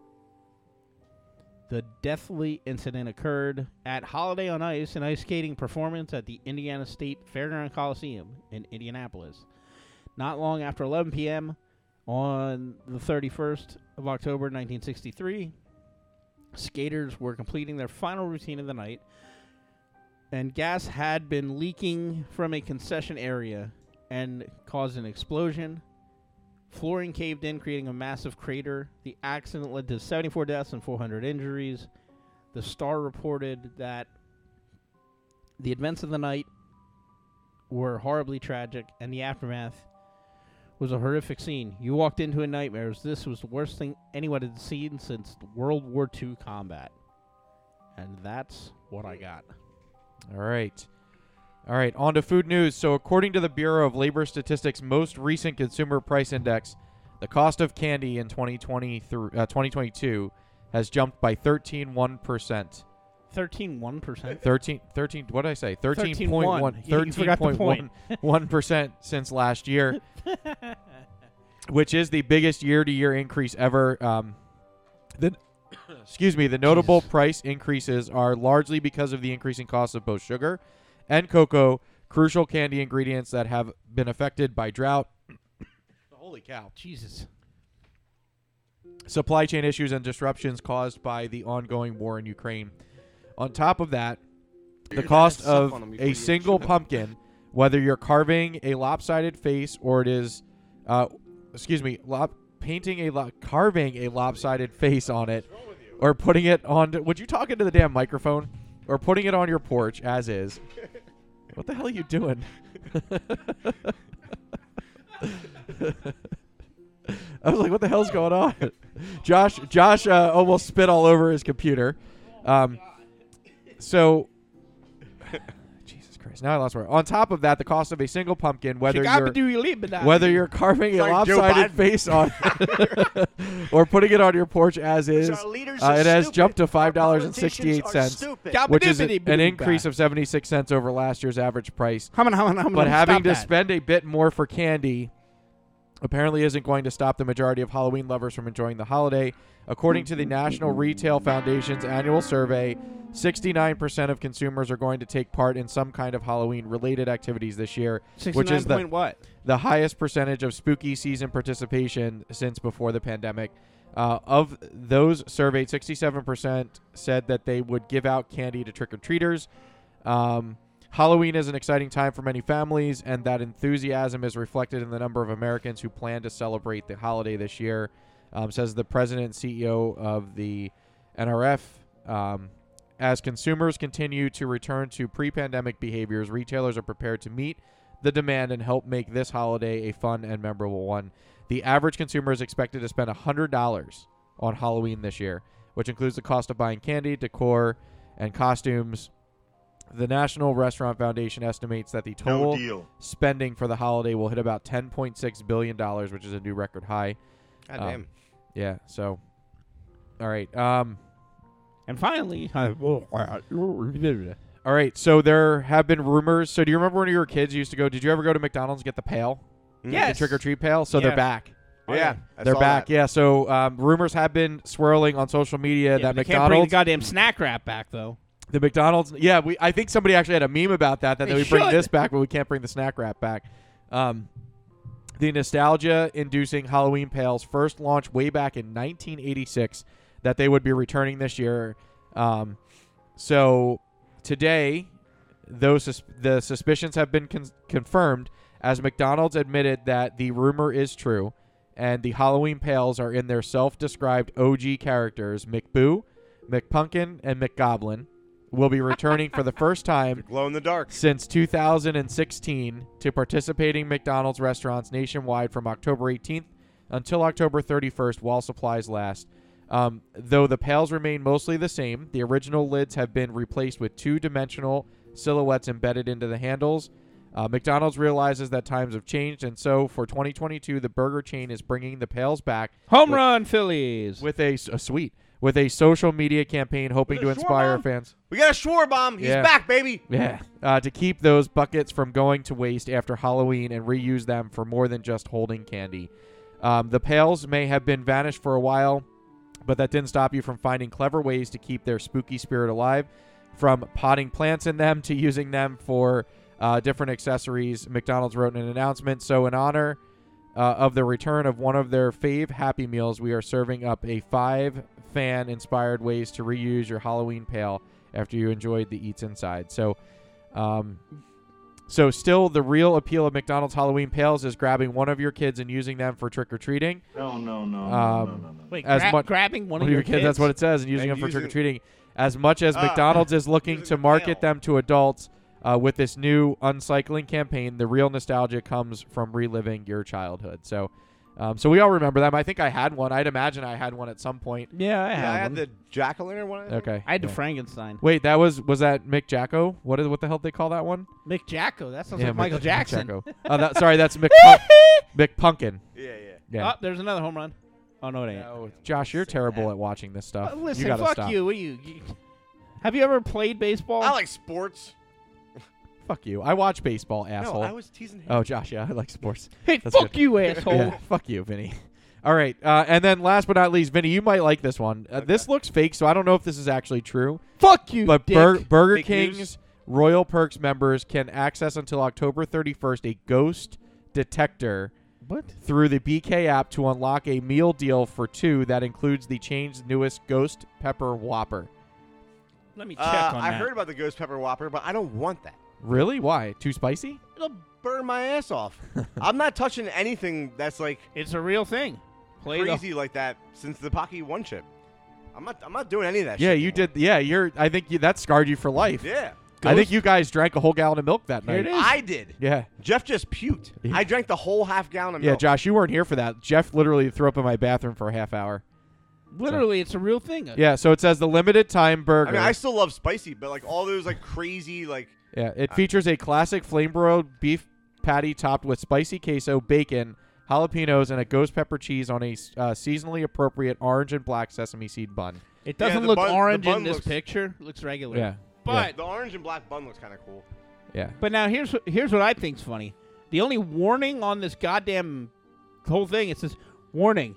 F: The deathly incident occurred at Holiday on Ice, an ice skating performance at the Indiana State Fairground Coliseum in Indianapolis. Not long after 11 p.m. on the 31st of October 1963, skaters were completing their final routine of the night, and gas had been leaking from a concession area and caused an explosion. Flooring caved in, creating a massive crater. The accident led to 74 deaths and 400 injuries. The Star reported that the events of the night were horribly tragic, and the aftermath was a horrific scene. You walked into a nightmare. This was the worst thing anyone had seen since World War II combat. And that's what I got.
E: All right. All right, on to food news. So, according to the Bureau of Labor Statistics' most recent consumer price index, the cost of candy in 2020 through, uh, 2022 has jumped by 13.1%.
F: 13 1%.
E: 13, 13 what did I say?
F: 13.1.
E: 13.1
F: You- you forgot the point.
E: 13.1% since last year, which is the biggest year to year increase ever. Um, the, excuse me, the notable price increases are largely because of the increasing cost of both sugar and cocoa, crucial candy ingredients that have been affected by drought, Holy cow.
F: Jesus.
E: supply chain issues and disruptions caused by the ongoing war in Ukraine. On top of that, the
P: You're
E: cost
P: gonna suck on 'em
E: of
P: before
E: a
P: you
E: single pumpkin, whether you're carving a lopsided face or it is, uh, excuse me, lop- painting a lo- carving a lopsided face on it, or putting it on. Would you talk into the damn microphone? Or putting it on your porch as is. What the hell are you doing? I was like, "What the hell's going on?" Josh, Josh uh, almost spit all over his computer. Um, so, Jesus Christ! Now I lost where. On top of that, the cost of a single pumpkin, whether you're
F: Shikabadoo-libidabidi.
E: whether you're carving
F: It's
E: a
F: like Joe
E: lopsided
F: Biden.
E: face on or putting it on your porch as is,
F: our leaders
E: uh,
F: are
E: it has
F: stupid.
E: jumped to five dollars and
F: politicians
E: sixty-eight cents,
F: are stupid.
E: which is a- an
F: Kabadibidi-boo-ba.
E: increase of seventy-six cents over last year's average price.
F: Hummin', hummin', hummin',
E: but
F: hummin',
E: having
F: stop
E: to
F: that.
E: spend a bit more for candy apparently isn't going to stop the majority of Halloween lovers from enjoying the holiday. According to the National Retail Foundation's annual survey, 69% of consumers are going to take part in some kind of Halloween related activities this year, which is the
F: 69 point what?
E: the highest percentage of spooky season participation since before the pandemic. Uh, of those surveyed, 67% said that they would give out candy to trick or treaters. Um, Halloween is an exciting time for many families, and that enthusiasm is reflected in the number of Americans who plan to celebrate the holiday this year, um, says the president and CEO of the NRF. Um, as consumers continue to return to pre pandemic behaviors, retailers are prepared to meet the demand and help make this holiday a fun and memorable one. The average consumer is expected to spend $100 on Halloween this year, which includes the cost of buying candy, decor, and costumes. The National Restaurant Foundation estimates that the
P: No
E: total
P: deal.
E: spending for the holiday will hit about $10.6 billion, which is a new record high.
D: God
E: Um,
D: damn.
E: Yeah, so. All right. Um,
F: and finally,
E: oh, all right. So there have been rumors. So do you remember when you were kids? You used to go. Did you ever go to McDonald's and get the pail?
D: Yes.
E: trick or treat pail. So
D: Yeah.
E: they're back.
D: Oh, yeah. I
E: Mm-hmm. they're
D: saw
E: back. Yeah. So um, rumors have been swirling on social media
F: Yeah,
E: that
F: they can't bring the
E: McDonald's,
F: goddamn snack wrap back, though.
E: the McDonald's. Yeah. We. I think somebody actually had a meme about that. That
F: They
E: they would bring
F: should.
E: this back, but we can't bring the snack wrap back. Um, the nostalgia-inducing Halloween pails first launched way back in 1986. That they would be returning this year. Um, so today, those sus- the suspicions have been con- confirmed as McDonald's admitted that the rumor is true, and the Halloween pails are in their self-described OG characters McBoo, McPunkin, and McGoblin will be returning for the first time
D: glow in the dark
E: since 2016 to participating McDonald's restaurants nationwide from October 18th until October 31st while supplies last. Um, though the pails remain mostly the same, the original lids have been replaced with two dimensional silhouettes embedded into the handles. Uh, McDonald's realizes that times have changed, and so for 2022, the burger chain is bringing the pails back.
F: Home run, Phillies!
E: With a, s- a sweet, with a social media campaign hoping to inspire fans.
D: We got a Schwarbaum. bomb. He's
E: Yeah.
D: back, baby.
E: Yeah. Uh, to keep those buckets from going to waste after Halloween and reuse them for more than just holding candy. Um, the pails may have been vanished for a while, but that didn't stop you from finding clever ways to keep their spooky spirit alive. From potting plants in them to using them for uh, different accessories, McDonald's wrote in an announcement. So, in honor uh, of the return of one of their fave Happy Meals, we are serving up a five fan inspired ways to reuse your Halloween pail after you enjoyed the eats inside. So, um, So, still, the real appeal of McDonald's Halloween pails is grabbing one of your kids and using them for Um, trick or treating.
J: No, no, no, no, no, no, no.
F: Wait,
E: as
F: gra-
E: much-
F: grabbing one of your
E: That's
F: kids?
E: what it says, and using
F: And
E: them for trick or
F: using-
E: treating. As much as
F: Ah,
E: McDonald's is looking to market them to adults uh, with this new uncycling campaign, the real nostalgia comes from reliving your childhood. So, um, so we all remember them. I think I had one. I'd imagine I had one at some point.
F: Yeah, I
D: Yeah, I had
E: one.
D: the jack o' lantern one. I think.
E: Okay.
F: I had the
E: yeah.
F: Frankenstein.
E: Wait, that was was that Mick Jacko? What is what the hell did they call that one?
F: Mick Jacko. That sounds
E: Yeah,
F: like
E: Mick-
F: Michael
E: Mick
F: Jackson.
E: Jacko. Oh, that, sorry, that's Mick Mick Punkin.
D: Yeah, yeah.
E: Yeah.
F: Oh, there's another home run. Oh no, it ain't.
E: Josh, you're terrible at watching this stuff.
F: Uh, listen,
E: you gotta
F: fuck
E: stop.
F: you. What are you, you? Have you ever played baseball?
D: I like sports.
E: Fuck you. I watch baseball, asshole.
D: I was teasing him.
E: Oh, Josh, yeah, I like sports.
F: Hey,
E: That's
F: fuck
E: good.
F: you, asshole.
E: Yeah, fuck you, Vinny. All right, uh, and then last but not least, Vinny, you might like this one. Uh, This looks fake, so I don't know if this is actually true.
F: Fuck you,
E: But
F: dick.
E: Burger
F: Fake
E: King's
F: news.
E: Royal Perks members can access until October 31st a ghost detector
F: What?
E: through the BK app to unlock a meal deal for two that includes the chain's newest Ghost Pepper Whopper.
F: Let
E: Oh,
F: me check
D: Uh,
F: on
D: I
F: that.
D: heard about the ghost pepper whopper, but I don't want that.
E: Really? Why? Too spicy?
D: It'll burn my ass off. I'm not touching anything that's like
F: it's a real thing. Play the-
D: crazy like that since the Pocky One chip. I'm not. I'm not doing any of that.
E: Yeah,
D: shit.
E: you did. Yeah, you're. I think you, that scarred you for life.
D: Yeah.
E: I think you guys drank a whole gallon of milk that night.
D: I did.
E: Yeah.
D: Jeff just puked. I drank the whole half gallon of
E: Yeah,
D: milk.
E: Josh, you weren't here for that. Jeff literally threw up in my bathroom for a half hour.
F: Literally, it's a real thing.
E: Yeah, so it says the limited time burger.
D: I mean, I still love spicy, but like all those like crazy like
E: yeah, it features a classic flame broiled beef patty topped with spicy queso, bacon, jalapenos, and a ghost pepper cheese on a s- uh, seasonally appropriate orange and black sesame seed bun.
F: It doesn't
D: the
F: look
D: bun- the
F: orange in
D: bun
F: this
D: looks-
F: picture. Looks regular.
E: Yeah,
F: But
D: the orange and black bun looks kind of cool.
E: Yeah.
F: But now here's wh- here's what I think's funny. The only warning on this goddamn whole thing it says warning.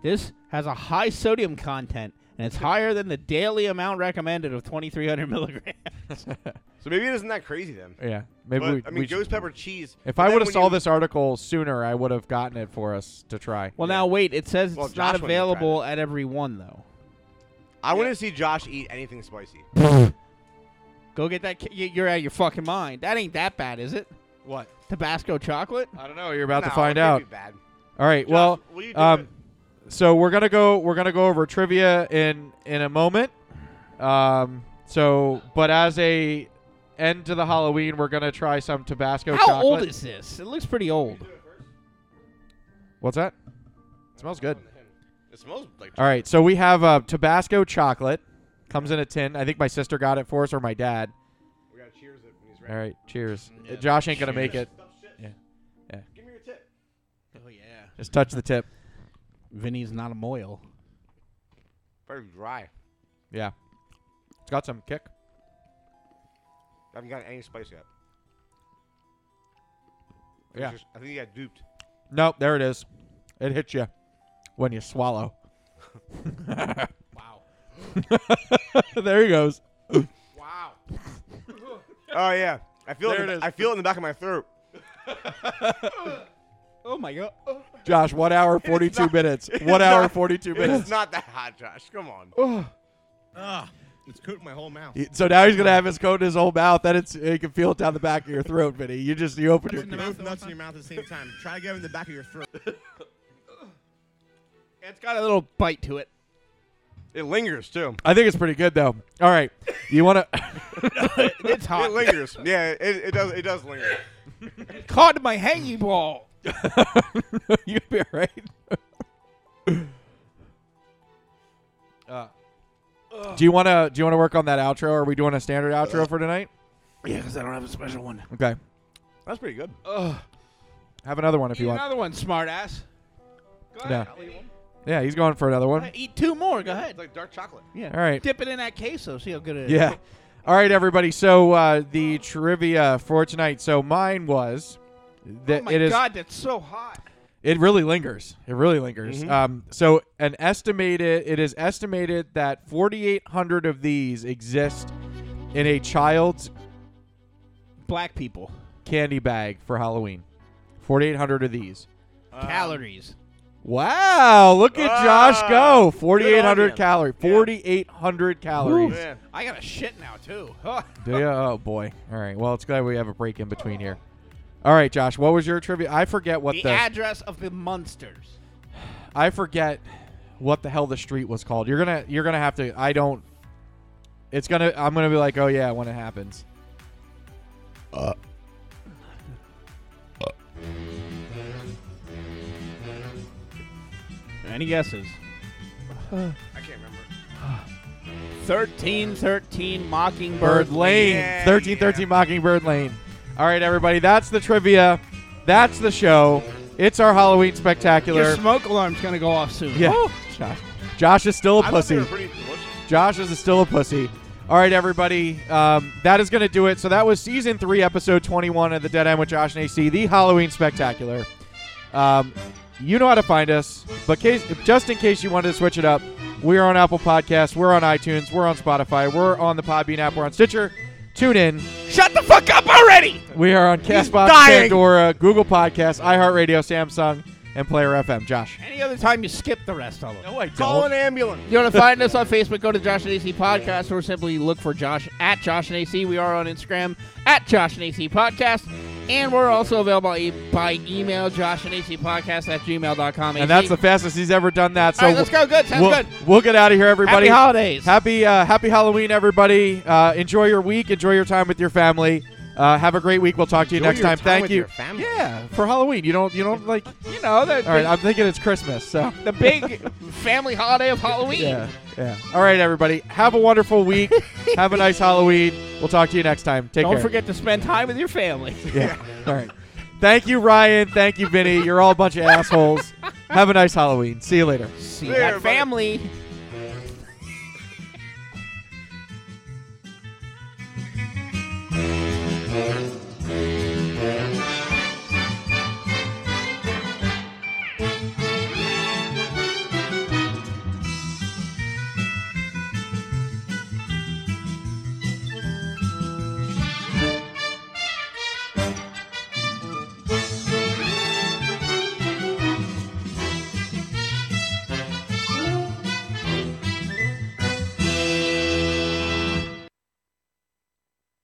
F: This has a high sodium content and it's higher than the daily amount recommended of 2300 milligrams.
D: So maybe it isn't that crazy then.
E: Yeah, maybe
D: But,
E: we-
D: I
E: we
D: mean,
E: should-
D: ghost pepper cheese.
E: If
D: but
E: I
D: then
E: would have
D: when
E: saw
D: you-
E: this article sooner, I would have gotten it for us to try.
F: well, now wait. It says
D: Well,
F: it's not
D: Josh wouldn't have tried
F: available at every one though.
D: I want to see Josh eat anything spicy.
F: Go get that. ki- you- You're out of your fucking mind. That ain't that bad, is it?
D: What?
F: Tabasco chocolate?
E: I don't know. You're about
F: No,
E: to find
F: it
E: out.
F: can't be bad.
E: All right.
F: Josh,
E: well,
F: will you do
E: um, so we're gonna go. We're gonna go over trivia in in a moment. Um. So, but as a end to the Halloween, we're gonna try some Tabasco.
F: How
E: chocolate.
F: old is this? It looks pretty old.
E: What's that? It smells good.
D: It smells like.
E: All right. So we have uh, Tabasco chocolate. Comes in a tin. I think my sister got it for us or my dad.
D: We gotta cheers it when he's
E: All
D: ready.
E: right. Cheers.
D: Yeah,
E: Josh ain't gonna
D: cheers.
E: make it. Yeah. Yeah.
D: Give me your tip.
F: Oh yeah.
E: Just touch the tip.
F: Vinny's not a moil.
D: Very dry.
E: Yeah. It's got some kick.
D: I haven't gotten any spice yet. I think
E: Yeah.
D: it's just- I think you got duped.
E: Nope, there it is. It hits you when you swallow.
F: wow.
E: there he goes.
F: Wow.
D: Oh yeah, I feel
F: There
D: it.
F: it
D: in
F: is.
D: the- I feel it in the back of my throat.
F: oh my god.
E: Josh, one hour,
D: It is
E: 42
D: not-
E: minutes.
D: it is
E: One hour,
D: not-
E: 42
D: It's
E: minutes.
D: not that hot, Josh. Come on. Ah, it's coating my whole mouth.
E: So now he's gonna have his coat in his whole mouth, and it's you can feel it down the back of your throat, Vinny. You just you open your
D: Both nuts in your mouth at the same time. Try getting the back of your throat.
F: It's got a little bite to it.
D: It lingers too.
E: I think it's pretty good though. All right, you want to?
F: it's hot.
D: It lingers. Yeah, it, it does. It does linger.
F: Caught my hanging ball.
E: you gonna be all
F: Uh,
E: right? do you want to? Do you want to work on that outro? Are we doing a standard outro for tonight?
F: Uh, Yeah, because I don't have a special one.
E: Okay,
D: That's pretty good.
E: have another one if
F: Eat
E: you want.
F: another one, smartass.
E: Yeah, yeah, he's going for another one.
F: Eat two more. Go ahead.
D: like dark chocolate.
F: Yeah.
E: All right.
F: Dip it in that queso. See how good it Oh. is. Oh
E: Yeah. All right, everybody. So uh, the trivia for tonight. So mine was that
F: Oh my
E: it is.
F: god, that's so hot.
E: It really lingers. It really lingers.
C: Mm-hmm.
F: Mhm.
E: Um, so an estimated. It is estimated that 4,800 of these exist in a child's
F: Black people.
E: candy bag for Halloween. 4,800 of these.
F: Um, Calories.
E: Wow, look at Josh
C: Ah,
E: go.
C: good
E: 4,800
C: audience.
E: calories. 4,800 calories.
F: I got a shit now too.
E: Do you? Oh, boy. All right. Well, it's glad we have a break in between here. All right, Josh, what was your trivia? I forget what
F: the,
E: the,
F: address of the monsters.
E: I forget what the hell the street was called. You're gonna you're gonna have to I don't it's gonna I'm gonna be like, oh yeah, when it happens. Uh.
F: Any guesses?
N: I
D: can't remember.
F: Thirteen thirteen Mockingbird
E: Bird Lane. 1313 Mockingbird Lane. All right, everybody, that's the trivia. That's the show. It's our Halloween spectacular.
F: Your smoke alarm's gonna go off soon.
E: Yeah.
F: Woo.
E: Josh. Josh is still a
F: I thought
E: pussy.
F: they were pretty delicious.
E: Josh is still a pussy. All right, everybody. Um, that is going to do it. So that was season three, episode 21 of the Dead End with Josh and AC, the Halloween Spectacular. Um, you know how to find us, but case, just in case you wanted to switch it up, we are on Apple Podcasts, we're on iTunes, we're on Spotify, we're on the Podbean app, we're on Stitcher. Tune in.
F: Shut the fuck up already!
E: We are on Castbox,
F: dying.
E: Pandora, Google Podcasts, iHeartRadio, Samsung, and Player FM. Josh.
F: Any other time you skip the rest of them. No,
E: I
F: Call
E: don't.
F: an ambulance. You want to find us on Facebook? Go to Josh and AC Podcast, or simply look for Josh at Josh and AC. We are on Instagram at Josh and AC Podcast, and we're also available e- by email, Josh and AC Podcast at gmail.com.
E: And that's the fastest he's ever done that. So
F: All right, let's go. Good. Sounds
E: we'll,
F: good.
E: We'll get out of here, everybody.
F: Happy holidays.
E: Happy uh, Happy Halloween, everybody. Uh, enjoy your week. Enjoy your time with your family. Uh, have a great week. We'll talk to you
D: Enjoy
E: next
D: your
E: time.
D: time
E: Thank
D: with
E: you.
D: your family.
E: Yeah, for Halloween, you don't you don't like.
F: you know the,
E: All right, I'm thinking it's Christmas. So
F: the big family holiday of Halloween.
E: yeah, yeah. All right, everybody. Have a wonderful week. have a nice Halloween. We'll talk to you next time. Take
F: Don't
E: care.
F: forget to spend time with your family.
E: Yeah. all right. Thank you, Ryan. Thank you, Vinny. You're all a bunch of assholes. Have a nice Halloween. See you later.
F: See that family.